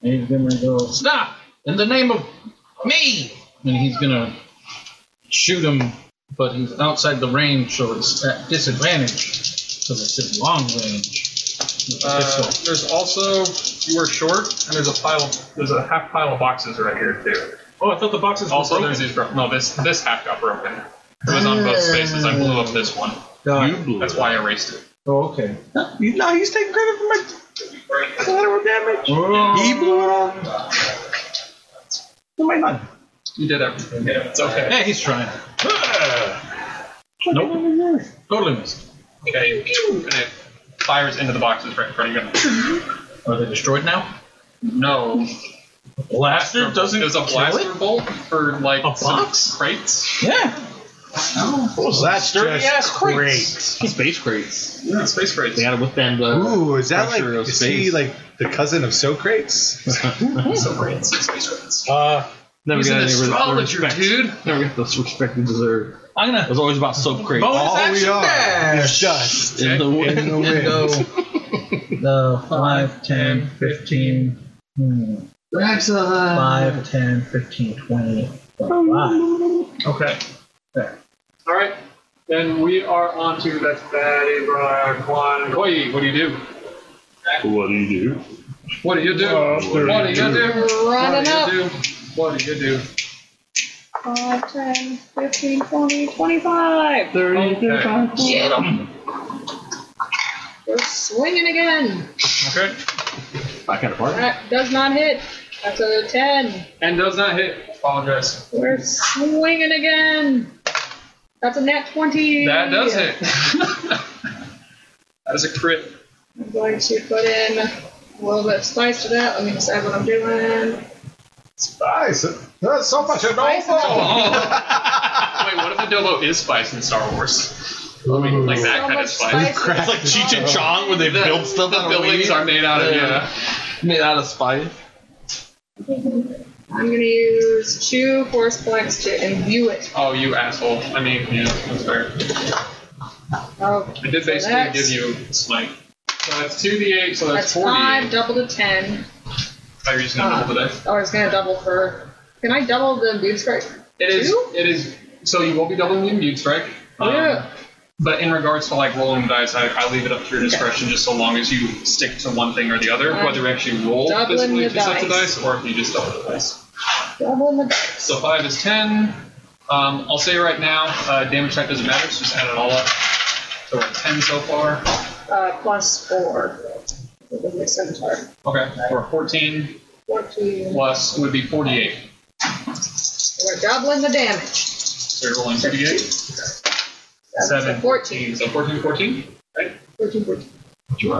S10: And he's gonna go, stop! In the name of me! And he's gonna shoot him, but he's outside the range, so it's at disadvantage. Because it's in long range. with the
S6: Uh,
S10: pistol.
S6: there's also you are short, and there's a pile. There's a half pile of boxes right here too. Oh, I thought the boxes. Also, there's these. Bro- no, this this half got broken. It was on both spaces. I blew up this one.
S10: God.
S6: That's why I erased it.
S10: Oh, okay.
S9: You, no, he's taking credit for my collateral damage. He blew it up. It might not.
S6: You did everything. Yeah, it's okay.
S10: Yeah, he's trying. nope. Totally missed.
S6: Okay. And it fires into the boxes right in front of you.
S10: Are they destroyed now?
S6: No.
S7: Blaster doesn't
S6: It was a blaster bolt for like
S7: A
S6: some
S7: box?
S6: crates.
S10: Yeah.
S3: Well, that's
S7: Sturdy ass
S3: just
S7: crates.
S3: great.
S7: Space crates.
S6: Yeah, space crates.
S7: They gotta withstand the.
S3: Ooh, is that like
S7: Pressure of
S3: is
S7: space.
S3: he like the cousin of Socrates?
S6: So crates. Space crates.
S7: Uh, never
S6: He's
S7: got
S6: an
S7: any res-
S6: astrologer,
S7: respect.
S6: dude.
S7: Never got the respect we deserve.
S10: I'm
S7: It
S10: gonna.
S7: was always about soap crates.
S10: Bonus
S3: All we
S10: action
S3: are
S10: dash!
S3: is dust
S7: in the
S3: in
S7: wind.
S3: the wind.
S10: go the 5, 10, 15, hmm, 5, 10, 15, 20, 25.
S6: Okay.
S10: There.
S6: All right. Then we are on to that's Batty Brian Quan. Koi, what do you do?
S7: What do you do?
S6: What do you do? What do you do? What
S4: Running
S6: do
S4: up.
S6: you do? What do you do?
S4: 5, 10, 15, 20, 25.
S6: Okay.
S4: Get him. We're swinging again.
S6: okay.
S7: Back out of park.
S4: That does not hit. That's a 10.
S6: And does not hit. Apologize.
S4: We're swinging again. That's a nat 20.
S6: That does hit. <laughs> that is a crit.
S4: I'm going to put in a little bit of spice to that. Let me decide what I'm doing.
S3: Spice. That's so much
S4: Spice
S6: Oh.
S9: <laughs>
S6: Wait, what if the dildo is spice in Star Wars? I mean, like that
S4: So
S6: kind
S4: much
S6: of spice.
S4: spice.
S3: Crap.
S9: <laughs> It's like Cheech and Chong when they
S6: The-
S9: build stuff
S6: the
S9: out of
S6: buildings
S9: weed.
S6: are made out of yeah.
S9: Yeah. made out of spice.
S4: I'm going to use two force points to imbue it.
S6: Oh, you asshole. I mean, yeah, that's fair.
S4: Oh,
S6: I did basically
S4: that's-
S6: give you smite. So that's 2d8, so that's,
S4: that's 5,
S6: 48.
S4: double to 10.
S6: Are you just going to roll the dice?
S4: Oh, it's going to double for. Can I double the imbue strike?
S6: It is.
S4: Two? Oh,
S6: It is. So you will be doubling the immune strike. Um,
S4: Yeah.
S6: But in regards to like rolling the dice, I, I leave it up to your discretion, just so long as you stick to one thing or the other,
S4: I'm
S6: whether you actually roll
S4: doubling
S6: physically
S4: the
S6: two sets of
S4: dice.
S6: dice or if you just double the dice.
S4: Double the dice.
S6: So five is ten. Um, I'll say right now, uh, damage type doesn't matter. So just add it all up. So we're at ten so far.
S4: Uh, plus 4. With my scimitar.
S6: Okay, we're at fourteen
S4: 14.
S6: plus would be forty-eight.
S4: We're doubling the damage.
S6: So you're rolling two d eight.
S4: That's a
S6: Seven.
S4: 14.
S6: So 14, 14.
S4: 14, 14. Do I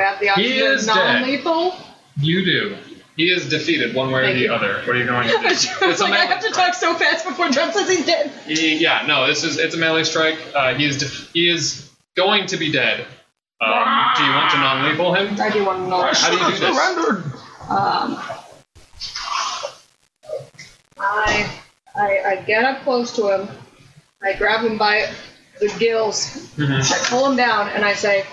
S4: have the option
S6: He
S4: of
S6: is dead.
S4: non-lethal?
S6: You do. He is defeated one way or
S4: Thank
S6: the
S4: you.
S6: other. What are you
S4: <laughs>
S6: going to do?
S4: it's like I have to
S6: strike.
S4: talk so fast before John says he's dead.
S6: He- yeah, no, this is it's a melee strike. Uh, he is def- he is going to be dead. Um, do you want to non-lethal him?
S4: I do want to know.
S6: How do you do this?
S4: Um, I, I I get up close to him. I grab him by the gills.
S6: Mm-hmm.
S4: I pull him down and I say,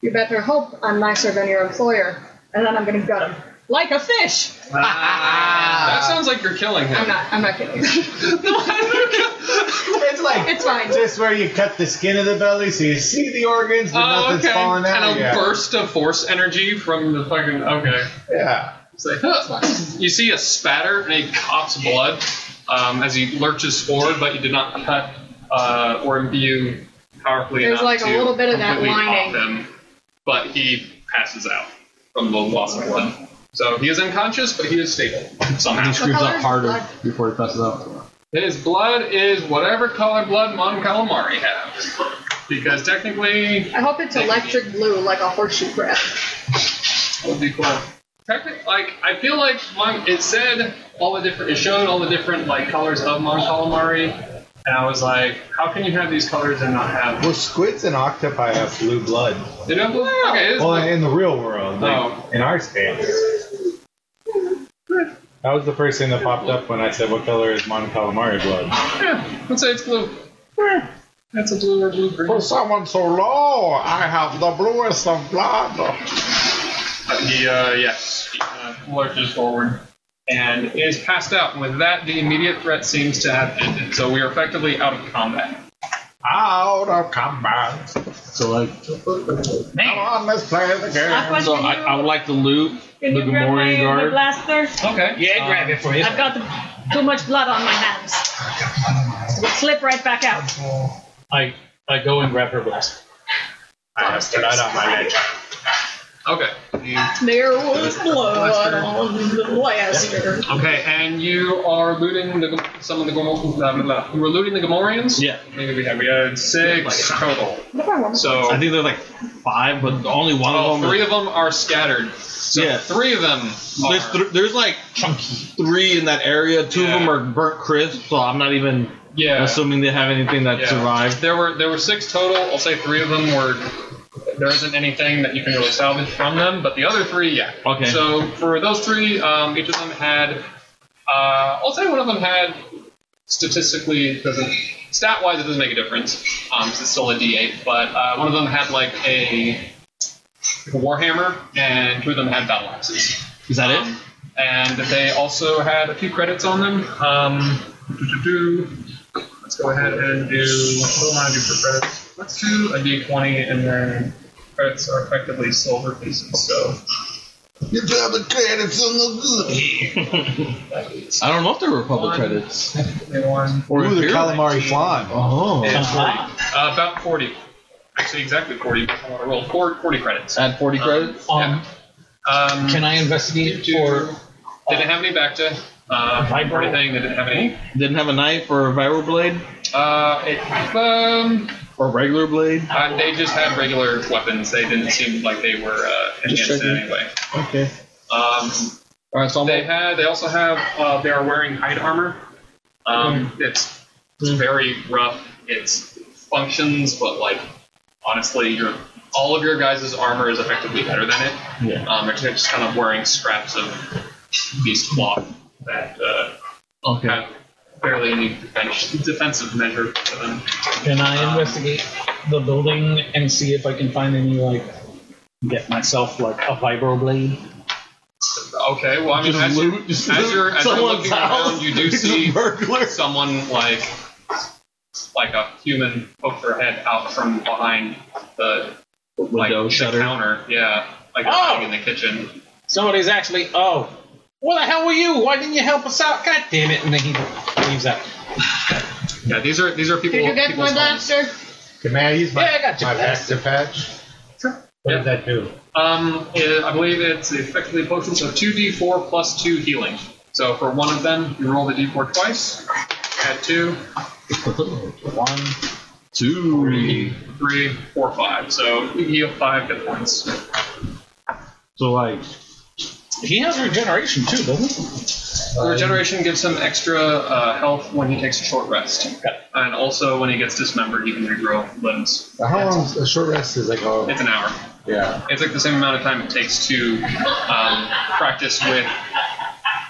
S4: "You better hope I'm nicer than your employer." And then I'm gonna gut him like a fish.
S6: That sounds like you're killing him.
S4: I'm
S6: <laughs>
S4: not. I'm not kidding.
S3: It's like
S4: It's fine.
S3: just where you cut the skin of the belly so you see the organs but
S6: Oh,
S3: nothing's
S6: okay.
S3: falling out
S6: And a
S3: yet.
S6: burst of force energy from the fucking. Okay.
S3: Yeah.
S6: It's like, huh. You see a spatter and he coughs blood um, as he lurches forward, but you did not cut uh, or imbue powerfully
S4: There's
S6: enough
S4: like a
S6: to
S4: little bit of that
S6: completely off
S4: lining.
S6: him. But he passes out from the loss of blood. So he is unconscious, but he is stable
S7: And he
S6: somehow.
S7: screams
S4: color
S7: up
S4: is
S7: harder
S4: blood?
S7: before he passes out.
S6: His blood is whatever color blood Mon Calamari has. Because technically,
S4: I hope it's electric blue, like a horseshoe crab.
S6: that would be cool. Technically, like I feel like Mon, it said all the different, it showed all the different like colors of Mon Calamari, And I was like, how can you have these colors and not have.
S3: Well, squids and octopi have blue blood.
S6: They don't look. Okay, it is.
S3: Well, in the real world, like
S6: Oh.
S3: in our space. That was the first thing that popped up when I said, "What color is Mon Calamari blood?"
S6: yeah, let's say it's blue. That's a blue or blue green.
S3: someone so low, I have the bluest of blood.
S6: He, uh, yes, he uh, lurches forward and is passed out. With that, the immediate threat seems to have ended, so we are effectively out of combat.
S3: Out of combat.
S17: So like,
S3: Come on, let's play the game.
S7: So I, I would like to loot the
S4: Can you grab
S7: Gamorrean
S4: my, my
S7: guard.
S4: blaster?
S6: Okay. Yeah,
S18: grab it for you.
S4: I've got the, too much blood on my hands. It'll slip right back out.
S10: I I go and grab her blast.
S3: I have to put it on my leg.
S6: Okay.
S4: There was blood on the blaster.
S6: Okay, and you are looting the, Gom- some of the Gomorians. Blah, blah, blah. You were looting the Gomorians?
S7: Yeah.
S6: Maybe we had, we had six total. So,
S7: I think they're like five, but only one
S6: well,
S7: of them.
S6: Oh, three of them are scattered. So
S7: Yeah.
S6: Three of them are.
S7: There's th- there's like three in that area. Two
S6: Yeah.
S7: of them are burnt crisp, so I'm not even
S6: yeah.
S7: assuming they have anything that
S6: Yeah.
S7: survived.
S6: There were there were six total. I'll say three of them were. There isn't anything that you can really salvage from them, but the other three, yeah.
S7: Okay.
S6: So for those three, um, each of them had. Uh, I'll say one of them had. Statistically, it doesn't stat wise, it doesn't make a difference. Um, 'cause it's still a D8, but uh, one of them had like a, like a warhammer, and two of them had battle axes Um,
S7: Is that it?
S6: and they also had a few credits on them. Um, do-do-do. let's go ahead and do. What do I want to do for credits? Let's do a d20, and then credits are effectively silver pieces. So
S7: I don't know if there were public
S6: One.
S7: credits.
S6: they won.
S7: Or
S3: Ooh, the
S7: Imperial.
S3: calamari flan.
S7: Oh.
S6: And
S10: Uh-huh.
S6: 40. Uh, about 40. Actually, exactly 40. Based on what I rolled. Four, 40 credits.
S7: Add 40 credits.
S10: Um,
S6: Yeah. Um,
S10: can I investigate for?
S6: They didn't have any Bacta. Uh, or anything. They didn't have any.
S7: Didn't have a knife or a viral blade
S6: Uh, it, um,
S7: or regular blade.
S6: Uh, they just had regular weapons. They didn't seem like they were uh,
S7: Just
S6: enhanced in any way.
S7: Okay.
S6: Um,
S7: All right. So I'm
S6: they had. They also have. Uh, they are wearing hide armor. Um,
S17: Hmm.
S6: It's it's very rough. It's functions, but like honestly, your all of your guys' armor is effectively better than it.
S17: Yeah.
S6: Um, they're just kind of wearing scraps of beast cloth that uh,
S17: okay.
S6: have barely any defense, defensive measure to them.
S10: Can I investigate the building and see if I can find any like? Get myself like a vibro blade.
S6: Okay, well, I mean, as, you, as you're as you're
S17: someone's
S6: looking
S17: house.
S6: around, you do see someone like like a human poke their head out from behind the like
S7: Window
S6: the
S7: shutter.
S6: counter. Yeah, like they're
S10: Oh!
S6: hiding in the kitchen.
S10: Somebody's actually. Oh, what the hell were you? Why didn't you help us out? God damn it! And then he leaves out.
S6: Yeah, these are these are people.
S1: Did you get
S6: people's
S1: my
S6: homes.
S1: blaster?
S3: Can I use my,
S10: Yeah, I got you.
S3: my best to patch?
S6: What did
S3: that do?
S6: Um, it, I believe it's effectively potions of two d4 plus two healing. So for one of them, you roll the d4 twice. Add two,
S10: One.
S6: three, three, four, five. So you heal five hit points.
S17: So like,
S10: He has regeneration too, doesn't he?
S6: Regeneration gives him extra uh, health when he takes a short rest. And also, when he gets dismembered, he can regrow limbs.
S3: How long a short rest is like? Oh,
S6: It's an hour.
S3: yeah.
S6: It's like the same amount of time it takes to um, practice with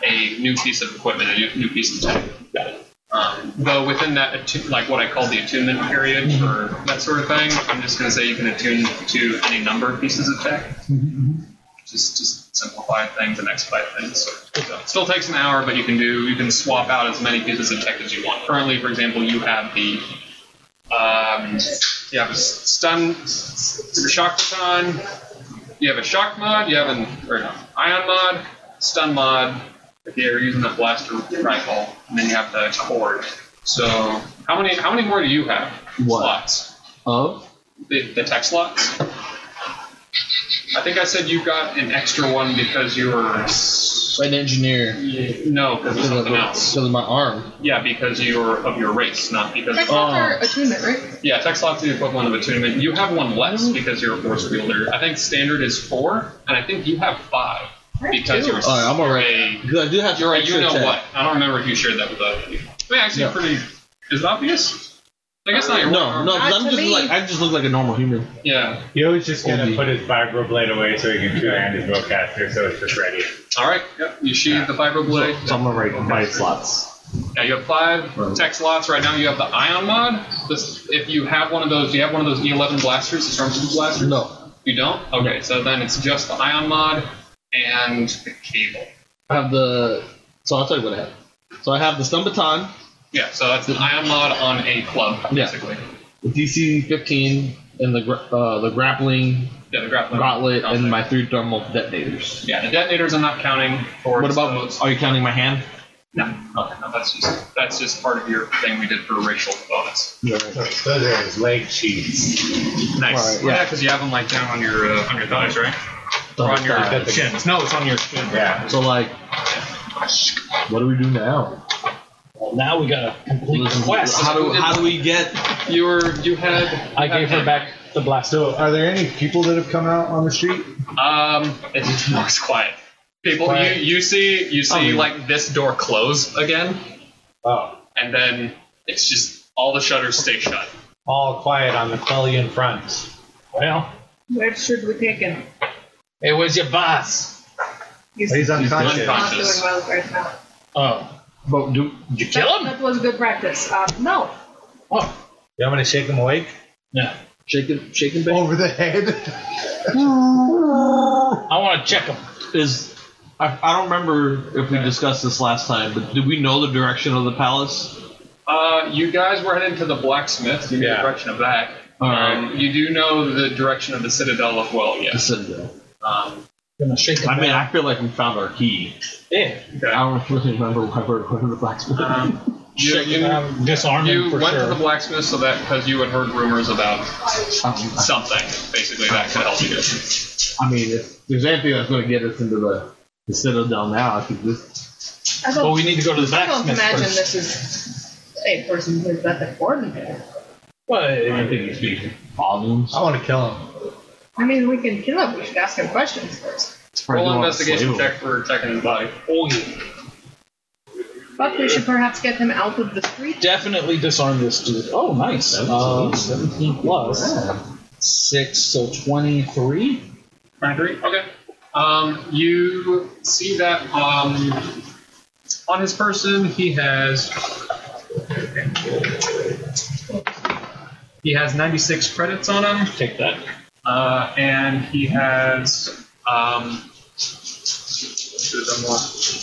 S6: a new piece of equipment, a new, new piece of tech. Um, though within that, attu- like what I call the attunement period for that sort of thing, I'm just going to say you can attune to any number of pieces of tech. Just, just simplify things and expedite things. So it still takes an hour, but you can do you can swap out as many pieces of tech as you want. Currently, for example, you have the um, you have a s- stun, your shock baton. You have a shock mod. You have an or no, ion mod, stun mod. If you're using the blaster rifle, and then you have the cord. So how many how many more do you have?
S17: What?
S6: Slots.
S17: of
S6: The, the tech slots. I think I said you got an extra one because you were s-
S7: an engineer.
S6: no because of something else.
S7: Because of my arm.
S6: Yeah, because you were of your race, not because
S1: That's
S6: of
S10: Uh-huh.
S1: not for attunement, right?
S6: Yeah, tech slot's the equivalent of attunement. You have one less because you're a force wielder. I think standard is four, and I think you have five because you're.
S7: All right, I'm
S6: you're
S7: already-
S6: a-
S7: Because I do have
S6: You're a. You
S7: extra
S6: know
S7: attack.
S6: what? I don't remember if you shared that with other people. I mean, actually,
S7: No.
S6: pretty. Is it obvious? I guess not. Your
S7: No, no,
S19: Not
S7: I'm
S19: to
S7: just
S19: me.
S7: like I just look like a normal human.
S6: Yeah.
S3: He always just gonna
S7: Only-
S3: put his vibroblade away so he can two hand his bowcaster, so it's just ready.
S6: All right. Yep. You sheathe the fibroblade.
S7: So I'm gonna write five slots.
S6: Yeah, you have five tech slots right now. You have the ion mod. This, if you have one of those, do you have one of those E11 blasters, the stormtrooper blasters?
S7: No.
S6: You don't. Okay, so then it's just the ion mod and the cable.
S7: I have the so I'll tell you what I have. So I have the stun baton,
S6: Yeah, so that's an ion mod on a club,
S7: Yeah.
S6: basically.
S7: the DC fifteen, and the gra- uh, the grappling
S6: Yeah, the grappling.
S7: gauntlet, and my three thermal detonators.
S6: Yeah, the detonators I'm not counting. For
S7: What about?
S6: those.
S7: Are you counting my hand?
S6: No, okay, no, that's just that's just part of your thing we did for racial bonus.
S3: Those are his leg cheats.
S6: Nice.
S7: Right, yeah.
S6: Yeah, because you have them like down on your uh, on your thighs, right? Or on
S10: Oh,
S6: your
S7: Thigh.
S6: shins. No, it's on your shin.
S3: Yeah.
S7: So like, what do we do now?
S10: Now we gotta complete the quest.
S7: How do how do we get?
S6: You were you had.
S10: I gave her back the blaster.
S3: So, are there any people that have come out on the street?
S6: Um, it looks quiet. People,
S3: Quiet.
S6: you you see you see
S7: Oh.
S6: like this door close again,
S3: Oh,
S6: and then it's just all the shutters stay shut.
S3: all quiet on the Quellian front.
S10: Well,
S4: Where should we take him?
S10: it was your boss.
S4: He's,
S3: He's unconscious.
S4: not doing
S6: unconscious.
S4: well right now.
S10: Oh,
S7: But do
S10: did you kill
S4: That
S10: him?
S4: was good practice. Um, no.
S10: Oh,
S3: You want me to shake him awake?
S10: yeah. Oh,
S7: shake it, shake it back?
S3: Over the head?
S10: I want to check him.
S7: Is I, I don't remember if we discussed this last time, but did we know the direction of the palace?
S6: Uh, you guys were heading to the blacksmith. You knew
S3: Yeah.
S6: the direction of that.
S7: Alright.
S6: Um, you do know the direction of the citadel as well.
S7: The
S6: Yes.
S7: citadel.
S6: Um,
S10: Gonna shake him.
S7: I mean, I feel like we found our key.
S10: yeah.
S6: okay.
S7: I don't really remember why we're going to the blacksmith.
S6: Um, you,
S10: Shake him.
S6: you,
S10: down, Disarm
S6: you
S10: him for
S6: went to
S10: sure.
S6: the blacksmith so that because you had heard rumors about something, basically that could help you.
S7: Um, I mean, if there's anything that's going to get us into the, the citadel now, I think this.
S4: I don't,
S10: Well, we need to go to the
S4: I don't
S10: blacksmith
S4: imagine
S10: first.
S4: this is a person who's that important.
S7: I
S10: Well,
S7: think it's big volumes.
S3: I want to kill him.
S4: I mean, we can kill him. We should ask him questions first.
S6: Roll investigation check for checking his body.
S10: oh, yeah.
S4: But we should perhaps get him out of the street.
S10: definitely disarm this dude. Oh, nice. Uh, 17 plus. Six, so 23.
S6: 23? Okay. Um, you see that um, on his person, he has. He has 96 credits on him. Take that. Uh, and he has. Um,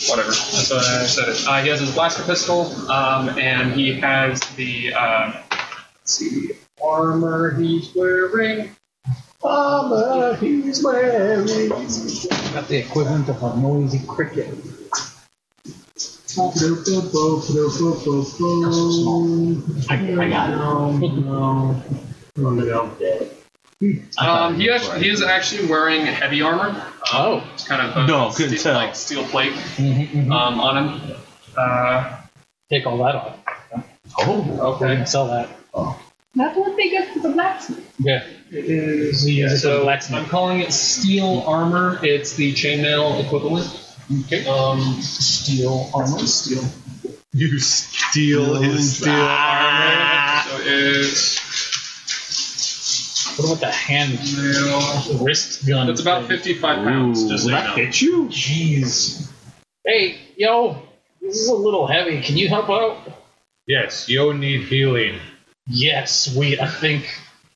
S6: whatever. That's what I said. It. Uh, he has his blaster pistol, um, and he has the. Uh, let's see. Armor he's wearing.
S10: Got the equivalent of a noisy cricket.
S6: Um, he, actually, he is actually wearing heavy armor. Um,
S10: Oh.
S6: It's kind of a
S7: No, couldn't
S6: steel,
S7: tell.
S6: like steel plate
S10: Mhm, mhm.
S6: um, on him. Uh,
S10: Take all that off.
S7: Oh,
S10: We
S6: okay.
S10: can sell that.
S4: That would be good for the blacksmith.
S10: Yeah. So you use it for the
S6: I'm
S10: blacksmith.
S6: calling it steel armor. It's the chainmail equivalent.
S10: Okay. Um, steel armor. Steel.
S3: You steal his steel armor.
S6: Ah. So it's
S10: What about the hand wrist gun?
S6: it's about
S10: thing?
S6: 55 pounds. just so you know.
S7: hit you?
S10: Jeez. Hey, yo, this is a little heavy. Can you help out?
S3: Yes, you'll need healing.
S10: Yes, we. I think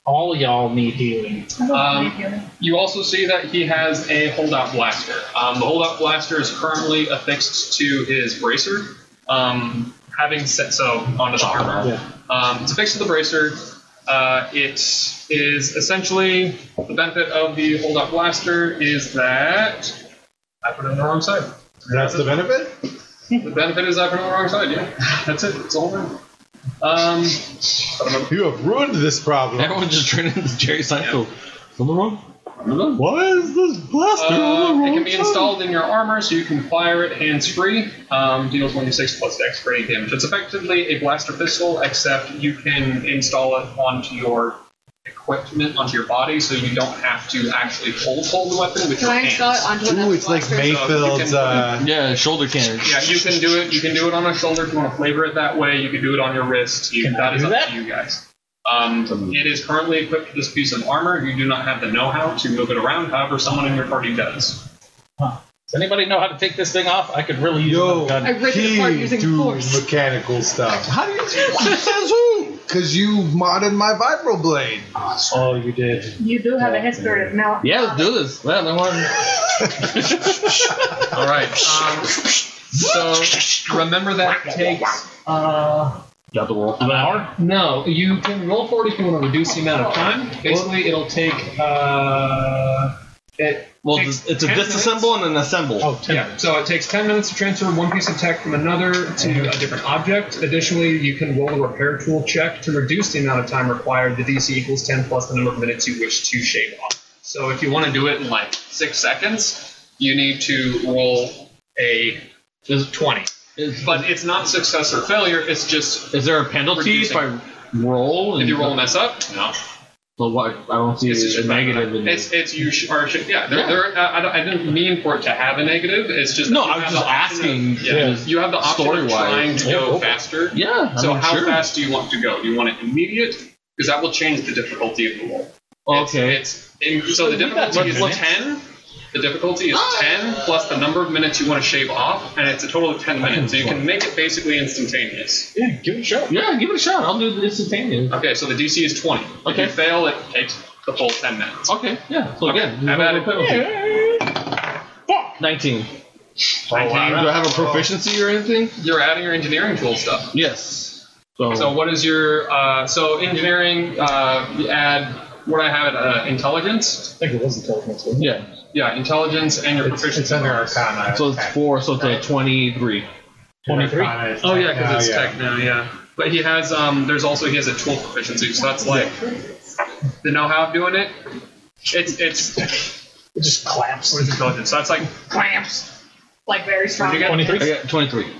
S10: all y'all need healing.
S4: I don't
S6: Um,
S4: believe you.
S6: You also see that he has a holdout blaster. Um, the holdout blaster is currently affixed to his bracer. Um, having set so onto the armor, um, it's affixed to the bracer. Uh, it is essentially the benefit of the holdout blaster is that I put it on the wrong side.
S3: That's the benefit?
S6: The benefit is I put it on the wrong side. Yeah, <laughs> that's it. It's all there. Um,
S3: You have ruined this problem.
S7: Everyone just turned into Jerry Seinfeld. On the wrong?
S3: Why is this blaster
S6: Uh, it can be installed in your armor, so you can fire it hands-free. Um, deals 1d6 plus dex for any damage. It's effectively a blaster pistol, except you can install it onto your equipment onto your body, so you don't have to actually hold hold the weapon with
S4: Can
S6: your
S4: I
S6: hands.
S4: install it onto another blaster?
S6: Mayfield's, uh,
S7: yeah, shoulder cannon.
S6: Yeah, you can do it. You can do it on a shoulder if you want to flavor it that way. You can do it on your wrist. You,
S10: Can I
S6: that is
S10: do
S6: up
S10: that?
S6: to you guys. Um, it is currently equipped with this piece of armor. You do not have the know-how to move it around. However, someone in your party does.
S10: Does anybody know how to take this thing off? I could really use
S1: Yo,
S10: a gun.
S4: I ripped it apart using force.
S1: mechanical stuff. How do you?
S7: Says who?
S1: Because you modded my vibroblade.
S10: Oh, you did.
S4: You do have a history of mouth.
S7: Yeah, let's do this. Well, I want.
S20: All right. Um, so remember that takes. Uh,
S21: Got the roll.
S20: an hour? No, you can roll for it if you want to reduce the amount of time. Basically, it'll take. Uh, it
S7: Well,
S20: takes
S7: it's it's a
S20: 10
S7: disassemble and an assemble.
S10: Oh, ten
S20: yeah, so it takes 10 minutes to transfer one piece of tech from another
S7: Mm-hmm.
S20: to a different object. Additionally, you can roll a repair tool check to reduce the amount of time required. The DC equals 10 plus the number of minutes you wish to shave off.
S6: So if you want to do it in like six seconds, you need to roll a 20.
S7: Is,
S6: But it's not success or failure. It's just
S7: is there a penalty if I roll?
S6: did
S7: and-
S6: you roll mess up? No.
S7: Well, what- I don't see
S6: It's
S7: a
S6: just
S7: negative in
S6: It's it's you sh- are sh- yeah. There,
S7: Yeah.
S6: There, I, I don't- I didn't mean for it to have a negative. It's just
S7: No,
S6: you
S7: I was
S6: have
S7: just
S6: the option
S7: asking,
S6: of- yeah,
S7: yeah,
S6: you have the option of
S7: story-wise.
S6: trying to
S7: Yeah,
S6: go
S7: go for it.
S6: faster.
S7: Yeah. I
S6: So
S7: mean,
S6: how
S7: sure.
S6: fast do you want to go? Do you want it immediate? Because that will change the difficulty of the roll. It's-
S7: Okay.
S6: It's, in- so the
S10: We got
S6: difficulty is
S10: ten minutes.
S6: ten. The difficulty is
S7: Ah!
S6: ten plus the number of minutes you want to shave off, and it's a total of ten minutes. So you can make it basically instantaneous.
S10: Yeah, give it a shot.
S7: Yeah, give it a shot. I'll do the instantaneous.
S6: Okay, so the DC is twenty. If you
S7: Okay.
S6: fail, it takes the full ten minutes.
S7: Okay. Yeah. So again,
S6: How about it?
S7: Fuck. Nineteen.
S6: Nineteen.
S7: Do I have a
S1: Oh,
S7: proficiency or anything?
S6: You're adding your engineering tool stuff.
S7: Yes. So,
S6: So what is your uh, so engineering? Uh, you add what I have uh, intelligence.
S10: I think it was intelligence, wasn't it?
S7: yeah.
S6: Yeah, intelligence and your proficiency.
S1: It's under Arcana.
S7: So it's four. So it's a twenty-three.
S10: 23.
S1: Arcana is
S6: oh yeah,
S1: tech now,
S6: because it's
S1: yeah.
S6: tech now. Yeah, but he has um. There's also he has a tool proficiency, so that's like the know-how of doing it. It's it's what
S10: It just claps.
S6: is intelligence? So that's like clamps.
S4: Like very strong.
S6: What'd you get?
S10: 23?
S7: I got twenty-three.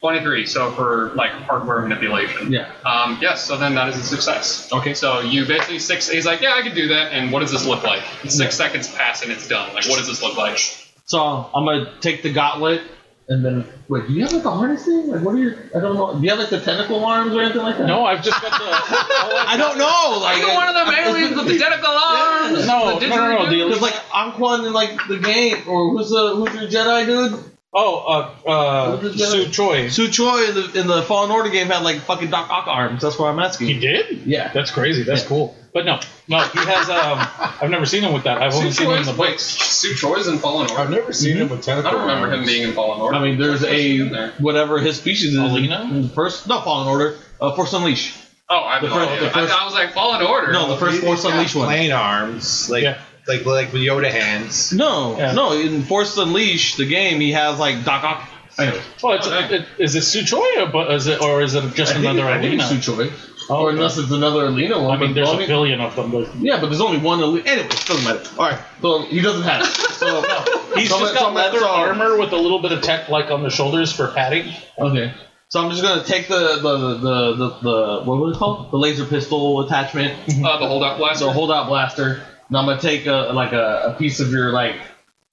S6: Twenty-three. So for like hardware manipulation.
S7: Yeah.
S6: Um. Yes. So then that is a success.
S7: Okay.
S6: So you basically six. He's like, yeah, I can do that. And what does this look like? Six seconds pass and it's done. Like, what does this look like?
S7: So I'm gonna take
S6: <laughs>
S7: the gauntlet and then wait. Do you have like a harness thing? Like what are your? I don't know. Do you have like the tentacle arms or anything like that?
S10: No, I've just got the.
S6: Oh,
S7: I don't know. Like
S6: You're one of them aliens with the tentacle arms.
S10: No, no, no, no. The
S7: Because
S10: elite,
S7: like Anquan in like the game, or who's the who's your Jedi dude?
S10: oh, uh, uh,
S7: Who's the
S10: Sue
S7: Jedi?
S10: Choi.
S7: Su Choi in the in the Fallen Order game had like fucking Doc Ock arms. That's what I'm
S10: He
S7: asking.
S10: did?
S7: Yeah.
S10: That's crazy. That's cool. But no, no, he has. Um, <laughs> I've never seen him with that. I've only
S6: Sue
S10: seen him in
S6: Troy's,
S10: the
S6: wait,
S10: books.
S6: Sue Troy's in Fallen Order.
S1: I've never seen him with
S6: I
S1: tentacles.
S6: don't remember him being in Fallen Order.
S7: I mean, there's
S6: In
S7: a
S6: there.
S7: whatever his species is.
S10: Alina?
S7: First, no Fallen Order. Uh, Force Unleashed.
S6: Oh, I have
S7: The
S6: no
S7: first-
S6: idea.
S7: the first-
S6: I, I was like Fallen Order.
S7: No, the first Force Unleashed one.
S1: Plain arms, like
S10: Yeah.
S1: like like with Yoda hands.
S7: No,
S10: Yeah.
S7: no. In Force Unleashed, the game, he has like Doc Ock. Anyway,
S10: Well, it's, it, is it Sue Choi or, but is it, or is it just another
S7: Oh, I think
S10: Alina?
S7: it's Su Choi.
S10: Oh,
S7: or
S10: okay.
S7: unless it's another Alina one.
S10: I mean,
S7: but
S10: there's
S7: Bonnie-
S10: a billion of them. But
S7: Yeah, but there's only one elite. Anyway, doesn't matter. All right, so he doesn't have it. So
S10: <laughs> he's
S7: so I'm- so I'm-
S10: just got
S7: so
S10: leather
S7: I'm-
S10: armor with a little bit of tech, like on the shoulders for padding.
S7: Okay. So I'm just gonna take the the the the, the what was it called? The laser pistol attachment.
S6: Uh, the holdout blaster.
S7: so holdout blaster. And I'm gonna take a like a, a piece of your like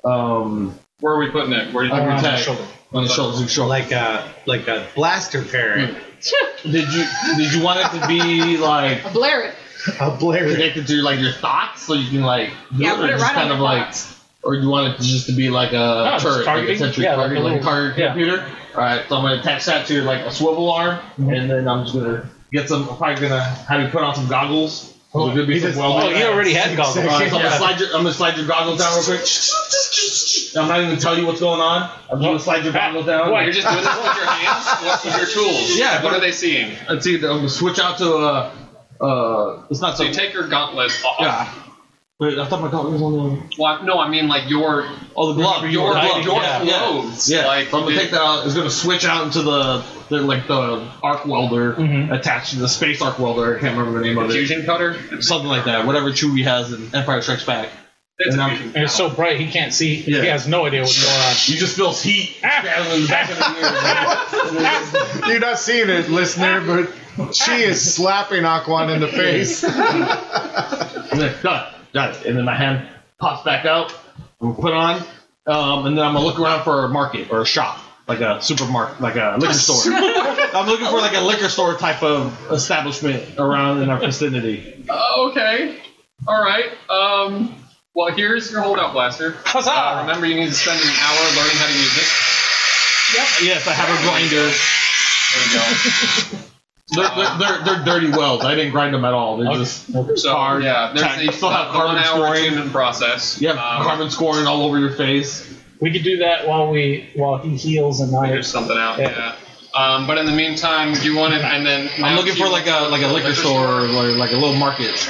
S7: um
S6: Where are we putting it? Where do you
S7: your
S10: Around the
S7: tag
S10: shoulder.
S7: on the shoulders. Your shoulder.
S1: Like a like a blaster parent.
S7: did you did you want it to be like
S4: I <laughs> blare it.
S1: A blare.
S7: connected to your, like your thoughts so you can like do
S4: Yeah,
S7: it,
S4: put
S7: or
S4: it
S7: just
S4: right
S7: kind
S4: on
S7: of
S4: the
S7: like
S4: box.
S7: or you want it to just to be like a
S10: just
S7: turret, like
S10: targeting?
S7: a sentry
S10: Yeah, like
S7: targeting,
S10: a
S7: like a
S10: little-
S7: target
S10: yeah.
S7: computer. All right, so I'm gonna attach that to your like a swivel arm,
S10: Mm-hmm.
S7: and then I'm just gonna get some. I'm probably gonna have you put on some goggles. Oh, gonna be
S1: he
S7: some
S1: just-
S7: welding.
S10: Oh, he already had goggles.
S7: All right, so I'm, gonna
S10: Yeah.
S7: slide your, I'm gonna slide your goggles down real quick. I'm not even gonna tell you what's going on. I'm just gonna slide your
S10: Ah,
S7: goggles down.
S6: You're just doing this with your hands, what, with your tools.
S7: Yeah,
S6: What
S7: but-
S6: are they seeing?
S7: Let's see. I'm gonna switch out to uh, uh, it's not
S6: So
S7: so.
S6: you take your gauntlet off.
S7: yeah. Wait, I thought my goggle was on the.
S6: Well, no, I mean like your
S7: Oh, the glove.
S6: your,
S7: glove.
S6: your
S7: yeah, yeah.
S6: clothes.
S7: Yeah.
S6: Like
S7: so I'm gonna
S6: it-
S7: take that out. It's gonna switch out into the, the like the arc welder attached to the space arc welder. I can't remember the name of it.
S6: fusion cutter.
S7: Something like that. Whatever Chewie has in Empire Strikes Back.
S22: It's-
S10: and, I'm- and it's so bright he can't see. He has no idea what's going on.
S7: You just feels heat
S10: in the back
S7: <laughs>
S10: of
S1: You're not seeing it, listener, but she is slapping Aquan in the face.
S7: And then, done, done. And then my hand pops back out. We put on, um, and then I'm gonna look around for a market or a shop, like a supermarket, like a liquor store. <laughs> I'm looking for like a liquor store type of establishment around in our vicinity.
S6: Uh, okay. All right. Um. Well, here's your holdout blaster. Huzzah! Uh, remember, you need to spend an hour learning how to use it. Yep.
S7: Yes, I have a grinder. There you go. They're, they're, they're, dirty welds. I didn't grind them at all. They're just
S6: So
S7: hard.
S6: yeah, there's
S7: tack-
S6: a,
S7: still have
S6: a
S7: carbon
S6: one-hour
S7: scoring.
S6: attunement process. Um,
S7: You have carbon scoring all over your face.
S10: We could do that while we while he heals and I.
S6: There's something out. Yeah. Um, but in the meantime, you want it, and then
S7: I'm looking for like a like a liquor store or like a little market.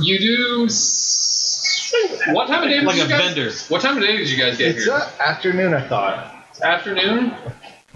S6: You do. s- What time of day? Did
S7: Like
S6: you
S7: a
S6: guys,
S7: vendor.
S6: What time of day did you guys get
S10: It's,
S6: here?
S10: uh,
S1: Afternoon, I thought.
S6: Afternoon.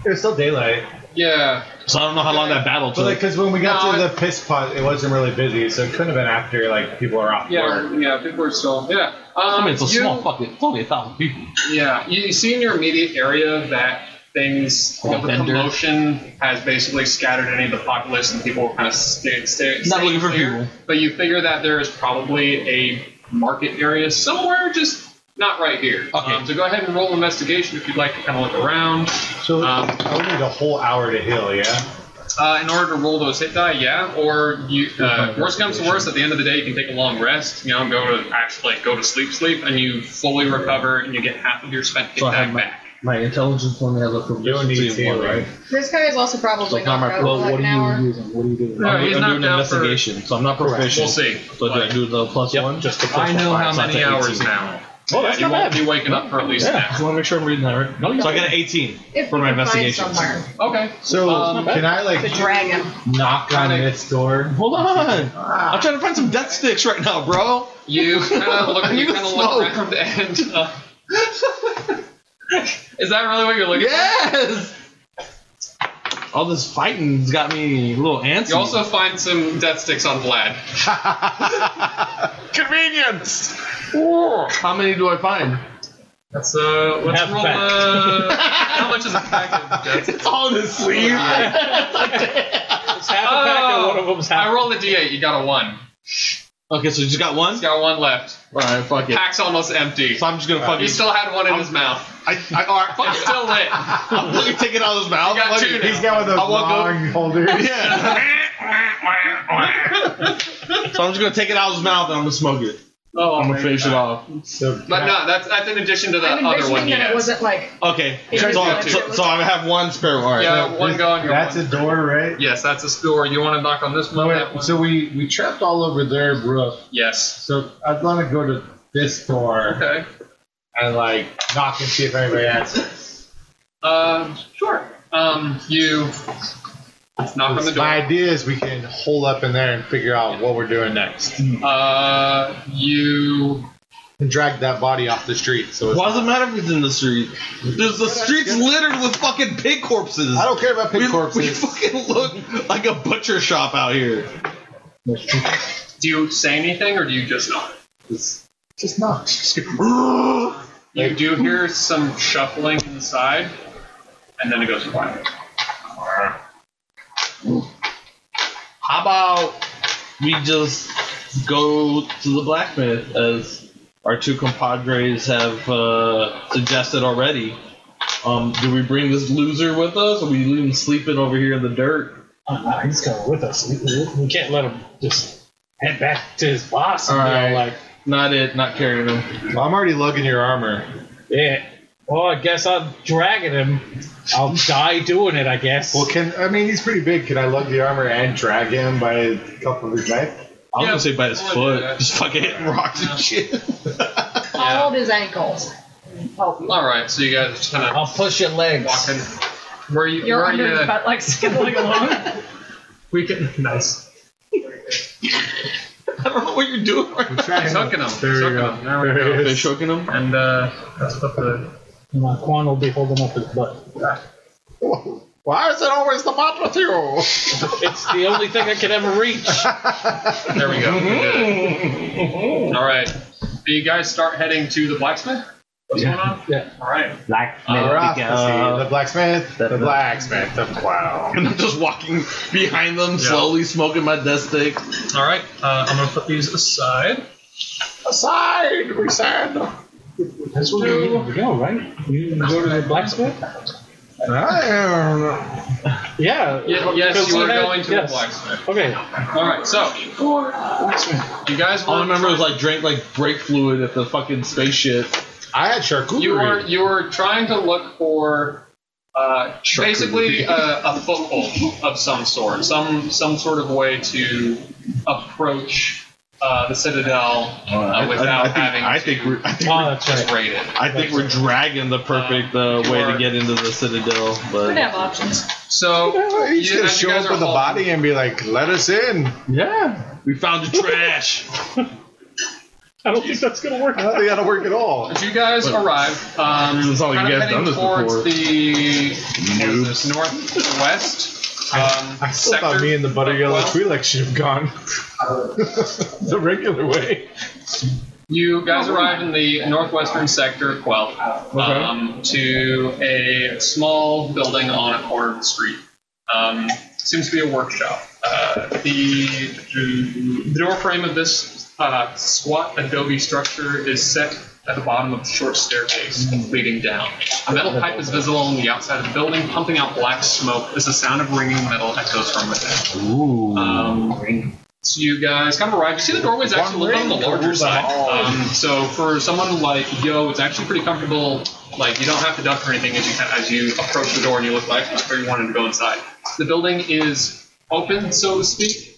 S1: It's still daylight.
S6: Yeah.
S7: So I don't know how long that battle
S1: But
S7: took.
S1: like, because when we got
S6: No,
S1: to the piss pot, it wasn't really busy, so it couldn't have been after like people are off
S6: Yeah.
S1: work.
S6: Yeah. People are still. Yeah. Um,
S7: I mean, it's a
S6: you-
S7: small fucking. It's only a thousand people.
S6: Yeah, you, you see in your immediate area that things
S7: Oh,
S6: that the
S7: vendor.
S6: commotion has basically scattered any of the populace, and people kind of stay, stay,
S7: Not looking for
S6: clear.
S7: people.
S6: But you figure that there is probably a market area somewhere, just not right here. Um, so go ahead and roll investigation if you'd like to kind of look around.
S1: So Um, I would need a whole hour to heal. Yeah.
S6: Uh, in order to roll those hit die, yeah, or you uh, worst comes to worst, at the end of the day, you can take a long rest, you know, and go to actually like, go to sleep, sleep, and you fully recover, and you get half of your spent hit
S3: So I
S6: die
S3: have
S6: back.
S3: My intelligence one has a proficiency of one, right?
S4: This guy is also
S3: So
S4: probably
S3: now
S4: not
S3: my
S4: out
S3: well,
S4: like
S3: what
S4: an
S3: are
S4: hour.
S3: you using? What are you doing?
S6: No,
S3: I'm,
S6: he's
S3: I'm
S6: not
S3: doing
S6: down for-
S3: investigation, so I'm not proficient.
S6: We'll see.
S3: So do I do the plus one?
S10: Just
S6: I know how many hours now.
S3: Oh,
S6: yeah,
S3: that's
S6: you
S3: not
S6: won't
S3: bad.
S6: be waking up for at least
S3: Yeah,
S6: an
S3: I
S6: hour.
S3: just want to make sure I'm reading that right. No,
S7: So I got an 18
S4: If
S7: for my
S4: we can find
S7: investigation.
S4: somewhere.
S6: Okay.
S1: So
S6: Um,
S1: can I
S4: The
S1: like
S4: dragon.
S1: knock on its door?
S7: Hold on. I'm trying to find some death sticks right now, bro.
S6: You <laughs> kind of look,
S7: I
S6: you
S7: need
S6: kind
S7: to
S6: of look around
S7: smoke.
S6: and. Uh, <laughs> is that really what you're looking
S7: Yes. All this fighting's got me a little antsy.
S6: for? You also find some death sticks on
S10: <laughs>
S6: Vlad.
S7: Convenience. Ooh, How many do I find?
S6: That's uh, let's
S10: Half
S6: roll.
S10: pack.
S6: Uh, how much is a pack of
S10: <laughs>
S6: death sticks?
S7: It's all in his sleeve.
S10: It's half a pack and one of them's half.
S6: Oh. I rolled a d8. You got a one.
S7: okay, so you just got one.
S6: He's got one left.
S7: All right, fuck it.
S6: Pack's almost empty.
S7: So I'm just gonna
S6: He
S7: fucking.
S6: still had one in his mouth.
S7: I, I, all
S6: <laughs>
S7: right,
S6: It's
S7: fuck it.
S6: still
S7: <laughs>
S6: lit.
S7: I'm looking taking out of his mouth.
S6: You got
S7: Fuck
S6: two
S7: it.
S6: now.
S7: He's
S1: He's got one of those
S7: I walk up-
S1: long holders.
S7: Yeah. <laughs> so I'm just gonna take it out of his mouth and I'm gonna smoke it.
S6: Oh,
S7: I'm gonna
S6: my
S7: finish it
S6: God.
S7: off.
S1: <laughs> So
S6: But no, that's that's in addition to the
S4: I'm
S6: other one.
S4: envisioning
S6: he
S4: that
S6: has.
S4: it wasn't like
S7: Okay.
S4: It
S7: So,
S4: is
S7: so,
S4: not two.
S7: so I have one spare. All right.
S6: Yeah, one go on your
S1: that's
S6: one.
S1: a door, right?
S6: Yes, that's a score. You want to knock on this one? that one?
S1: So we we trapped all over their roof.
S6: yes.
S1: So I'd want to go to this door
S6: Okay.
S1: and like knock and see if anybody
S7: <laughs>
S1: answers.
S6: Uh, sure. Um, you knock on the
S1: My
S6: door.
S1: idea is we can hole up in there and figure out what we're doing next,
S6: Uh, you.
S1: and drag that body off the street. So it's,
S7: Why does it matter if it's in the street? There's the streets littered with fucking pig corpses.
S1: I don't care about pig
S7: we, We
S1: corpses.
S7: fucking look like a butcher shop out here.
S6: Do you say anything or do you just knock?
S1: Just knock.
S6: <gasps> You do hear some shuffling inside, and then it goes quiet.
S7: How about we just go to the blacksmith as our two compadres have uh, suggested already? Um, do we bring this loser with us, or we leave him sleeping over here in the dirt?
S10: Oh, no, he's coming with us. We, we- we can't let him just head back to his boss and
S7: All right.
S10: be all like,
S7: Not it, not carrying him.
S1: Well, I'm already lugging your armor.
S10: yeah. Well, I guess I'm dragging him. I'll die doing it, I guess.
S1: Well, can I mean he's pretty big? Can I lug the armor and drag him by a couple of his knife?
S7: I'm
S6: Yeah,
S7: gonna say by his
S6: we'll do
S7: foot,
S6: that.
S7: just fucking hitting rocks
S1: <laughs>
S7: and shit.
S4: I hold his ankles. Help you.
S6: All right, so you guys just kind
S23: I'll
S6: of
S23: push your legs.
S6: walking. Where you?
S4: You're
S6: where
S4: under
S6: you? uh,
S4: his butt, like skittling along.
S6: We can. Nice.
S7: I don't know what you're doing right now.
S6: He's hooking him.
S1: There
S6: He's
S1: you
S6: hooking
S1: go.
S6: him. There we
S1: There
S6: go.
S1: he is.
S7: They choking him.
S6: And uh, that's what the.
S10: My Quan will be holding up his butt.
S1: Why is it always the bot with you?
S10: It's the only thing I could ever reach.
S7: Mm-hmm.
S6: There we go. We did it. All right. do you guys start heading to the blacksmith? What's going on?
S10: Yeah.
S6: All right.
S1: Blacksmith.
S6: Uh,
S3: Ross,
S1: because-
S3: the blacksmith, the
S1: the-
S3: blacksmith, the clown.
S7: And <laughs> I'm just walking behind them, slowly smoking my death stick.
S6: All right. Uh, I'm gonna put these aside.
S3: Aside, we said.
S10: That's where we needed to go, right? You need to go to the blacksmith?
S3: I
S10: Yeah.
S6: Y- yes,
S10: because
S6: you
S10: we
S6: are
S10: had-
S6: going to
S10: yes.
S6: the blacksmith.
S10: Okay.
S6: All right. So you guys
S7: All I
S6: want
S7: remember is like drank like brake fluid at the fucking space ship.
S3: I had charcuterie.
S6: you were you were trying to look for uh, basically a, a foothold of some sort, some some sort of way to approach uh, the citadel uh,
S7: I- I-
S6: without
S7: I think-
S6: having
S7: I
S6: to
S7: think we're- I think
S10: Oh, that's
S6: just
S10: right.
S6: raid it.
S7: I think we're dragging the perfect uh, way to get into the citadel,
S20: We'd
S7: but
S20: have
S6: <laughs>
S20: options.
S6: So
S3: He's
S6: you-
S3: gonna
S6: as you
S3: show
S6: guys
S3: up
S6: are
S3: with a
S6: hauling-
S3: body and be like, "Let us in."
S10: Yeah.
S7: we found the trash.
S10: I don't think that's going to work.
S3: I don't think that'll work at all.
S6: But you guys arrive. Um,
S7: This is all you
S6: kind of
S7: guys
S6: heading
S7: done this
S6: towards
S7: before.
S6: the what is this, northwest. Um,
S3: I still
S6: sector
S3: thought me and the butter
S6: of
S3: yellow
S6: Rockwell.
S3: Twi'lek should have
S6: <laughs>
S3: gone the regular way.
S6: You guys arrived in the northwestern sector of Quell um, to a small building on a corner of the street. Um, seems to be a workshop. Uh, the, the door frame of this uh, squat adobe structure is set at the bottom of a short staircase leading down. A metal pipe is visible on the outside of the building, pumping out black smoke as the sound of ringing metal echoes from within.
S1: Ooh.
S6: Um, so you guys kind of arrived. You see the doorway's actually a little bit on the larger side. Um, so for someone like Yo, it's actually pretty comfortable. Like you don't have to duck or anything as you kind as you approach the door and you look like where you wanted to go inside. The building is open, so to speak.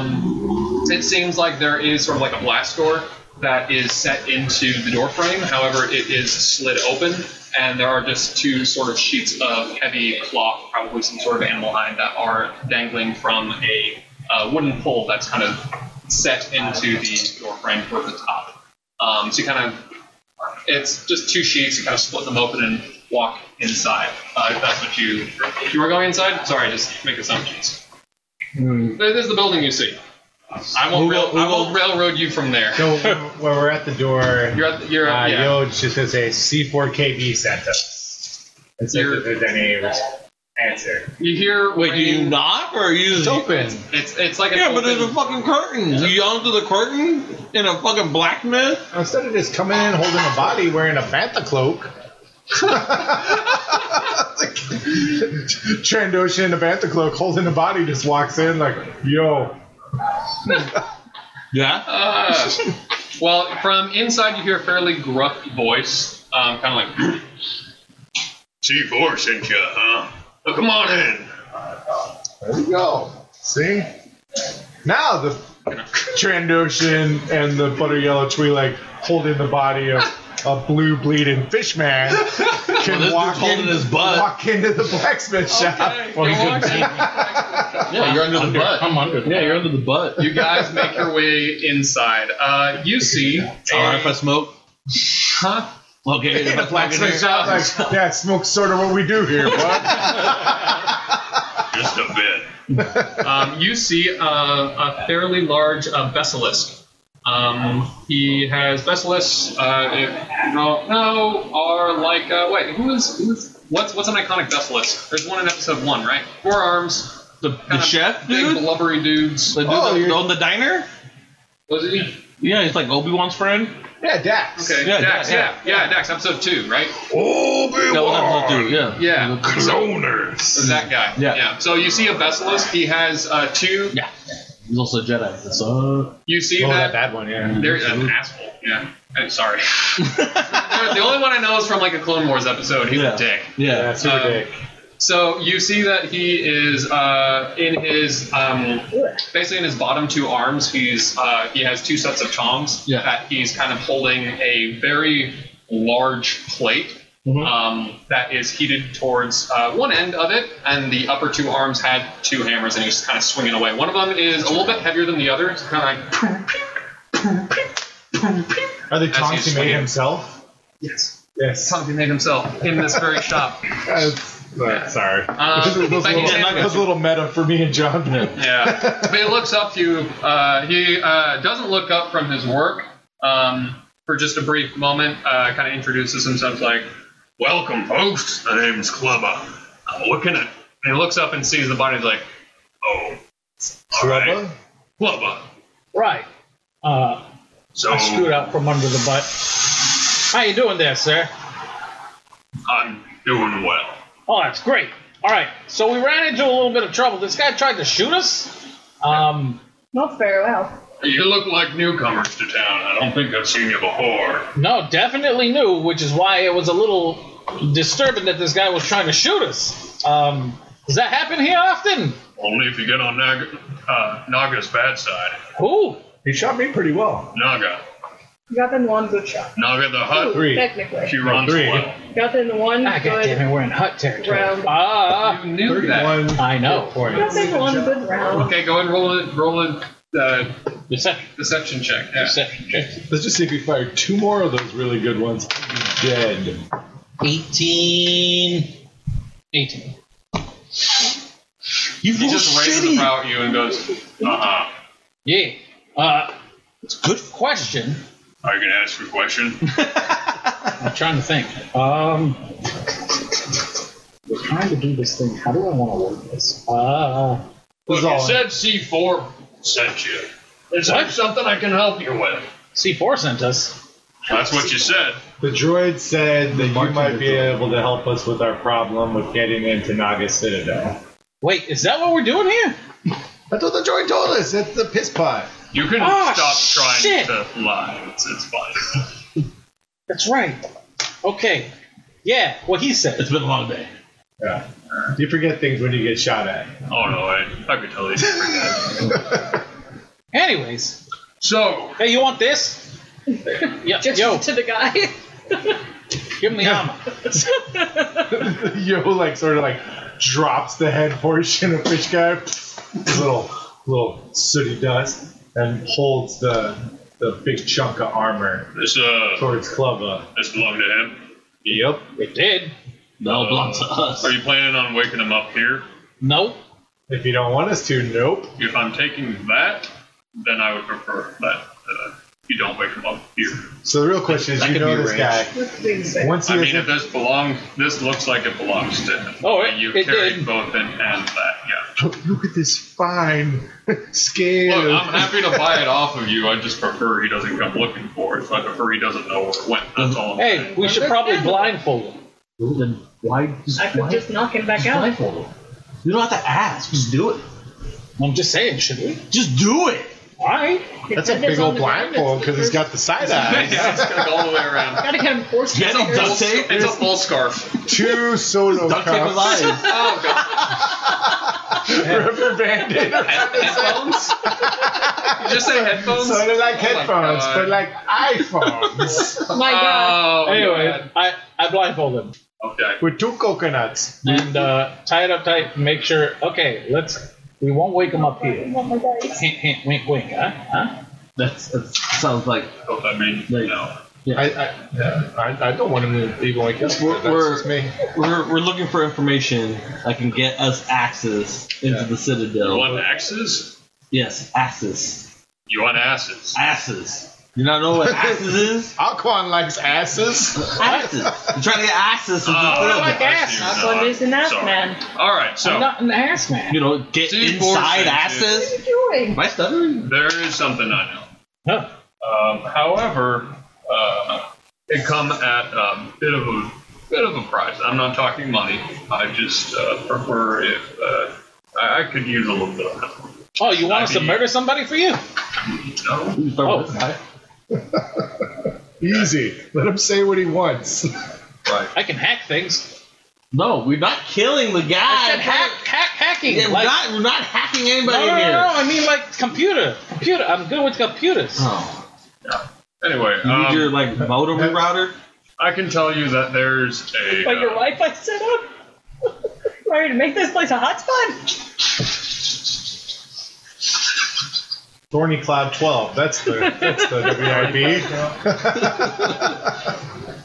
S6: Um, it seems like there is sort of like a blast door that is set into the door frame. However, it is slid open, and there are just two sort of sheets of heavy cloth, probably some sort of animal hide, that are dangling from a uh, wooden pole that's kind of set into the door frame toward the top. Um, so you kind of, it's just two sheets. You kind of split them open and walk inside. Uh, if that's what you, if you were going inside. Sorry, just make assumptions. This is the building you see. I won't,
S3: Move
S6: rail,
S3: up, move
S6: I won't railroad you from there.
S3: So when we're at the door,
S6: You're at the, you're
S7: Ah,
S3: uh,
S6: yeah.
S3: Yo just gonna say C4KB sent us. And said
S6: You're-
S3: if there's any answer.
S6: you hear
S7: Wait, do you
S6: ringing-
S7: knock or are you just
S3: It's open.
S6: It's it's like an
S7: Yeah, but there's a
S6: open-
S7: fucking curtain. You yawn through the curtain in a fucking blacksmith.
S3: Instead of just coming in holding a body wearing a Fanta cloak. <laughs> Trandoshan in a Bantha cloak holding a body just walks in like, yo.
S7: Yeah.
S6: Uh, well, from inside you hear a fairly gruff voice, um, kind of
S7: <laughs>
S6: like, "C4 sent you, huh? Well, come on in."
S3: There you go. See? Now the Trandoshan and the butter yellow Twi'lek holding the body of a blue bleeding fish man can
S7: dude's
S3: walk,
S7: holding
S3: in-
S7: his butt.
S3: walk into the blacksmith shop.
S6: Well,
S10: he couldn't see
S7: Yeah, you're under the butt.
S10: I'm under.
S7: Yeah, you're under the
S6: <laughs>
S7: butt. <laughs>
S6: you guys make your way inside. Uh, you see,
S7: All
S6: a-
S7: right, if I smoke.
S6: huh?
S7: Okay, if I smoke in
S3: Blacksmith
S7: here.
S3: shop, like, yeah, smoke's sort of what we do here, bud.
S6: Just a bit. um, you see uh, a fairly large uh, basilisk. Um, he has basilisks. Uh, if, no, no, are like uh, wait, who is who's what's what's an iconic basilisk? There's one in episode one, right? Four arms,
S7: The, the
S6: kinda
S7: chef
S6: big
S7: dude.
S6: blubbery dudes.
S7: The dude
S3: Oh,
S7: that
S3: you're-
S7: owned the diner?
S6: Was he?
S7: Yeah, he's like Obi Wan's friend.
S3: Yeah, Dax.
S6: Okay,
S7: Yeah,
S6: Dax,
S7: Dax,
S6: yeah, yeah, Dax, episode two, right?
S3: Obi
S7: That one episode two, yeah.
S6: Yeah.
S3: Cloners.
S6: That guy.
S7: Mm-hmm. Yeah.
S6: So you see a basilisk. He has uh, two.
S7: Yeah. He's also a Jedi. That's uh,
S6: You see
S3: Oh, that
S6: that
S3: bad one, yeah.
S6: There's
S7: Mm-hmm.
S6: an asshole. Yeah. I'm sorry.
S7: <laughs>
S6: the only one I know is from like a Clone Wars episode. He's
S7: yeah.
S6: a dick.
S7: Yeah.
S3: That's super
S6: Um,
S3: dick.
S6: So you see that he is uh, in his um, basically in his bottom two arms. He's uh, he has two sets of tongs
S7: Yeah.
S6: that he's kind of holding a very large plate
S7: Mm-hmm.
S6: um, that is heated towards uh, one end of it, and the upper two arms had two hammers, and he's just kind of swinging away. One of them is a little bit heavier than the other. It's kind of like
S3: Are the
S6: as
S3: tongs
S6: you
S3: he made
S6: swing it.
S3: himself?
S6: yes,
S3: Yes.
S6: something made himself in this very shop.
S3: Uh, sorry. <laughs>
S6: Um,
S3: This was a
S6: thank you,
S3: little-
S6: Sam.
S3: that was a little meta for me and John.
S6: Yeah. But he looks up to you. Uh, he uh, doesn't look up from his work. Um,
S1: for just a brief moment, uh, kind of introduces himself like, Welcome, folks. My name's Clubber. I'm looking at. And he looks up and sees the body. He's like, Oh. Clubber? Clubber.
S10: <laughs> Right. Uh,
S6: So-
S10: I screwed out from under the butt. How you doing there, sir?
S6: I'm doing well.
S10: Oh, that's great. All right, so we ran into a little bit of trouble. This guy tried to shoot us. Um,
S4: Not very well.
S6: You look like newcomers to town. I don't think I've seen you before.
S10: no, definitely knew, which is why it was a little disturbing that this guy was trying to shoot us. Um, does that happen here often?
S6: Only if you get on Naga, uh, Naga's bad side.
S10: Who?
S6: He shot me pretty well. Naga.
S4: You got in one good shot.
S6: Naga the Hut.
S4: Three. Technically.
S6: She runs
S10: Three.
S6: well.
S4: Got in one
S10: Ah,
S4: good.
S10: goddammit, we're in hut territory.
S4: Round.
S10: Ah,
S1: you knew that.
S10: I know.
S4: Got in one good round.
S1: Okay, go ahead and roll it. Roll it. Uh,
S10: Deception.
S1: Deception check. Yeah.
S10: Deception check.
S3: Let's just see if we fire two more of those really good ones. I'll be Dead.
S10: 18. 18.
S6: You
S1: He just
S10: Oh,
S1: raises a brow at you and goes,
S6: Uh-huh.
S10: Yeah. Uh, it's a good question.
S6: Are you going to ask me a question?
S10: <laughs> I'm trying to think. Um, we're trying to do this thing. How do I want to work this? Uh,
S6: Look,
S10: all-
S6: you said C4 sent you. Is that something I can help you with?
S10: C4 sent us.
S6: That's what you said.
S3: The droid said that you might be
S6: droid.
S3: able to help us with our problem with getting into Naga Citadel.
S10: Wait, is that what we're doing here?
S3: That's what the droid told us. That's the piss pot.
S6: You can
S10: Ah,
S6: stop trying
S10: shit.
S6: to lie. It's, it's fine.
S10: That's right. Okay. Yeah, what he said.
S7: It's been a long day.
S3: Yeah. You forget things when you get shot at. <laughs>
S6: Oh, no, I, I could totally forget.
S10: Anyways,
S6: So,
S10: hey, you
S4: <laughs>
S10: want this? yeah,
S4: Just
S10: yo,
S4: to the guy. <laughs>
S10: give him the armor.
S3: Yo, like, sort of like drops the head portion of fish guy, <laughs> little, little sooty dust, and holds the the big chunk of armor
S6: this, uh,
S3: towards Clubba.
S6: this belonged to him.
S3: Yep.
S10: It did.
S7: No, belongs to us.
S6: Are you planning on waking him up here?
S10: Nope.
S3: If you don't want us to, nope.
S6: If I'm taking that, then I would prefer that uh, you don't wake him up here.
S3: So the real question is,
S7: That
S3: you
S7: could
S3: know
S7: be
S3: this guy.
S7: arranged.
S4: That's being said.
S3: Once he
S6: I
S3: has
S6: mean, if this belongs, this looks like it belongs to him.
S10: Oh, it-
S6: you
S10: it
S6: carry
S10: did.
S6: both in and that. Yeah.
S3: Look at this fine scale.
S6: Look, I'm happy to buy it off of you. I just prefer he doesn't come looking for it. So I prefer he doesn't know where it went. That's all. I'm
S10: Hey,
S6: saying.
S10: we should probably blindfold him.
S7: Then why?
S4: I could
S7: why-
S4: just knock him back
S7: just
S4: out.
S7: blindfold him. You don't have to ask. Just do it.
S10: I'm just saying, should we?
S7: Just do it.
S10: All right.
S3: That's a big old blindfold because he's got the side
S6: <laughs>
S3: eyes.
S1: yeah, it's gonna go all the way around.
S4: Gotta get him forced
S7: Get him duct
S4: fingers.
S7: tape.
S1: It's a full scarf.
S3: Two solo
S7: Duct tape his
S3: cups.
S7: <laughs> eyes.
S1: Oh god.
S3: Rubber banded.
S6: <laughs>
S1: headphones? Did you just say headphones?
S3: So
S6: Oh
S3: they're like
S1: my
S3: headphones,
S1: God.
S3: but like iPhones
S4: My
S6: uh,
S4: God.
S1: Oh,
S10: Anyway,
S1: God.
S10: I, I blindfold him
S6: Okay.
S3: with two coconuts.
S10: and uh, tie it up tight and make sure. Okay, let's. We won't wake him up here. Hint, hint, wink, wink. Huh? Huh?
S7: That's, that sounds like
S6: What I mean,
S7: Like-
S6: no.
S3: I, I, yeah, I, I don't want him to even wake up.
S7: We're-
S3: That's
S7: we're-
S3: just me.
S7: we're, we're looking for information that can get us access into the
S6: You
S7: citadel.
S6: want axes?
S7: Yes, access.
S6: You want asses?
S7: Asses. You not know what asses is?
S3: Alquan likes asses.
S7: Asses. You trying to get access into
S6: Oh,
S7: the
S6: I see
S10: Uh,
S6: you're
S7: citadel.
S4: That's what is an ass
S6: Sorry.
S4: man.
S6: All right. So
S10: I'm not an ass man.
S7: You know, get
S6: Dude,
S7: inside
S6: forces,
S7: asses.
S4: What are you doing?
S7: Am I stuttering?
S6: there is something I know.
S10: Huh.
S6: Um, however, uh, it come at a bit of a bit of a price. I'm not talking money. I just uh, prefer if uh, I, I could use a little bit of help.
S10: Oh, you want us
S6: I
S10: to
S6: mean-
S10: murder somebody for you?
S6: No,
S7: You start with
S10: Oh.
S7: this.
S3: Easy. Let him say what he wants.
S6: right.
S10: I can hack things.
S7: No, we're not killing the guy.
S10: I said hack, hack, hacking.
S7: Yeah, we're,
S10: like,
S7: not, we're not hacking
S10: no,
S7: anybody
S10: no, no,
S7: here.
S10: no, I mean like computer, computer. I'm good with computers.
S7: Oh.
S6: <laughs> Anyway,
S7: You need your
S6: um,
S7: like modem router?
S6: I can tell you that there's a.
S20: But your
S6: uh,
S20: Wi-Fi set up? <laughs> Why to make this place a hotspot?
S3: Thorny Cloud 12.
S10: <laughs>
S3: That's the that's the WIP.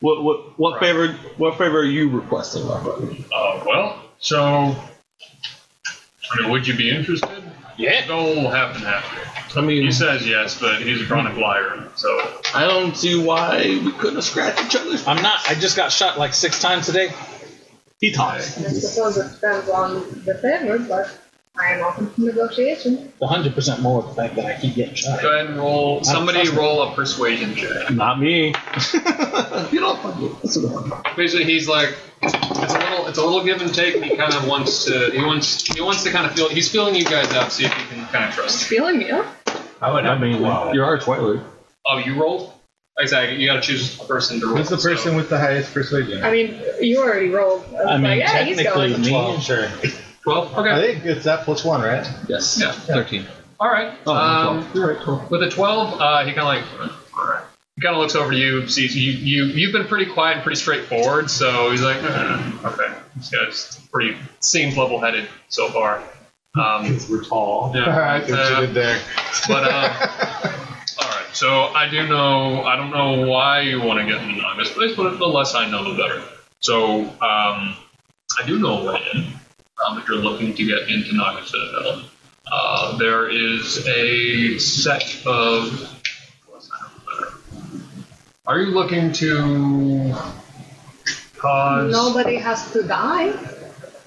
S7: What what what favor what favor are you requesting, my brother?
S6: Uh, well, so I mean, would you be interested?
S14: Yeah. It'll happen after.
S9: I mean,
S14: he says yes, but he's a chronic liar, so
S9: I don't see why we couldn't have scratched each other's.
S24: I'm not. I just got shot like six times today.
S9: He talks.
S4: I suppose it depends on the favor, but I am open to negotiation.
S24: hundred percent more the fact that I keep getting shot.
S6: Go ahead and roll. Somebody roll a persuasion check.
S7: Not me.
S9: You don't fuck it. That's what I'm-
S6: Basically, he's like, it's a little, it's a little give and take. And he kind of wants to, he wants, he wants to kind of feel, he's feeling you guys out, see if you can kind of trust. him.
S4: Feeling you?
S10: Oh,
S7: I would. I mean, you're our Twilight.
S6: Oh, you rolled. Exactly. You got to choose a person to roll.
S3: Who's the
S6: so-
S3: person with the highest persuasion?
S4: I mean, you already rolled. I, was
S3: I mean,
S4: like, yeah, he's
S3: technically
S4: going.
S3: me.
S7: Twelve.
S3: Sure.
S6: Twelve. Okay.
S3: I think it's that plus one, right?
S7: Yes.
S6: Yeah.
S7: Thirteen.
S6: All right.
S7: Oh,
S6: um,
S7: twelve. You're right. Twelve.
S6: With a 12, uh, he kind of like, all right. He kind of looks over to you, sees you, you, you've been pretty quiet and pretty straightforward, so he's like, "Mm, okay, this guy's pretty, seems level headed so far. Um,
S7: We're tall.
S6: yeah,
S7: <laughs>
S6: Uh,
S3: I see
S10: uh,
S3: what you did there.
S6: but, uh, all right, so I do know, I don't know why you want to get in on this place, but the less I know, the better. So, um, I do know a way in. Um, if you're looking to get into Naga Citadel, uh, there is a set of. Are you looking to cause?
S4: Nobody has to die.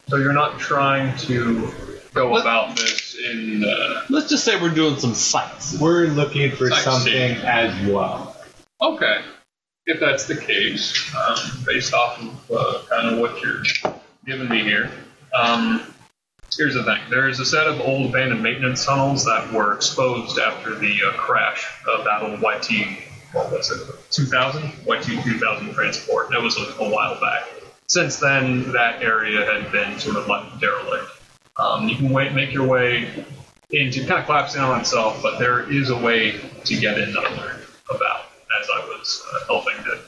S6: So you're not trying to go about this in uh, the.
S7: Let's just say we're doing some sights.
S3: We're looking for
S6: I see.
S3: something as well.
S6: Okay. If that's the case, um, based off of uh, kind of what you're giving me here, um, here's the thing. There's a set of old abandoned maintenance tunnels that were exposed after the uh, crash of that old YT, what was it, 2000? YT 2000 transport. That was a, a while back. Since then, that area had been sort of left derelict. Um, you can wait, make your way into kind of collapsing on itself, but there is a way to get in that I learned about as I was uh, helping to,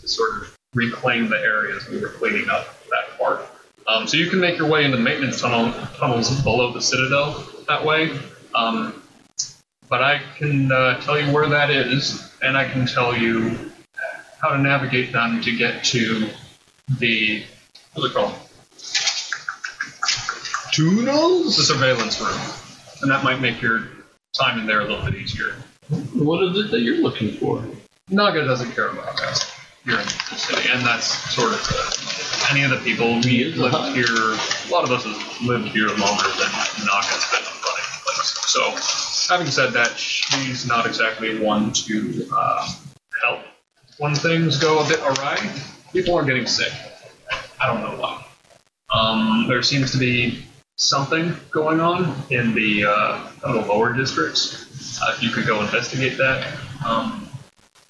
S6: to sort of reclaim the areas we were cleaning up that part. Um, so you can make your way into the maintenance tunnel, tunnels below the citadel that way. Um, but I can uh, tell you where that is, and I can tell you how to navigate them to get to the what's it called?
S3: Tunnels?
S6: the surveillance room, and that might make your time in there a little bit easier.
S7: What is it that you're looking for?
S6: Naga doesn't care about that. You're in the city, and that's sort of the, any of the people we lived here. A lot of us have lived here longer than Naga's been running the place. So, having said that, she's not exactly one to uh, help when things go a bit awry. People are getting sick. I don't know why. Um, there seems to be something going on in the uh, kind of the lower districts. Uh, if you could go investigate that. Um,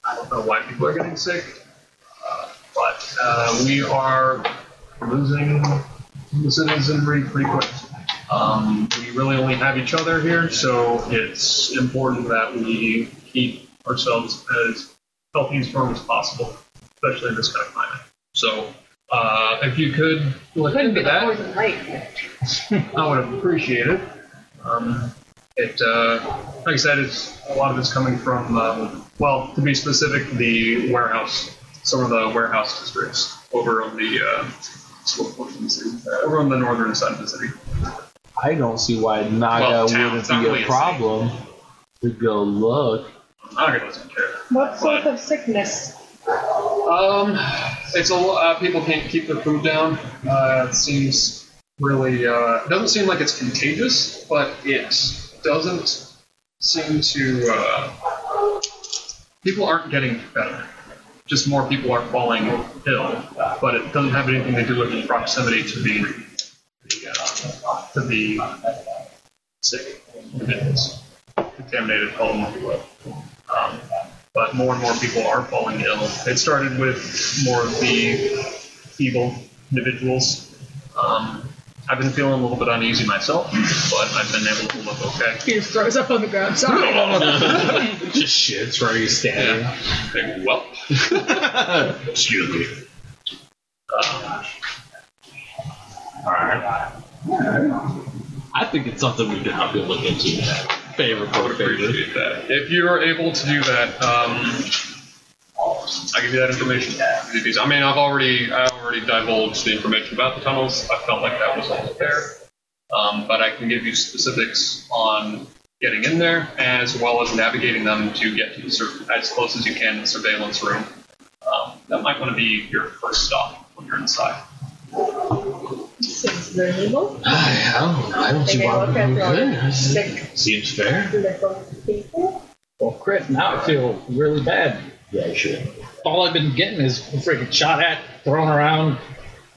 S6: I don't know why people are getting sick, uh, but uh, we are losing the citizenry pretty quick. Um, we really only have each other here, so it's important that we keep ourselves as healthy and strong as possible, especially in this kind of climate. So, uh, if you could look
S4: Couldn't
S6: into
S4: be the
S6: that,
S4: poison light.
S6: I would appreciate it. Um, it, uh, like I said, it's a lot of it's coming from, um, well, to be specific, the warehouse, some of the warehouse districts over on the, uh, what portion of the city? Uh, over on the northern side of the city.
S7: I don't see why Naga
S6: Well, town,
S7: wouldn't
S6: it's not
S7: be
S6: really a
S7: a
S6: city.
S7: problem to go look.
S6: Naga doesn't care.
S4: What sort of sickness?
S6: Um, it's a lo- uh, people can't keep their food down. Uh, it seems really uh, it doesn't seem like it's contagious, but it doesn't seem to. Uh, people aren't getting better. Just more people are falling ill, but it doesn't have anything to do with the proximity to the, the uh, to the sick individuals, contaminated, call them what you will. Um, but more and more people are falling ill. It started with more of the evil individuals. Um, I've been feeling a little bit uneasy myself, but I've been able to look okay.
S4: He just throws up on the ground. Sorry.
S7: Just shits where you're standing.
S6: Yeah. Big whelp.
S7: Excuse me. Alright. I think it's something we can help you look into. Favor
S6: I would
S7: for favor.
S6: appreciate that. If you are able to do that, um, I give you that information. Because, I mean, I've already, I already divulged the information about the tunnels. I felt like that was all there. Um, but I can give you specifics on getting in there as well as navigating them to get to the sur- as close as you can to the surveillance room. Um, that might want to be your first stop when you're inside.
S20: Seems reasonable.
S7: Why
S20: Take a look at the sick
S7: Seems fair.
S20: little people.
S10: Well, crit, now I feel really bad.
S7: Yeah, you should.
S10: All I've been getting is freaking shot at, thrown around.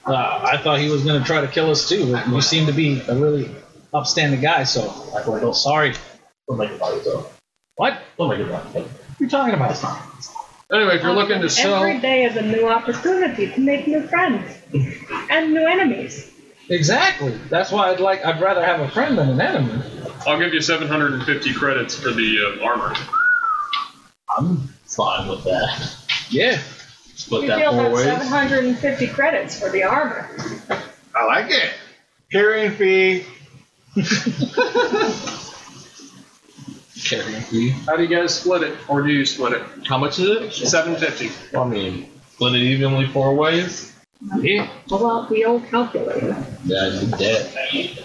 S10: Uh, I thought he was going to try to kill us too, but you seem to be a really upstanding guy, so I feel sorry.
S7: Don't make a body though.
S10: What?
S7: Don't make a body.
S10: What are you talking about?
S25: Anyway, if you're looking to
S26: Every
S25: sell,
S26: day is a new opportunity to make new friends and new enemies.
S10: Exactly. That's why I'd like. I'd rather have a friend than an enemy.
S6: I'll give you 750 credits for the uh, armor.
S7: I'm fine with that.
S10: Yeah.
S7: Split
S20: You
S7: that
S20: deal
S7: four
S20: about
S7: ways.
S20: 750 credits for the armor.
S27: I like it. Carrying fee.
S7: Carrying fee.
S6: How do you guys split it, or do you split it?
S7: How much is it?
S6: 750.
S7: I mean, split it evenly four ways.
S10: Yeah.
S20: How about the old calculator?
S7: Yeah, I did that.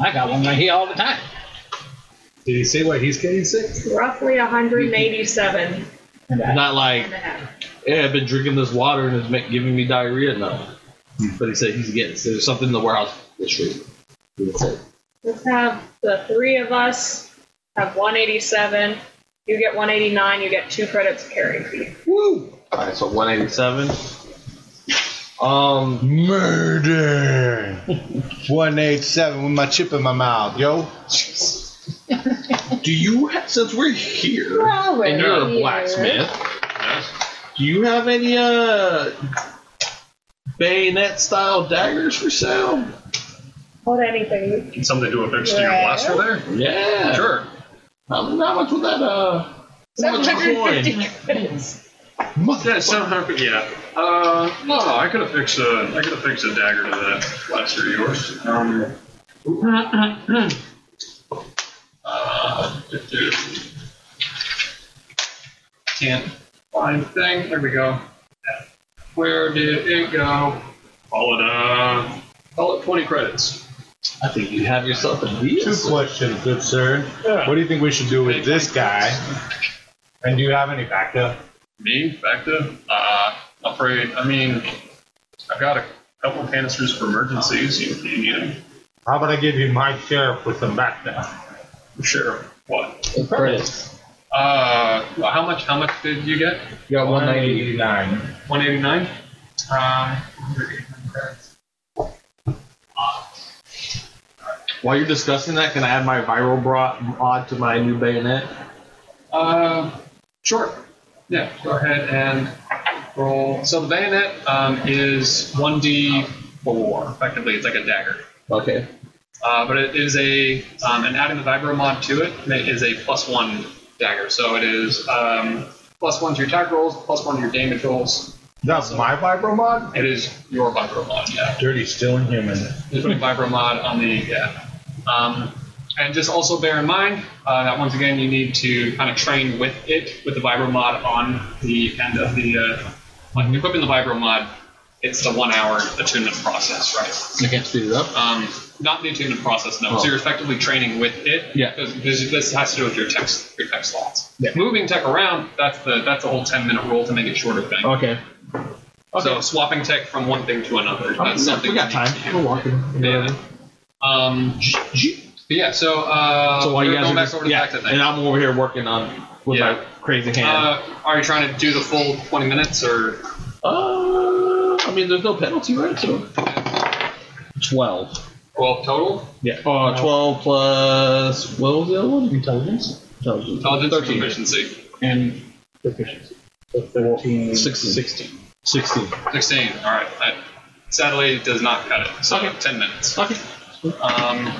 S10: I got one right here all the time.
S3: Did he say what he's getting sick?
S20: Roughly 187
S7: Not like
S20: and a half.
S7: yeah, I've been drinking this water and it's ma- giving me diarrhea now. But he said he's getting so there's something in the warehouse this week. He said,
S20: Let's have the three of us have 187. You get 189. You get two credits of carry fee.
S7: All right, so 187. Um,
S1: Murder. 187 with my chip in my mouth, yo.
S7: do you ha- since we're here
S20: Well,
S7: and you're
S20: we're
S7: a blacksmith, do you have any uh bayonet style daggers for sale?
S20: Hold anything.
S6: Can something do a fix to your blaster there?
S7: Yeah,
S6: Sure.
S7: How, how much would that uh? How much coin?
S20: 750 credits.
S6: Yeah, 700. Yeah. Uh, no, no, I could have fixed a, I could have fixed a dagger to that blaster of yours. Um. <clears throat> uh, can't find thing. There we go. Where did it go? Call it uh, call it 20 credits.
S7: I think you have yourself a deal.
S3: Two questions, good sir. What do you think we should do with this guy? And do you have any backup?
S6: Me, back to uh, upgrade. I mean, I've got a couple canisters for emergencies. You, you need them.
S3: How about I give you my sheriff with some backup?
S6: Sure. What?
S7: Credits.
S6: Uh, how much? How much did you get?
S3: You got 189.
S6: One eighty nine. Um,
S7: While you're discussing that, can I add my viral bra- mod to my new bayonet?
S6: uh, sure. Yeah. Go ahead and roll. So the bayonet um, is one d four. Effectively, it's like a dagger.
S7: Okay.
S6: Uh, but it is a, um, and adding the vibro mod to it, it is a plus one dagger. So it is um, plus one to your attack rolls, plus one to your damage rolls.
S3: That's my vibro mod?
S6: It is your vibro mod, yeah.
S3: Dirty, still inhuman.
S6: Just putting vibro mod on the, yeah. Um, and just also bear in mind uh, that once again you need to kind of train with it, with the vibro mod on the end of the, uh, like equipping the vibro mod, it's the one hour attunement process, right?
S7: I can't speed it up.
S6: Um, not the attunement process, no.
S7: Oh.
S6: So you're effectively training with it.
S7: Yeah.
S6: Because this has to do with your text, your text slots. Moving tech around, that's the that's the whole 10 minute rule to make it shorter thing.
S7: Okay.
S6: So swapping tech from one thing to another. That's something
S7: we got
S6: you need
S7: time.
S6: to
S7: We're
S6: do.
S7: walking.
S6: Yeah. Um. but Yeah. So. Uh,
S7: So while you
S6: we're
S7: guys
S6: going
S7: are
S6: back
S7: just,
S6: over to
S7: yeah,
S6: the tech thing.
S7: and I'm over here working on with
S6: Yeah.
S7: my crazy hand.
S6: Uh, are you trying to do the full 20 minutes or?
S7: Uh, I mean, there's no penalty, right? So twelve.
S6: Well, total
S7: Yeah. Uh, twelve plus what was the other one? Intelligence. Intelligence.
S6: intelligence or
S7: Thirteen.
S6: proficiency.
S28: And proficiency. So 13.
S7: Sixteen.
S28: 16.
S7: Sixteen.
S6: 16. All right. That sadly does not cut it. So
S7: Okay.
S6: 10 minutes.
S7: Okay.
S6: Um,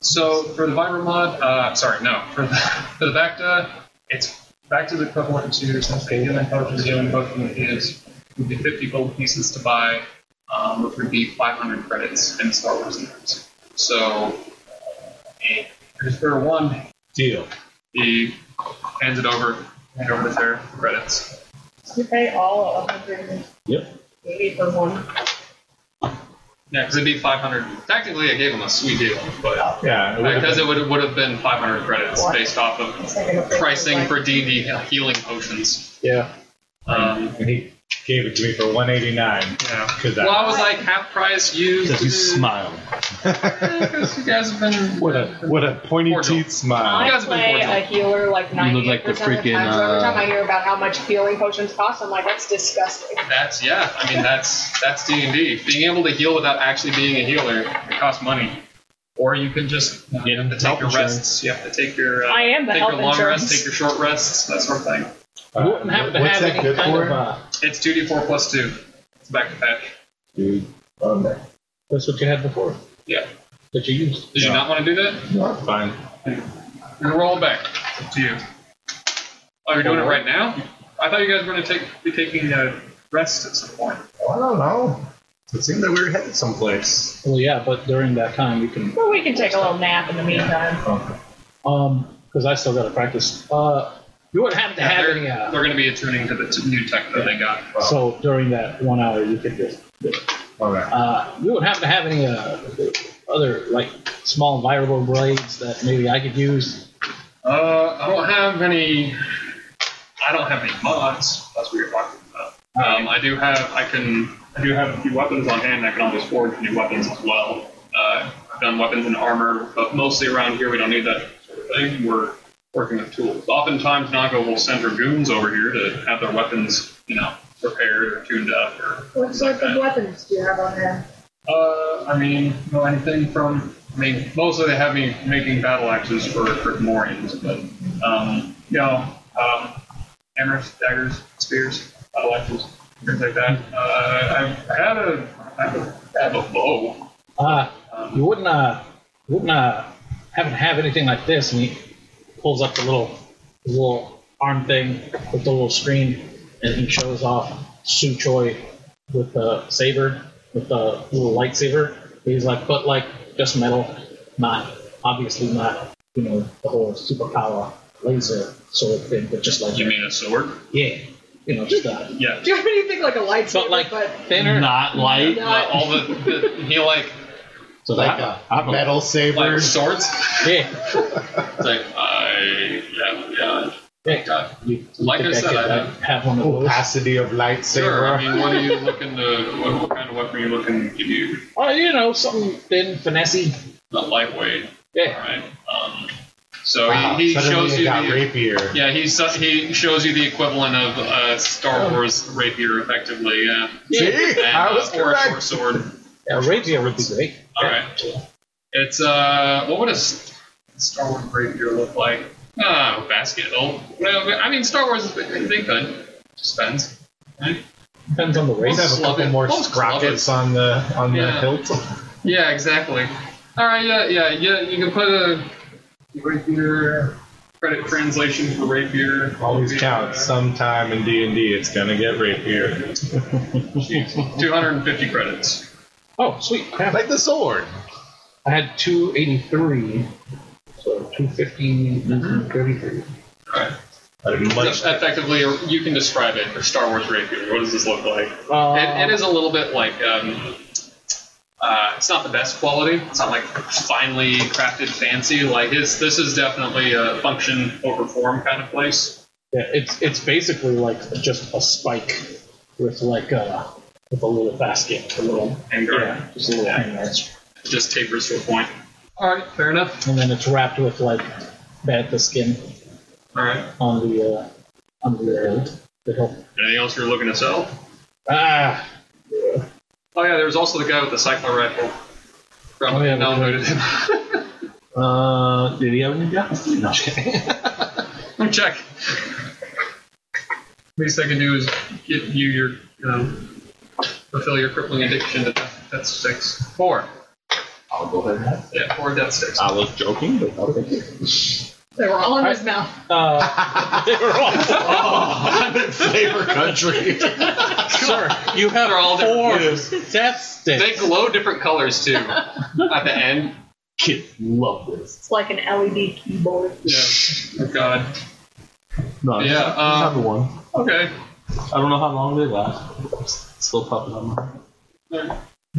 S6: so for the Vibra mod, uh, sorry, no, for the, for the Bacta, it's Bacta's equivalent to since the human potion, the human potion is would be 50 gold pieces to buy, um, which would be 500 credits in Star Wars terms. So eh, just for one,
S3: Deal.
S6: he hands it over, hand over to Sarah for credits.
S20: You pay all 180
S7: Yep.
S20: for one.
S6: Yeah, because it'd be 500. Technically, I gave him a sweet deal, but
S3: Yeah, it would've
S6: because
S3: been-
S6: it would would have been 500 credits based off of pricing for D&D healing potions.
S3: Yeah.
S6: Um,
S3: and he gave it to me for 189.
S6: Yeah.
S3: Because
S6: Well, I was like half price used.
S3: Because you smiled.
S6: Because you guys have been.
S3: What a what a pointy teeth smile.
S4: I play a healer like
S3: You
S4: ninety
S3: look like the
S4: percent of the
S3: freaking,
S4: time. So every
S3: uh,
S4: time I hear about how much healing potions cost, I'm like, that's disgusting.
S6: That's yeah. I mean, that's that's D and D. Being able to heal without actually being a healer it costs money. Or you can just you have to take your rests. You have to take your uh,
S20: I am the
S6: take
S20: health
S6: your long
S20: insurance.
S6: rests, take your short rests, that sort of thing.
S3: wouldn't happen to what's have that any good kind for? of, uh,
S6: it's two d four plus two. It's back to back.
S3: Dude, um,
S10: That's what you had before.
S6: Yeah.
S10: That you used.
S6: Did you not want to do that?
S3: No, it's fine.
S6: You're rolling back. It's up to you. Oh, you're doing it right now? I thought you guys were going to take be taking a rest at some point.
S3: I don't know. It seemed that we were headed someplace.
S10: Well, yeah, but during that time you can.
S20: Well, we can take a little nap in the meantime.
S10: Um, because I still got to practice. Uh, you wouldn't have to
S6: Yeah,
S10: have
S6: they're,
S10: any. Uh,
S6: they're going to be attuning to the t- new tech that they got.
S10: So during that one hour, you could just. do it. Uh, you would have to have any uh, other like small viral blades that maybe I could use.
S6: Uh, I don't have any. I don't have any mods. That's what you're talking about. Um, I do have. I can. I do have a few weapons on hand. I can always forge new weapons as well. Uh, I've done weapons and armor, but mostly around here we don't need that sort of thing. We're working with tools. Oftentimes, Nago will send her goons over here to have their weapons, you know, repaired or tuned up. Or
S4: What sort of weapons do you have on hand?
S6: uh, I mean, you know, anything from. I mean, mostly they have me making battle axes for for Morians, but um, you know, um, hammers, daggers, spears, battle axes, things like that. Uh, I've had a, I have a, I have a bow.
S10: Uh, you wouldn't uh, you wouldn't uh, have to have anything like this. And he pulls up the little the little arm thing with the little screen, and he shows off Su Choi with the saber with the little lightsaber. He's like, but like just metal, not obviously not you know the whole superpower laser sort of thing, but just like
S6: You mean a sword?
S10: yeah, you know just that.
S6: Yeah.
S4: Do you have anything like a lightsaber? But
S10: like
S4: thinner.
S7: Not light.
S4: Not-
S6: all the, the he like
S10: So
S6: like
S7: a
S6: metal
S7: saber.
S6: like swords.
S10: Yeah.
S6: It's like I yeah yeah.
S10: Yeah.
S6: God.
S10: You,
S6: Like I
S10: think
S6: said,
S10: could,
S6: I-
S10: like, have one of those.
S3: Opacity of lightsaber.
S6: Sure. I mean, what are you looking to? What, what kind of weapon are you looking to do?
S10: Oh, you know, something thin, finessey.
S6: Not lightweight.
S10: Yeah.
S6: Right. Um, so
S3: Wow,
S6: he, he
S3: suddenly
S6: shows
S3: it
S6: you
S3: got
S6: the,
S3: rapier.
S6: Yeah, he su- he shows you the equivalent of uh,
S10: Oh.
S6: Star Wars rapier, effectively. Yeah.
S10: Yeah.
S6: And,
S10: See? I was
S6: uh, or a short
S10: correct.
S6: sword.
S10: Yeah, rapier would be great.
S6: All right. It's uh, what would a s- Star Wars rapier look like? Ah, a basket. Oh, well, I mean, Star Wars. They could. Just depends. Right?
S10: Depends on the
S3: We
S10: race.
S3: have a couple more
S6: Most club it.
S3: sprockets on the on the
S6: Yeah.
S3: hilt.
S6: Yeah, exactly. All right, yeah, yeah, yeah. You can put a rapier credit translation for rapier.
S3: Always counts. Sometime in D and D, it's gonna get rapier.
S6: Oh. Two hundred and fifty credits.
S10: Oh, sweet. crap.
S3: Like the sword.
S10: I had 283, so 250, 33.
S6: All
S3: right.
S6: Much effectively, you can describe it for Star Wars rapier. What does this look like?
S10: Uh,
S6: it, it is a little bit like. Um, uh, it's not the best quality. It's not like finely crafted, fancy. Like his, this is definitely a function over form kind of place.
S10: Yeah, it's it's basically like just a spike with like a with a little basket, a little
S6: Hanger.
S10: yeah, just a little hanger.
S6: It just tapers to a point. All right, fair enough.
S10: and then it's wrapped with like bantha skin
S6: All right.
S10: on the uh, on the hilt. The hilt.
S6: Anything else you're looking to sell?
S10: Ah,
S6: Oh yeah, there was also the guy with the cycler rifle. Probably
S10: Oh, yeah,
S6: downloaded him. <laughs>
S7: Uh, did he have any guns? No.
S6: Let me check. Least I can do is get you your um, fulfill your crippling addiction to death. That's six. Four.
S7: I'll go ahead. and-
S6: Yeah, four death sticks.
S7: I was joking, but okay.
S4: They were all in his mouth.
S7: <laughs>
S10: uh, they were all
S7: Oh, I'm in flavor
S10: <laughs>
S7: country.
S10: sir. You have
S6: They're all
S10: four
S6: different.
S10: death sticks.
S6: They glow different colors too. At the end.
S7: Kids love this.
S20: It's like an LED keyboard.
S6: Yeah. Oh God.
S7: No,
S6: Yeah,
S7: yeah,
S6: uh,
S7: another one.
S6: Okay.
S7: I don't know how long they last. Still popping on my.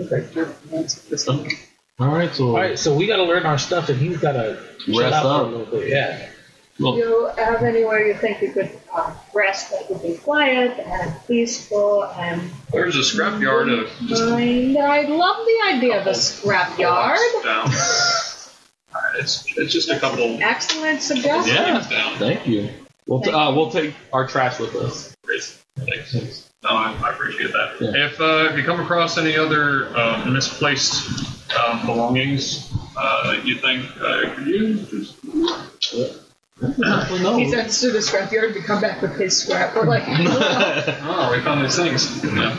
S6: Alright.
S10: Okay. All right, so all right, so we got to learn our stuff, and he's got to shut
S7: Rest
S10: up,
S7: up.
S10: for a little bit. Yeah.
S20: Do you have anywhere you think you could uh, rest that would be quiet and peaceful and
S4: There's a scrapyard of just
S20: kind? I love the idea of
S6: <laughs>
S20: a scrapyard.
S4: down. Alright, it's it's just a couple.
S20: Excellent suggestion.
S4: Yeah, thank
S7: you. We'll, t-
S20: Thank
S7: uh, we'll take our trash with us.
S4: Thanks. No, I, I appreciate that.
S6: If uh, if you come across any other um, misplaced um, belongings, uh, you think uh, could you just
S20: He sends to the scrapyard to come back with his scrap.
S4: <laughs>
S20: We're like,
S6: oh, we found these things. Yeah.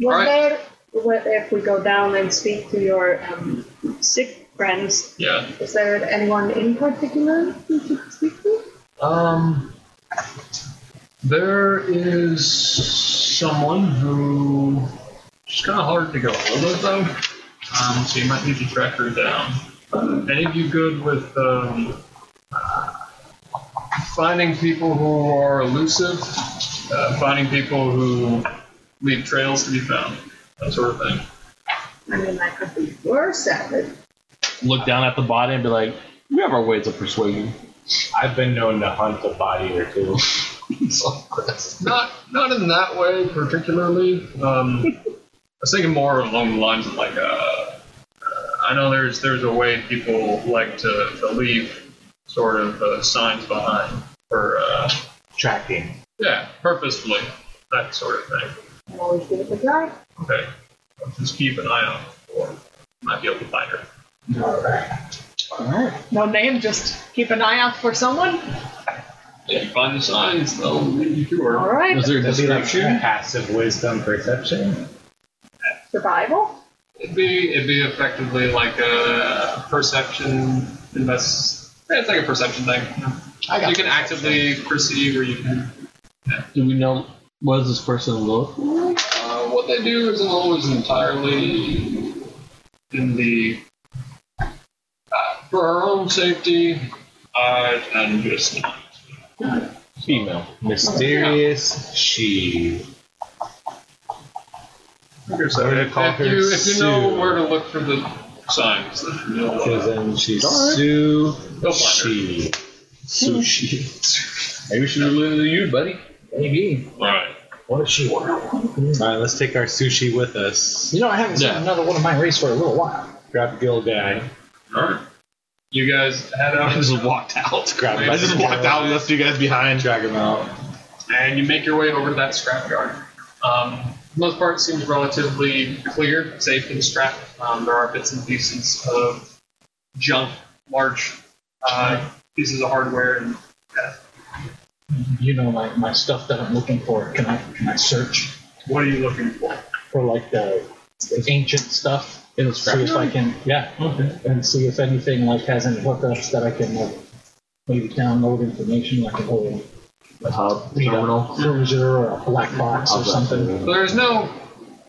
S20: Well, there, what if we go down and speak to your um, sick friends?
S6: Yeah.
S20: Is there anyone in particular you should speak to?
S6: Um, there is someone who she's kind of hard to get a hold of, though. Um, so you might need to track her down. Uh, any of you good with um, finding people who are elusive, uh, finding people who leave trails to be found, that sort of thing?
S20: I mean, I could be worse at it.
S7: Look down at the body and be like, we have our ways of persuasion.
S3: I've been known to hunt a body or two.
S6: Not not in that way particularly. Um, I was thinking more along the lines of like, uh, uh, I know there's there's a way people like to, to leave sort of uh, signs behind for uh,
S3: Tracking.
S6: yeah purposefully that sort of thing.
S20: I'm always good at that.
S6: Okay, I'll just keep an eye on her for might be able to find her.
S20: No name, just keep an eye out for someone.
S6: If you find the signs, they'll lead you to her.
S20: All right. Is there a
S3: That'd be like
S20: description?
S3: passive wisdom perception?
S20: Survival.
S6: It'd be it'd be effectively like a perception invest. yeah, It's like a perception thing.
S4: I got
S6: you can actively perceive, or you can.
S7: Do we know what does this person look?
S6: Uh, what they do isn't always entirely in the uh, for our own safety uh, and just
S3: Female. Mysterious she.
S6: So
S3: gonna
S6: if,
S3: call
S6: if
S3: her
S6: you if you know
S3: Sue.
S6: where to look for the signs, then you know.
S3: Because then she's
S6: Alright.
S3: Sue.
S6: Go
S3: She. Sushi.
S7: Maybe she's related to you, buddy.
S10: Maybe.
S6: All right.
S10: What does she want?
S3: Alright, let's take our sushi with us.
S10: You know, I haven't seen another one of my race for a little while.
S3: Grab Gil guy.
S6: All right. You guys head out.
S1: I just walked out.
S3: Grab him.
S1: I just walked out and left you guys behind.
S3: Drag him out.
S6: and you make your way over to that scrap yard. Um, for the most part, it seems relatively clear, safe and scrap. Um, there are bits and pieces of junk, large uh, pieces of hardware, and uh,
S10: You know, my, my stuff that I'm looking for. Can I can I search
S6: what are you looking for?
S10: for like the, the ancient stuff?
S7: In
S10: See if I can, yeah,
S7: Okay.
S10: and see if anything like has any hookups that I can like maybe download information like a whole
S7: Hub
S10: you know,
S7: terminal.
S10: cruiser or a black box or
S7: How's that?
S10: something.
S6: There's no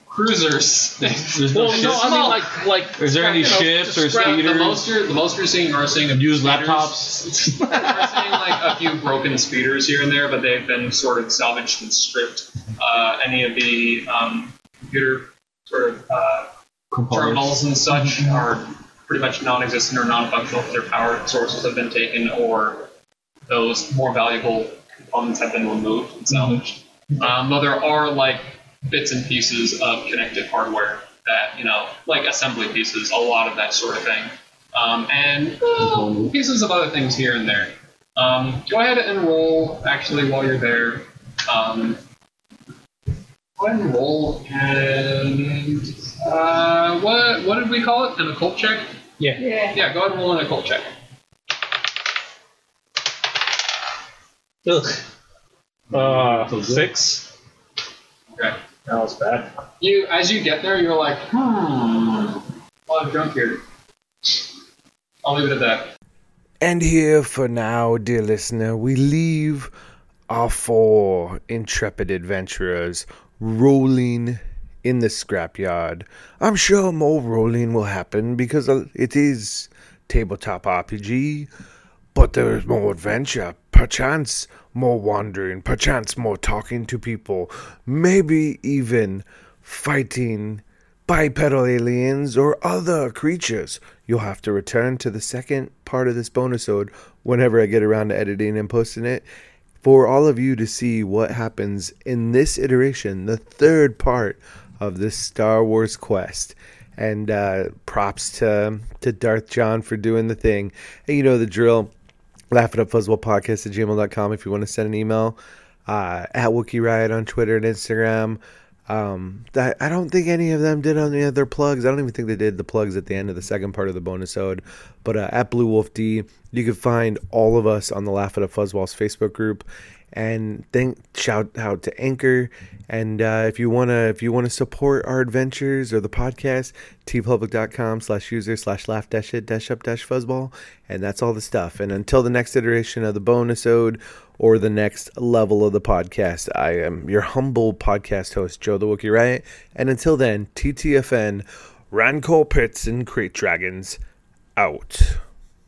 S6: cruisers.
S7: There's no
S6: <laughs> Well,
S7: shit.
S6: no, I mean, like-
S10: like
S7: Is there any
S6: You know,
S7: ships or
S6: scrap- The
S7: speeders?
S6: most you're, the most you're seeing are seeing a few
S7: Used
S6: speeders.
S7: laptops.
S6: We're seeing like a few broken speeders here and there, but they've been sort of salvaged and stripped. Uh, any of the um, computer sort of uh, terminals and such
S7: Mm-hmm.
S6: are pretty much non-existent or non-functional. Their power sources have been taken, or those more valuable components have been removed and salvaged.
S7: Mm-hmm.
S6: Um, though there are like bits and pieces of connected hardware that you know, like assembly pieces, a lot of that sort of thing, um, and uh, pieces of other things here and there. Um, go ahead and roll. Actually, while you're there, um, Go ahead and roll and uh, what what did we call it? An occult check?
S10: Yeah,
S20: Yeah.
S6: Yeah, go ahead and roll an occult check.
S10: Ugh.
S3: Uh, six.
S6: Okay.
S10: that was bad.
S6: You as you get there, you're like, hmm, a lot of junk here. I'll leave it at that.
S2: And here for now, dear listener, we leave our four intrepid adventurers rolling in the scrapyard. I'm sure more rolling will happen because uh, it is tabletop RPG, but there is more adventure, perchance more wandering, perchance more talking to people, maybe even fighting bipedal aliens, or other creatures. You'll have to return to the second part of this bonusode whenever I get around to editing and posting it for all of you to see what happens in this iteration, the third part of this Star Wars quest. And uh, props to to Darth John for doing the thing. And you know the drill. Laugh it up fuzzball podcast at gmail.com if you want to send an email. Uh, at Wookie Riot on Twitter and Instagram. Um, that, I don't think any of them did any of their plugs. I don't even think they did the plugs at the end of the second part of the bonus ode. But uh, at Blue Wolf D, you can find all of us on the Laugh at a Fuzzballs Facebook group. And thank shout out to Anchor. And uh, if you wanna if you wanna support our adventures or the podcast, tpublic.com slash user slash laugh dash it dash up dash fuzzball. And that's all the stuff. And until the next iteration of the bonus ode or the next level of the podcast, I am your humble podcast host, Joe the Wookie Riot. And until then, TTFN, Rancor Pits and Crate Dragons out.